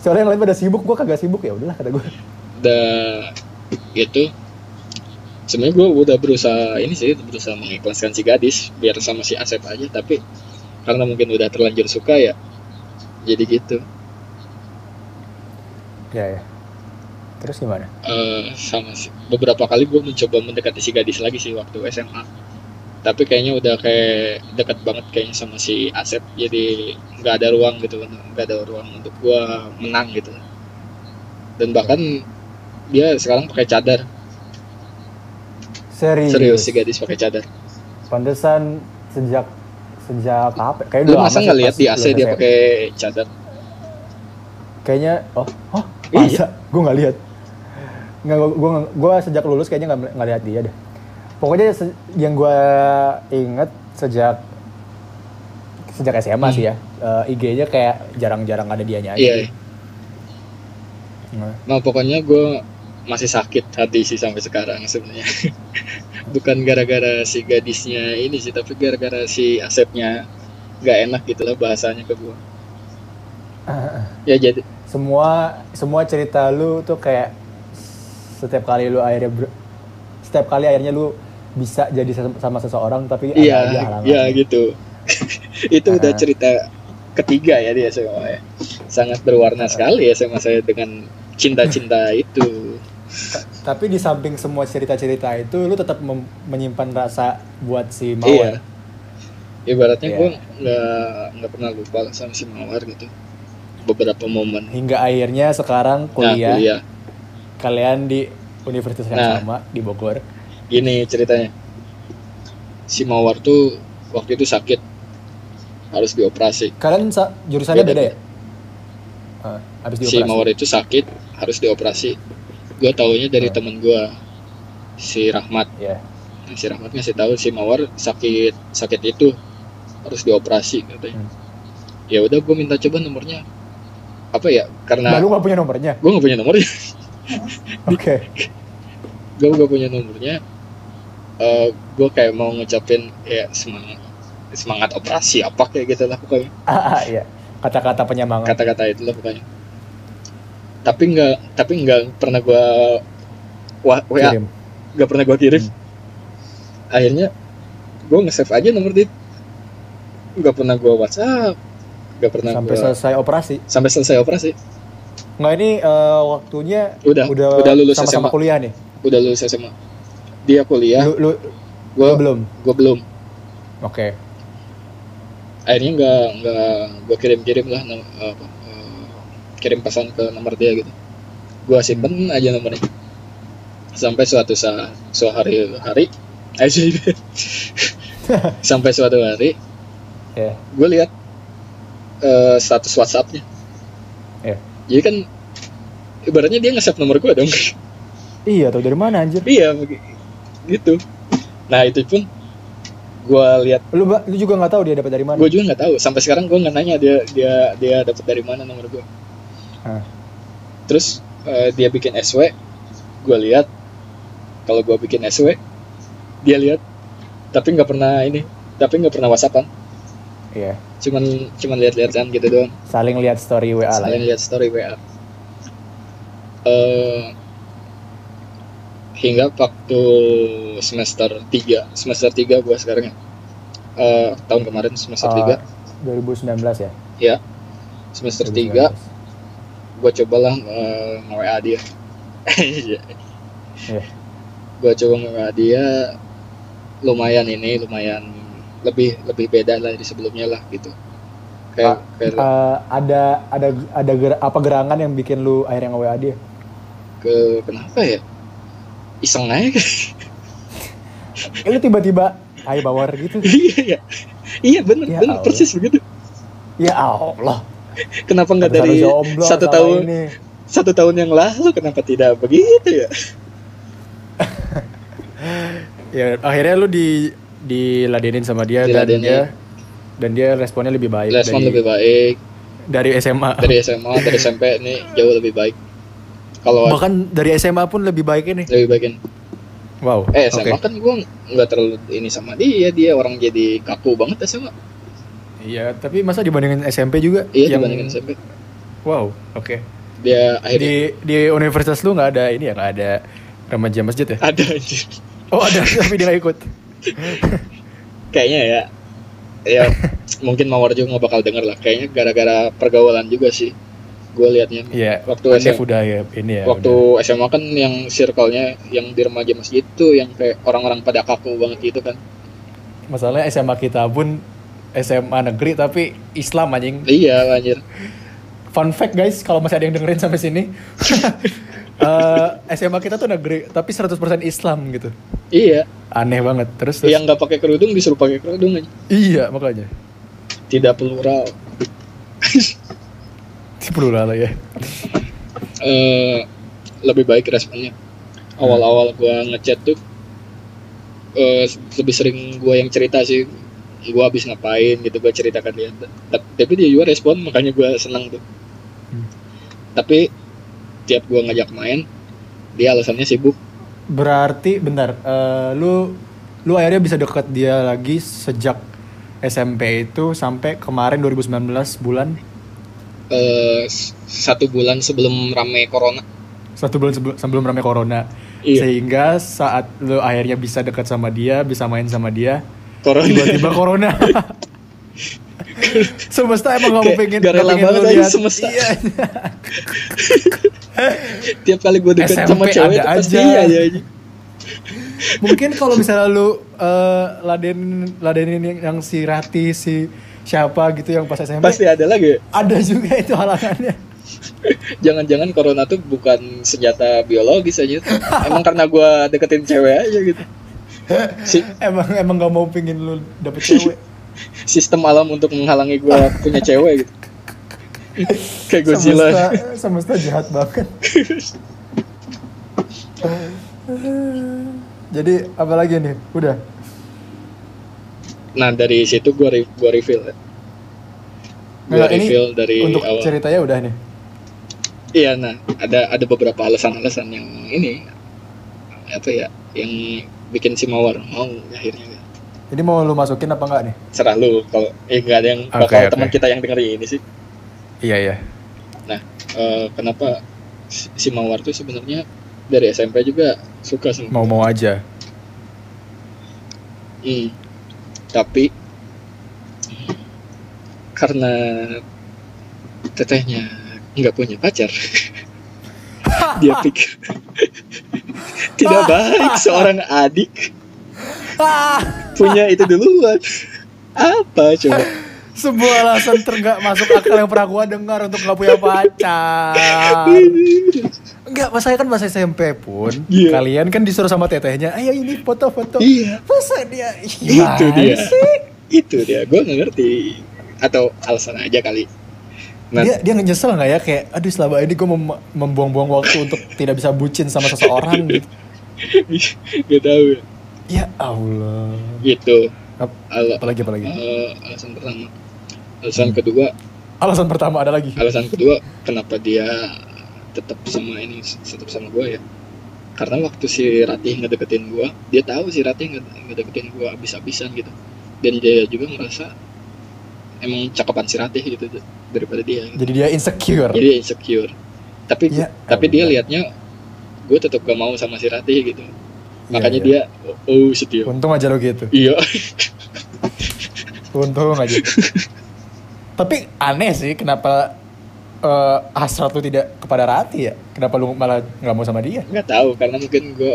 Speaker 1: Soalnya yang lain pada sibuk, gue kagak sibuk ya udahlah kata gue.
Speaker 2: Udah itu gitu. sebenarnya gue udah berusaha ini sih berusaha mengikhlaskan si gadis biar sama si Asep aja tapi karena mungkin udah terlanjur suka ya jadi gitu
Speaker 1: Ya ya. Terus gimana?
Speaker 2: Eh, sama si- beberapa kali gue mencoba mendekati si gadis lagi sih waktu SMA tapi kayaknya udah kayak dekat banget kayaknya sama si Asep jadi nggak ada ruang gitu nggak ada ruang untuk gue menang gitu dan bahkan dia sekarang pakai cadar
Speaker 1: Serius.
Speaker 2: serius si gadis pakai cadar
Speaker 1: Pantesan sejak sejak apa? Kayak
Speaker 2: lu
Speaker 1: udah lama
Speaker 2: masa
Speaker 1: sih
Speaker 2: nggak lihat
Speaker 1: pas
Speaker 2: di AC
Speaker 1: lulus
Speaker 2: dia
Speaker 1: SMA.
Speaker 2: pakai cadar
Speaker 1: kayaknya oh oh
Speaker 2: Iya.
Speaker 1: masa gue nggak lihat nggak gue gue sejak lulus kayaknya nggak nggak lihat dia deh pokoknya se- yang gue inget sejak sejak SMA sih ya eh, IG-nya kayak jarang-jarang ada dianya aja.
Speaker 2: Hmm. Iya.
Speaker 1: Nah,
Speaker 2: Nah pokoknya gue masih sakit hati sih sampai sekarang sebenarnya. Bukan gara-gara si gadisnya ini sih, tapi gara-gara si Asepnya nggak enak gitu lah bahasanya ke gue. Ya jadi
Speaker 1: semua semua cerita lu tuh kayak setiap kali lu akhirnya ber- setiap kali akhirnya lu bisa jadi ses- sama seseorang tapi ada aja
Speaker 2: Iya,
Speaker 1: halangan.
Speaker 2: iya gitu. itu
Speaker 1: Ah.
Speaker 2: udah cerita ketiga ya di SMA ya. Sangat berwarna sekali ya SMA saya dengan cinta-cinta itu.
Speaker 1: Tapi di samping semua cerita-cerita itu lu tetap mem- menyimpan rasa buat si
Speaker 2: Iya.
Speaker 1: Mawar.
Speaker 2: Ibaratnya
Speaker 1: Iya.
Speaker 2: gua nggak nggak pernah lupa lah sama si Mawar gitu. Beberapa momen.
Speaker 1: Hingga akhirnya sekarang
Speaker 2: Nah,
Speaker 1: kuliah,
Speaker 2: kuliah.
Speaker 1: kalian di universitas yang
Speaker 2: Nah.
Speaker 1: sama di Bogor.
Speaker 2: Gini ceritanya. Si Mawar tuh waktu itu sakit harus dioperasi.
Speaker 1: Kalian sa- jurusannya
Speaker 2: Beda.
Speaker 1: beda ya? Ah, habis
Speaker 2: Iya, Si
Speaker 1: dioperasi.
Speaker 2: Mawar itu sakit harus dioperasi. Gua taunya dari
Speaker 1: Ah.
Speaker 2: temen gua si Rahmat.
Speaker 1: Iya.
Speaker 2: Nah, si Rahmat ngasih tahu si Mawar sakit sakit itu harus dioperasi katanya.
Speaker 1: Hmm.
Speaker 2: Ya udah gue minta coba nomornya apa ya
Speaker 1: Nah,
Speaker 2: karena
Speaker 1: lu nggak punya nomornya.
Speaker 2: gue nggak punya nomornya,
Speaker 1: Oke.
Speaker 2: gue nggak punya nomornya. Eh gue kayak mau ngucapin ya semangat semangat operasi apa kayak gitu lah pokoknya
Speaker 1: Ah, ah, iya. Kata-kata penyemangat.
Speaker 2: kata-kata itu lah pokoknya. Tapi nggak tapi nggak pernah gue wa- wa
Speaker 1: Kirim. Hmm.
Speaker 2: nggak pernah gue kirim akhirnya gue nge-save aja nomor dia nggak pernah gue WhatsApp nggak pernah
Speaker 1: Sampai
Speaker 2: Nah, gua-
Speaker 1: selesai operasi.
Speaker 2: sampai selesai operasi
Speaker 1: Nggak ini eh, waktunya
Speaker 2: udah
Speaker 1: udah,
Speaker 2: udah lulus
Speaker 1: sama-sama
Speaker 2: SMA
Speaker 1: kuliah nih.
Speaker 2: udah lulus SMA dia kuliah
Speaker 1: Lu, lu,
Speaker 2: gue
Speaker 1: lu belum.
Speaker 2: gue belum
Speaker 1: Oke.
Speaker 2: akhirnya nggak nggak gue kirim kirim lah nom- apa, eh, kirim pesan ke nomor dia gitu gue simpen aja nomornya sampai suatu saat suatu hari hari aja sampai suatu hari
Speaker 1: Iya.
Speaker 2: gue lihat eh, status WhatsAppnya
Speaker 1: Iya.
Speaker 2: jadi kan ibaratnya dia nge-save nomor gue dong
Speaker 1: Iya, tau dari mana anjir?
Speaker 2: iya begi- gitu nah itu pun gue lihat
Speaker 1: Lu ba- lu juga nggak tahu dia dapat dari mana?
Speaker 2: gue juga nggak tahu sampai sekarang gue nggak nanya dia dia dia dapat dari mana nomor gue
Speaker 1: Hah.
Speaker 2: terus eh, dia bikin SW gue lihat kalau gue bikin SW dia lihat tapi nggak pernah ini tapi nggak pernah whatsappan
Speaker 1: Iya.
Speaker 2: cuman cuman lihat-lihatan gitu doang
Speaker 1: Saling lihat story WA lah.
Speaker 2: Selain
Speaker 1: ya.
Speaker 2: lihat story WA. Eh, hingga waktu semester 3 semester 3 gua sekarang ya. Eh, tahun kemarin semester
Speaker 1: Eh,
Speaker 2: 3
Speaker 1: 2019 ya.
Speaker 2: semester 3 gua cobalah eh, nge-WA dia Iya.
Speaker 1: Iya.
Speaker 2: gua coba nge-WA dia lumayan ini lumayan lebih lebih beda lah dari sebelumnya lah gitu kayak
Speaker 1: 2019.
Speaker 2: kayak
Speaker 1: Eh, ada ada ada ger- apa gerangan yang bikin lu akhirnya nge-WA dia?
Speaker 2: ke kenapa ya iseng aja gitu.
Speaker 1: Eh, lu tiba-tiba hai bawar gitu.
Speaker 2: iya iya iya bener
Speaker 1: Ya
Speaker 2: bener
Speaker 1: Allah.
Speaker 2: persis begitu
Speaker 1: Ya Allah.
Speaker 2: kenapa nggak
Speaker 1: Pantesan lu
Speaker 2: dari
Speaker 1: jomblo
Speaker 2: satu
Speaker 1: sama
Speaker 2: tahun
Speaker 1: ini.
Speaker 2: satu tahun yang lalu kenapa tidak begitu ya
Speaker 1: Ya akhirnya lu di diladenin sama dia dan
Speaker 2: Diladenin.
Speaker 1: dia dan dia responnya lebih baik dari
Speaker 2: respon
Speaker 1: Ah.
Speaker 2: lebih baik
Speaker 1: dari SMA.
Speaker 2: dari SMA dari SMP ini jauh lebih baik kalau
Speaker 1: Bahkan dari SMA pun lebih baik ini.
Speaker 2: lebih baikin
Speaker 1: Wow.
Speaker 2: eh SMA
Speaker 1: oke.
Speaker 2: kan gue nggak terlalu ini sama dia dia orang jadi kaku banget SMA
Speaker 1: Iya, tapi masa dibandingin SMP juga
Speaker 2: iya dibandingin SMP
Speaker 1: Wow, oke.
Speaker 2: dia akhirnya
Speaker 1: Di di universitas lu nggak ada ini ya, nggak ada remaja masjid ya?
Speaker 2: ada anjir.
Speaker 1: Oh ada, tapi dia nggak ikut.
Speaker 2: kayaknya ya ya mungkin Mawar juga nggak bakal denger lah kayaknya gara-gara pergaulan juga sih gue liatnya
Speaker 1: Iya.
Speaker 2: Waktu
Speaker 1: Hanif
Speaker 2: SMA.
Speaker 1: udah ya ini ya.
Speaker 2: waktu SMA kan yang circle-nya yang di remaja masjid itu yang kayak orang-orang pada kaku banget gitu kan.
Speaker 1: udah. masalahnya SMA kita pun SMA negeri tapi Islam anjing.
Speaker 2: Iya anjir.
Speaker 1: Fun fact guys, kalau masih ada yang dengerin sampai sini, eh, SMA kita tuh negeri tapi 100% Islam gitu.
Speaker 2: Iya,
Speaker 1: Aneh banget. Terus, terus-
Speaker 2: yang nggak pakai kerudung disuruh pakai kerudung anjir.
Speaker 1: iya makanya.
Speaker 2: Tidak plural.
Speaker 1: Perlu lah ya.
Speaker 2: Eh lebih baik responnya. Awal-awal gua ngechat tuh eh, lebih sering gue yang cerita sih gue habis ngapain gitu gue ceritakan dia Ta- tapi dia juga respon makanya gue senang tuh
Speaker 3: Hmm.
Speaker 2: tapi tiap gue ngajak main dia alasannya sibuk
Speaker 1: Berarti bentar, eh, lu lu akhirnya bisa dekat dia lagi sejak SMP itu sampai kemarin 2019 bulan
Speaker 2: eh, s- satu bulan sebelum rame corona
Speaker 1: satu bulan sebelum, sebelum ramai corona.
Speaker 2: Iya.
Speaker 1: Sehingga saat lu akhirnya bisa dekat sama dia, bisa main sama dia,
Speaker 2: corona
Speaker 1: tiba-tiba corona. semesta emang gak mau
Speaker 2: Kayak
Speaker 1: pengen
Speaker 2: gak rela
Speaker 1: pengen lu
Speaker 2: banget aja
Speaker 1: lihat.
Speaker 2: semesta.
Speaker 1: Iya.
Speaker 2: tiap kali gue dekat
Speaker 1: SMP
Speaker 2: sama cewek
Speaker 1: ada
Speaker 2: itu pasti
Speaker 1: aja.
Speaker 2: iya iya iya.
Speaker 1: Mungkin kalau misalnya lu eh, ladenin ladenin yang, yang si Rati, si siapa gitu yang pas SMP
Speaker 2: pasti ada lagi
Speaker 1: ada juga itu halangannya.
Speaker 2: jangan-jangan corona tuh bukan senjata biologis aja emang karena gue deketin cewek aja gitu Si-
Speaker 1: emang emang gak mau pingin lu dapet cewek
Speaker 2: sistem alam untuk menghalangi gue punya cewek gitu kayak Godzilla
Speaker 1: semesta semesta jahat banget jadi apa lagi nih udah
Speaker 2: nah dari situ gue re- gua reveal ya. gue
Speaker 1: Nah, ini
Speaker 2: reveal dari
Speaker 1: untuk
Speaker 2: awal
Speaker 1: ceritanya udah nih
Speaker 2: iya nah ada ada beberapa alasan-alasan yang ini apa ya yang bikin si mawar mau akhirnya
Speaker 1: ini mau lu masukin apa enggak nih
Speaker 2: serah lu kalau eh nggak ada yang
Speaker 1: Oke,
Speaker 2: bakal
Speaker 1: oke.
Speaker 2: teman kita yang dengerin ini sih
Speaker 1: iya iya
Speaker 2: Eh, kenapa si si mawar tuh sebenarnya dari SMP juga suka sama
Speaker 1: mau mau aja
Speaker 2: Hmm. Tapi karena tetehnya nggak punya pacar, dia pikir tidak baik seorang adik
Speaker 1: Ah,
Speaker 2: punya itu duluan. Apa coba?
Speaker 1: sebuah alasan tergak masuk akal yang pernah gua dengar untuk gak punya pacar Enggak, masa kan masa SMP pun
Speaker 2: Iya.
Speaker 1: Kalian kan disuruh sama tetehnya Ayo ini foto-foto
Speaker 2: Iya.
Speaker 1: Masa dia
Speaker 2: itu
Speaker 1: Gimana
Speaker 2: dia.
Speaker 1: sih?
Speaker 2: Itu dia. Gue nggak ngerti atau alasan aja kali. Nah,
Speaker 1: dia dia nyesel nggak ya kayak aduh selama ini gue mem- membuang-buang waktu untuk tidak bisa bucin sama seseorang gitu
Speaker 2: gak tahu. ya.
Speaker 1: ya allah
Speaker 2: Gitu.
Speaker 1: Ap-
Speaker 2: Al-
Speaker 1: apalagi apalagi
Speaker 2: eh, alasan pertama. Alasan kedua
Speaker 1: alasan pertama ada lagi
Speaker 2: alasan kedua kenapa dia tetap sama ini tetap sama gue ya karena waktu si Ratih ngedeketin gue dia tahu si Ratih ngede- ngedeketin gue abis-abisan gitu dan dia juga merasa emang cakepan si Ratih gitu daripada dia gitu.
Speaker 1: jadi dia insecure
Speaker 2: jadi insecure tapi
Speaker 1: Ya,
Speaker 2: tapi dia
Speaker 1: Allah.
Speaker 2: liatnya gue tetap gak mau sama si Ratih gitu
Speaker 1: Iya,
Speaker 2: makanya
Speaker 1: iya.
Speaker 2: dia oh, oh setia
Speaker 1: untung aja lo gitu
Speaker 2: iya
Speaker 1: untung aja tapi aneh sih kenapa eh, hasrat lu tidak kepada Rati ya kenapa lu malah nggak mau sama dia
Speaker 2: nggak tahu karena mungkin gue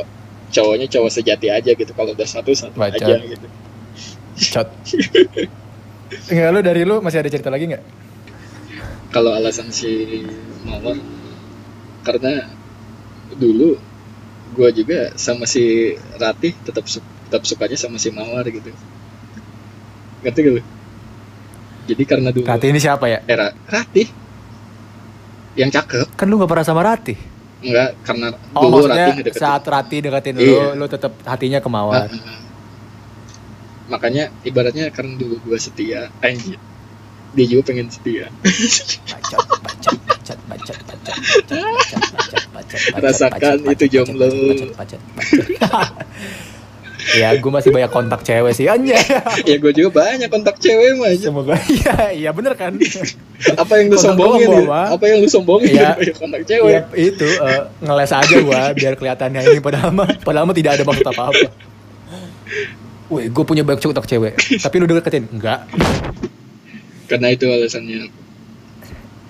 Speaker 2: cowoknya cowok sejati aja gitu kalau udah satu satu
Speaker 1: Baca.
Speaker 2: aja gitu
Speaker 1: cot Enggak lu dari lu masih ada cerita lagi nggak
Speaker 2: kalau alasan si Mawar karena dulu gue juga sama si Ratih tetap su- tetap sukanya sama si Mawar gitu ngerti gak lu? jadi karena dulu
Speaker 1: Rati ini siapa ya
Speaker 2: Eh, Ra- Ratih yang cakep
Speaker 1: kan lu nggak pernah sama Rati
Speaker 2: enggak karena
Speaker 1: Oh
Speaker 2: dulu
Speaker 1: maksudnya
Speaker 2: Ratih ngedeketin
Speaker 1: saat Rati deketin Ah,
Speaker 2: Iya.
Speaker 1: lu, lu tetap hatinya ke Mawar.
Speaker 2: Heeh. Nah, makanya ibaratnya karena dulu gue setia anjir dia juga pengen setia
Speaker 1: Bacot, bacot, bacot, bacot, bacot, bacot, bacot, bacot, bacot, bacot,
Speaker 2: Rasakan
Speaker 1: bacot,
Speaker 2: itu
Speaker 1: bacot,
Speaker 2: jomblo.
Speaker 1: bacot, bacot, bacot. ya, gue masih banyak kontak cewek sih, anjay.
Speaker 2: ya gue juga banyak kontak cewek mah anjir.
Speaker 1: Semoga, iya, iya bener kan?
Speaker 2: apa yang lu
Speaker 1: Kontak
Speaker 2: sombongin
Speaker 1: gua
Speaker 2: ya?
Speaker 1: bawa.
Speaker 2: apa yang lu sombongin
Speaker 1: Iya.
Speaker 2: ya kontak cewek
Speaker 1: Iya, itu eh, ngeles aja gua biar kelihatannya ini padahal mah, padahal mah tidak ada maksud apa-apa. Woi, gue punya banyak kontak cewek, tapi lu deketin? Enggak.
Speaker 2: karena itu alasannya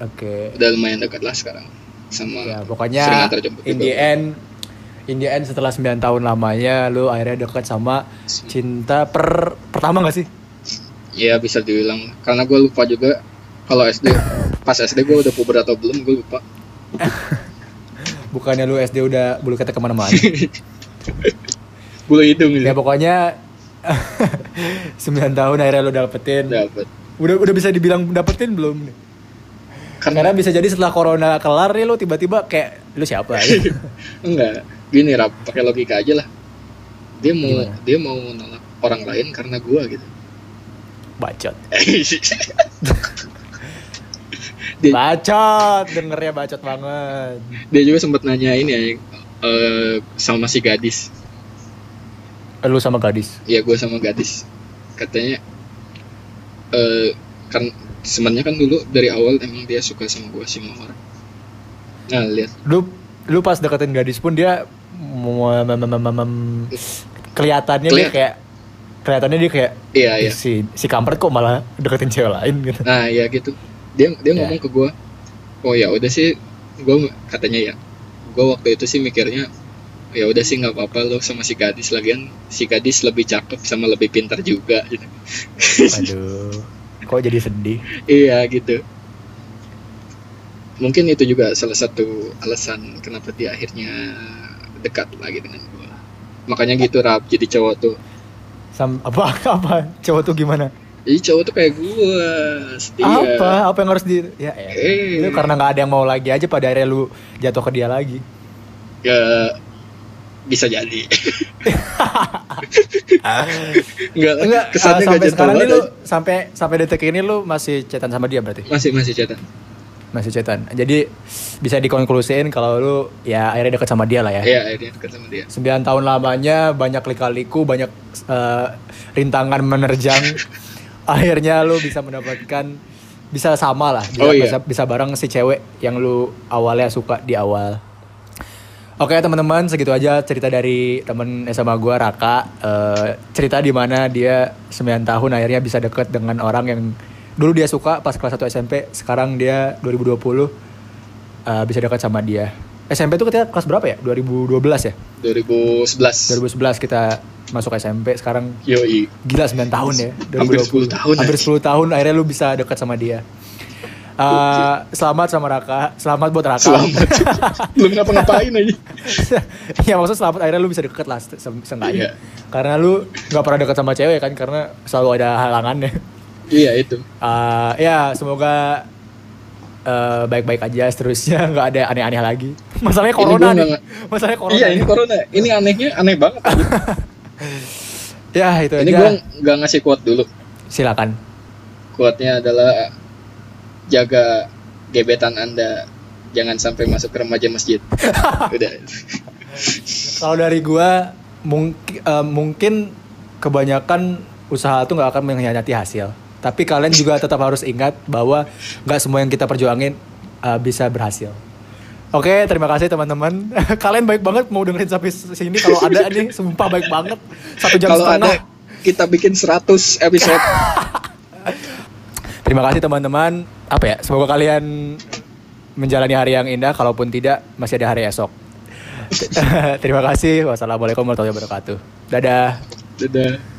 Speaker 1: Oke.
Speaker 2: udah lumayan dekat lah sekarang sama
Speaker 1: Ya, pokoknya
Speaker 2: sering antar jemput gitu.
Speaker 1: in
Speaker 2: juga.
Speaker 1: the end in the end setelah 9 tahun lamanya lu akhirnya dekat sama cinta per pertama gak sih?
Speaker 2: ya bisa dibilang karena gue lupa juga kalau SD pas SD gue udah puber atau belum gue lupa
Speaker 1: Bukannya lu SD udah bulu kata kemana-mana.
Speaker 2: bulu hidung
Speaker 1: ya
Speaker 2: ini
Speaker 1: pokoknya 9 tahun akhirnya lu dapetin.
Speaker 2: dapat
Speaker 1: Udah udah bisa dibilang dapetin belum nih?
Speaker 2: karena
Speaker 1: Karena bisa jadi setelah corona kelar nih lu tiba-tiba kayak lu siapa? ya?"
Speaker 2: enggak gini rap pakai logika aja lah dia mau
Speaker 1: Gimana?
Speaker 2: dia mau nolak orang lain karena gua gitu
Speaker 1: Bacot.
Speaker 2: Di-
Speaker 1: Bacot, dengernya bacot banget.
Speaker 2: dia juga sempat nanya ini ya eh, sama si gadis
Speaker 1: Eh, Lu sama gadis.
Speaker 2: ya gua sama gadis katanya eh kan sebenarnya kan dulu dari awal emang dia suka sama gua si Mawar nah lihat
Speaker 1: Lu lu pas deketin gadis pun dia mem- mem- mem- mem- mem- kelihatannya dia
Speaker 2: Kelihat-
Speaker 1: kayak kelihatannya dia kayak
Speaker 2: iya iya
Speaker 1: "Ih, si si kampret kok malah deketin cewek lain gitu.
Speaker 2: Nah ya gitu. Dia dia
Speaker 1: Ya.
Speaker 2: ngomong ke gua oh ya udah sih, gua katanya ya, gua waktu itu sih mikirnya, ya udah sih nggak apa-apa lo sama si gadis lagian, si gadis lebih cakep sama lebih pintar juga. gitu.
Speaker 1: Aduh. Kok jadi sedih?
Speaker 2: iya gitu. Mungkin itu juga salah satu alasan kenapa dia akhirnya dekat lagi dengan gua. Makanya gitu rap jadi cowok tuh.
Speaker 1: Sam apa apa cowok tuh gimana?
Speaker 2: Jadi cowok tuh kayak gua setia.
Speaker 1: Apa apa yang harus di ya, ya.
Speaker 2: Eh.
Speaker 1: Itu karena nggak ada yang mau lagi aja pada akhirnya lu jatuh ke dia lagi.
Speaker 2: Ya bisa jadi. Enggak,
Speaker 1: Enggak, eh,
Speaker 2: kesannya
Speaker 1: sampai
Speaker 2: gak jatuh
Speaker 1: sekarang ini
Speaker 2: banget.
Speaker 1: lu sampai sampai detik ini lu masih cetan sama dia berarti?
Speaker 2: Masih masih cetan.
Speaker 1: Masih cetan. Jadi bisa dikonklusiin kalau lu ya akhirnya dekat sama dia lah ya.
Speaker 2: Iya, akhirnya dekat sama dia.
Speaker 1: 9 tahun lamanya banyak lika-liku, banyak eh, rintangan menerjang. Akhirnya lu bisa mendapatkan bisa sama lah, bisa,
Speaker 2: Oh, iya.
Speaker 1: bisa, bisa bareng si cewek yang lu awalnya suka di awal. Oke teman-teman, segitu aja cerita dari temen SMA gua Raka. Eh, cerita di mana dia 9 tahun akhirnya bisa deket dengan orang yang dulu dia suka pas kelas 1 SMP, sekarang dia 2020 eh, bisa dekat sama dia. SMP itu ketika kelas berapa ya? 2012 ya?
Speaker 2: 2011.
Speaker 1: 2011 kita masuk SMP sekarang
Speaker 2: Yoi.
Speaker 1: gila 9 tahun ya
Speaker 2: Hampir 10 tahun,
Speaker 1: hampir
Speaker 2: anjing.
Speaker 1: 10 tahun akhirnya lu bisa dekat sama dia Eh, selamat sama Raka selamat buat Raka
Speaker 2: Selamat. Belum ngapa-ngapain aja.
Speaker 1: ya maksud selamat akhirnya lu bisa deket lah se- se- seenggaknya
Speaker 2: Iya.
Speaker 1: karena lu nggak pernah dekat sama cewek kan karena selalu ada halangannya
Speaker 2: Iya, itu.
Speaker 1: Eh, ya semoga eh, baik-baik aja seterusnya nggak ada aneh-aneh lagi masalahnya
Speaker 2: Ini
Speaker 1: corona
Speaker 2: gua
Speaker 1: nih
Speaker 2: nggak-
Speaker 1: masalahnya corona ya?
Speaker 2: Iya, ini
Speaker 1: nih.
Speaker 2: corona. Ini anehnya aneh banget.
Speaker 1: ya itu aja
Speaker 2: ini gua nggak ngasih quote dulu.
Speaker 1: silakan
Speaker 2: Quote-nya adalah jaga gebetan Anda jangan sampai masuk ke remaja masjid. Udah.
Speaker 1: Kalau dari gua mungkin mungkin kebanyakan usaha itu nggak akan mengkhianati hasil. Tapi kalian juga tetap harus ingat bahwa nggak semua yang kita perjuangin eh, bisa berhasil. Oke, terima kasih teman-teman. kalian baik banget mau dengerin sampai sini. Kalau ada nih, sumpah baik banget. Satu jam
Speaker 2: Kalau
Speaker 1: setengah.
Speaker 2: ada kita bikin 100 episode.
Speaker 1: Terima kasih teman-teman. Apa ya? Semoga kalian menjalani hari yang indah. Kalaupun tidak, masih ada hari esok. terima kasih. Wassalamualaikum warahmatullahi wabarakatuh. Dadah.
Speaker 2: Dadah.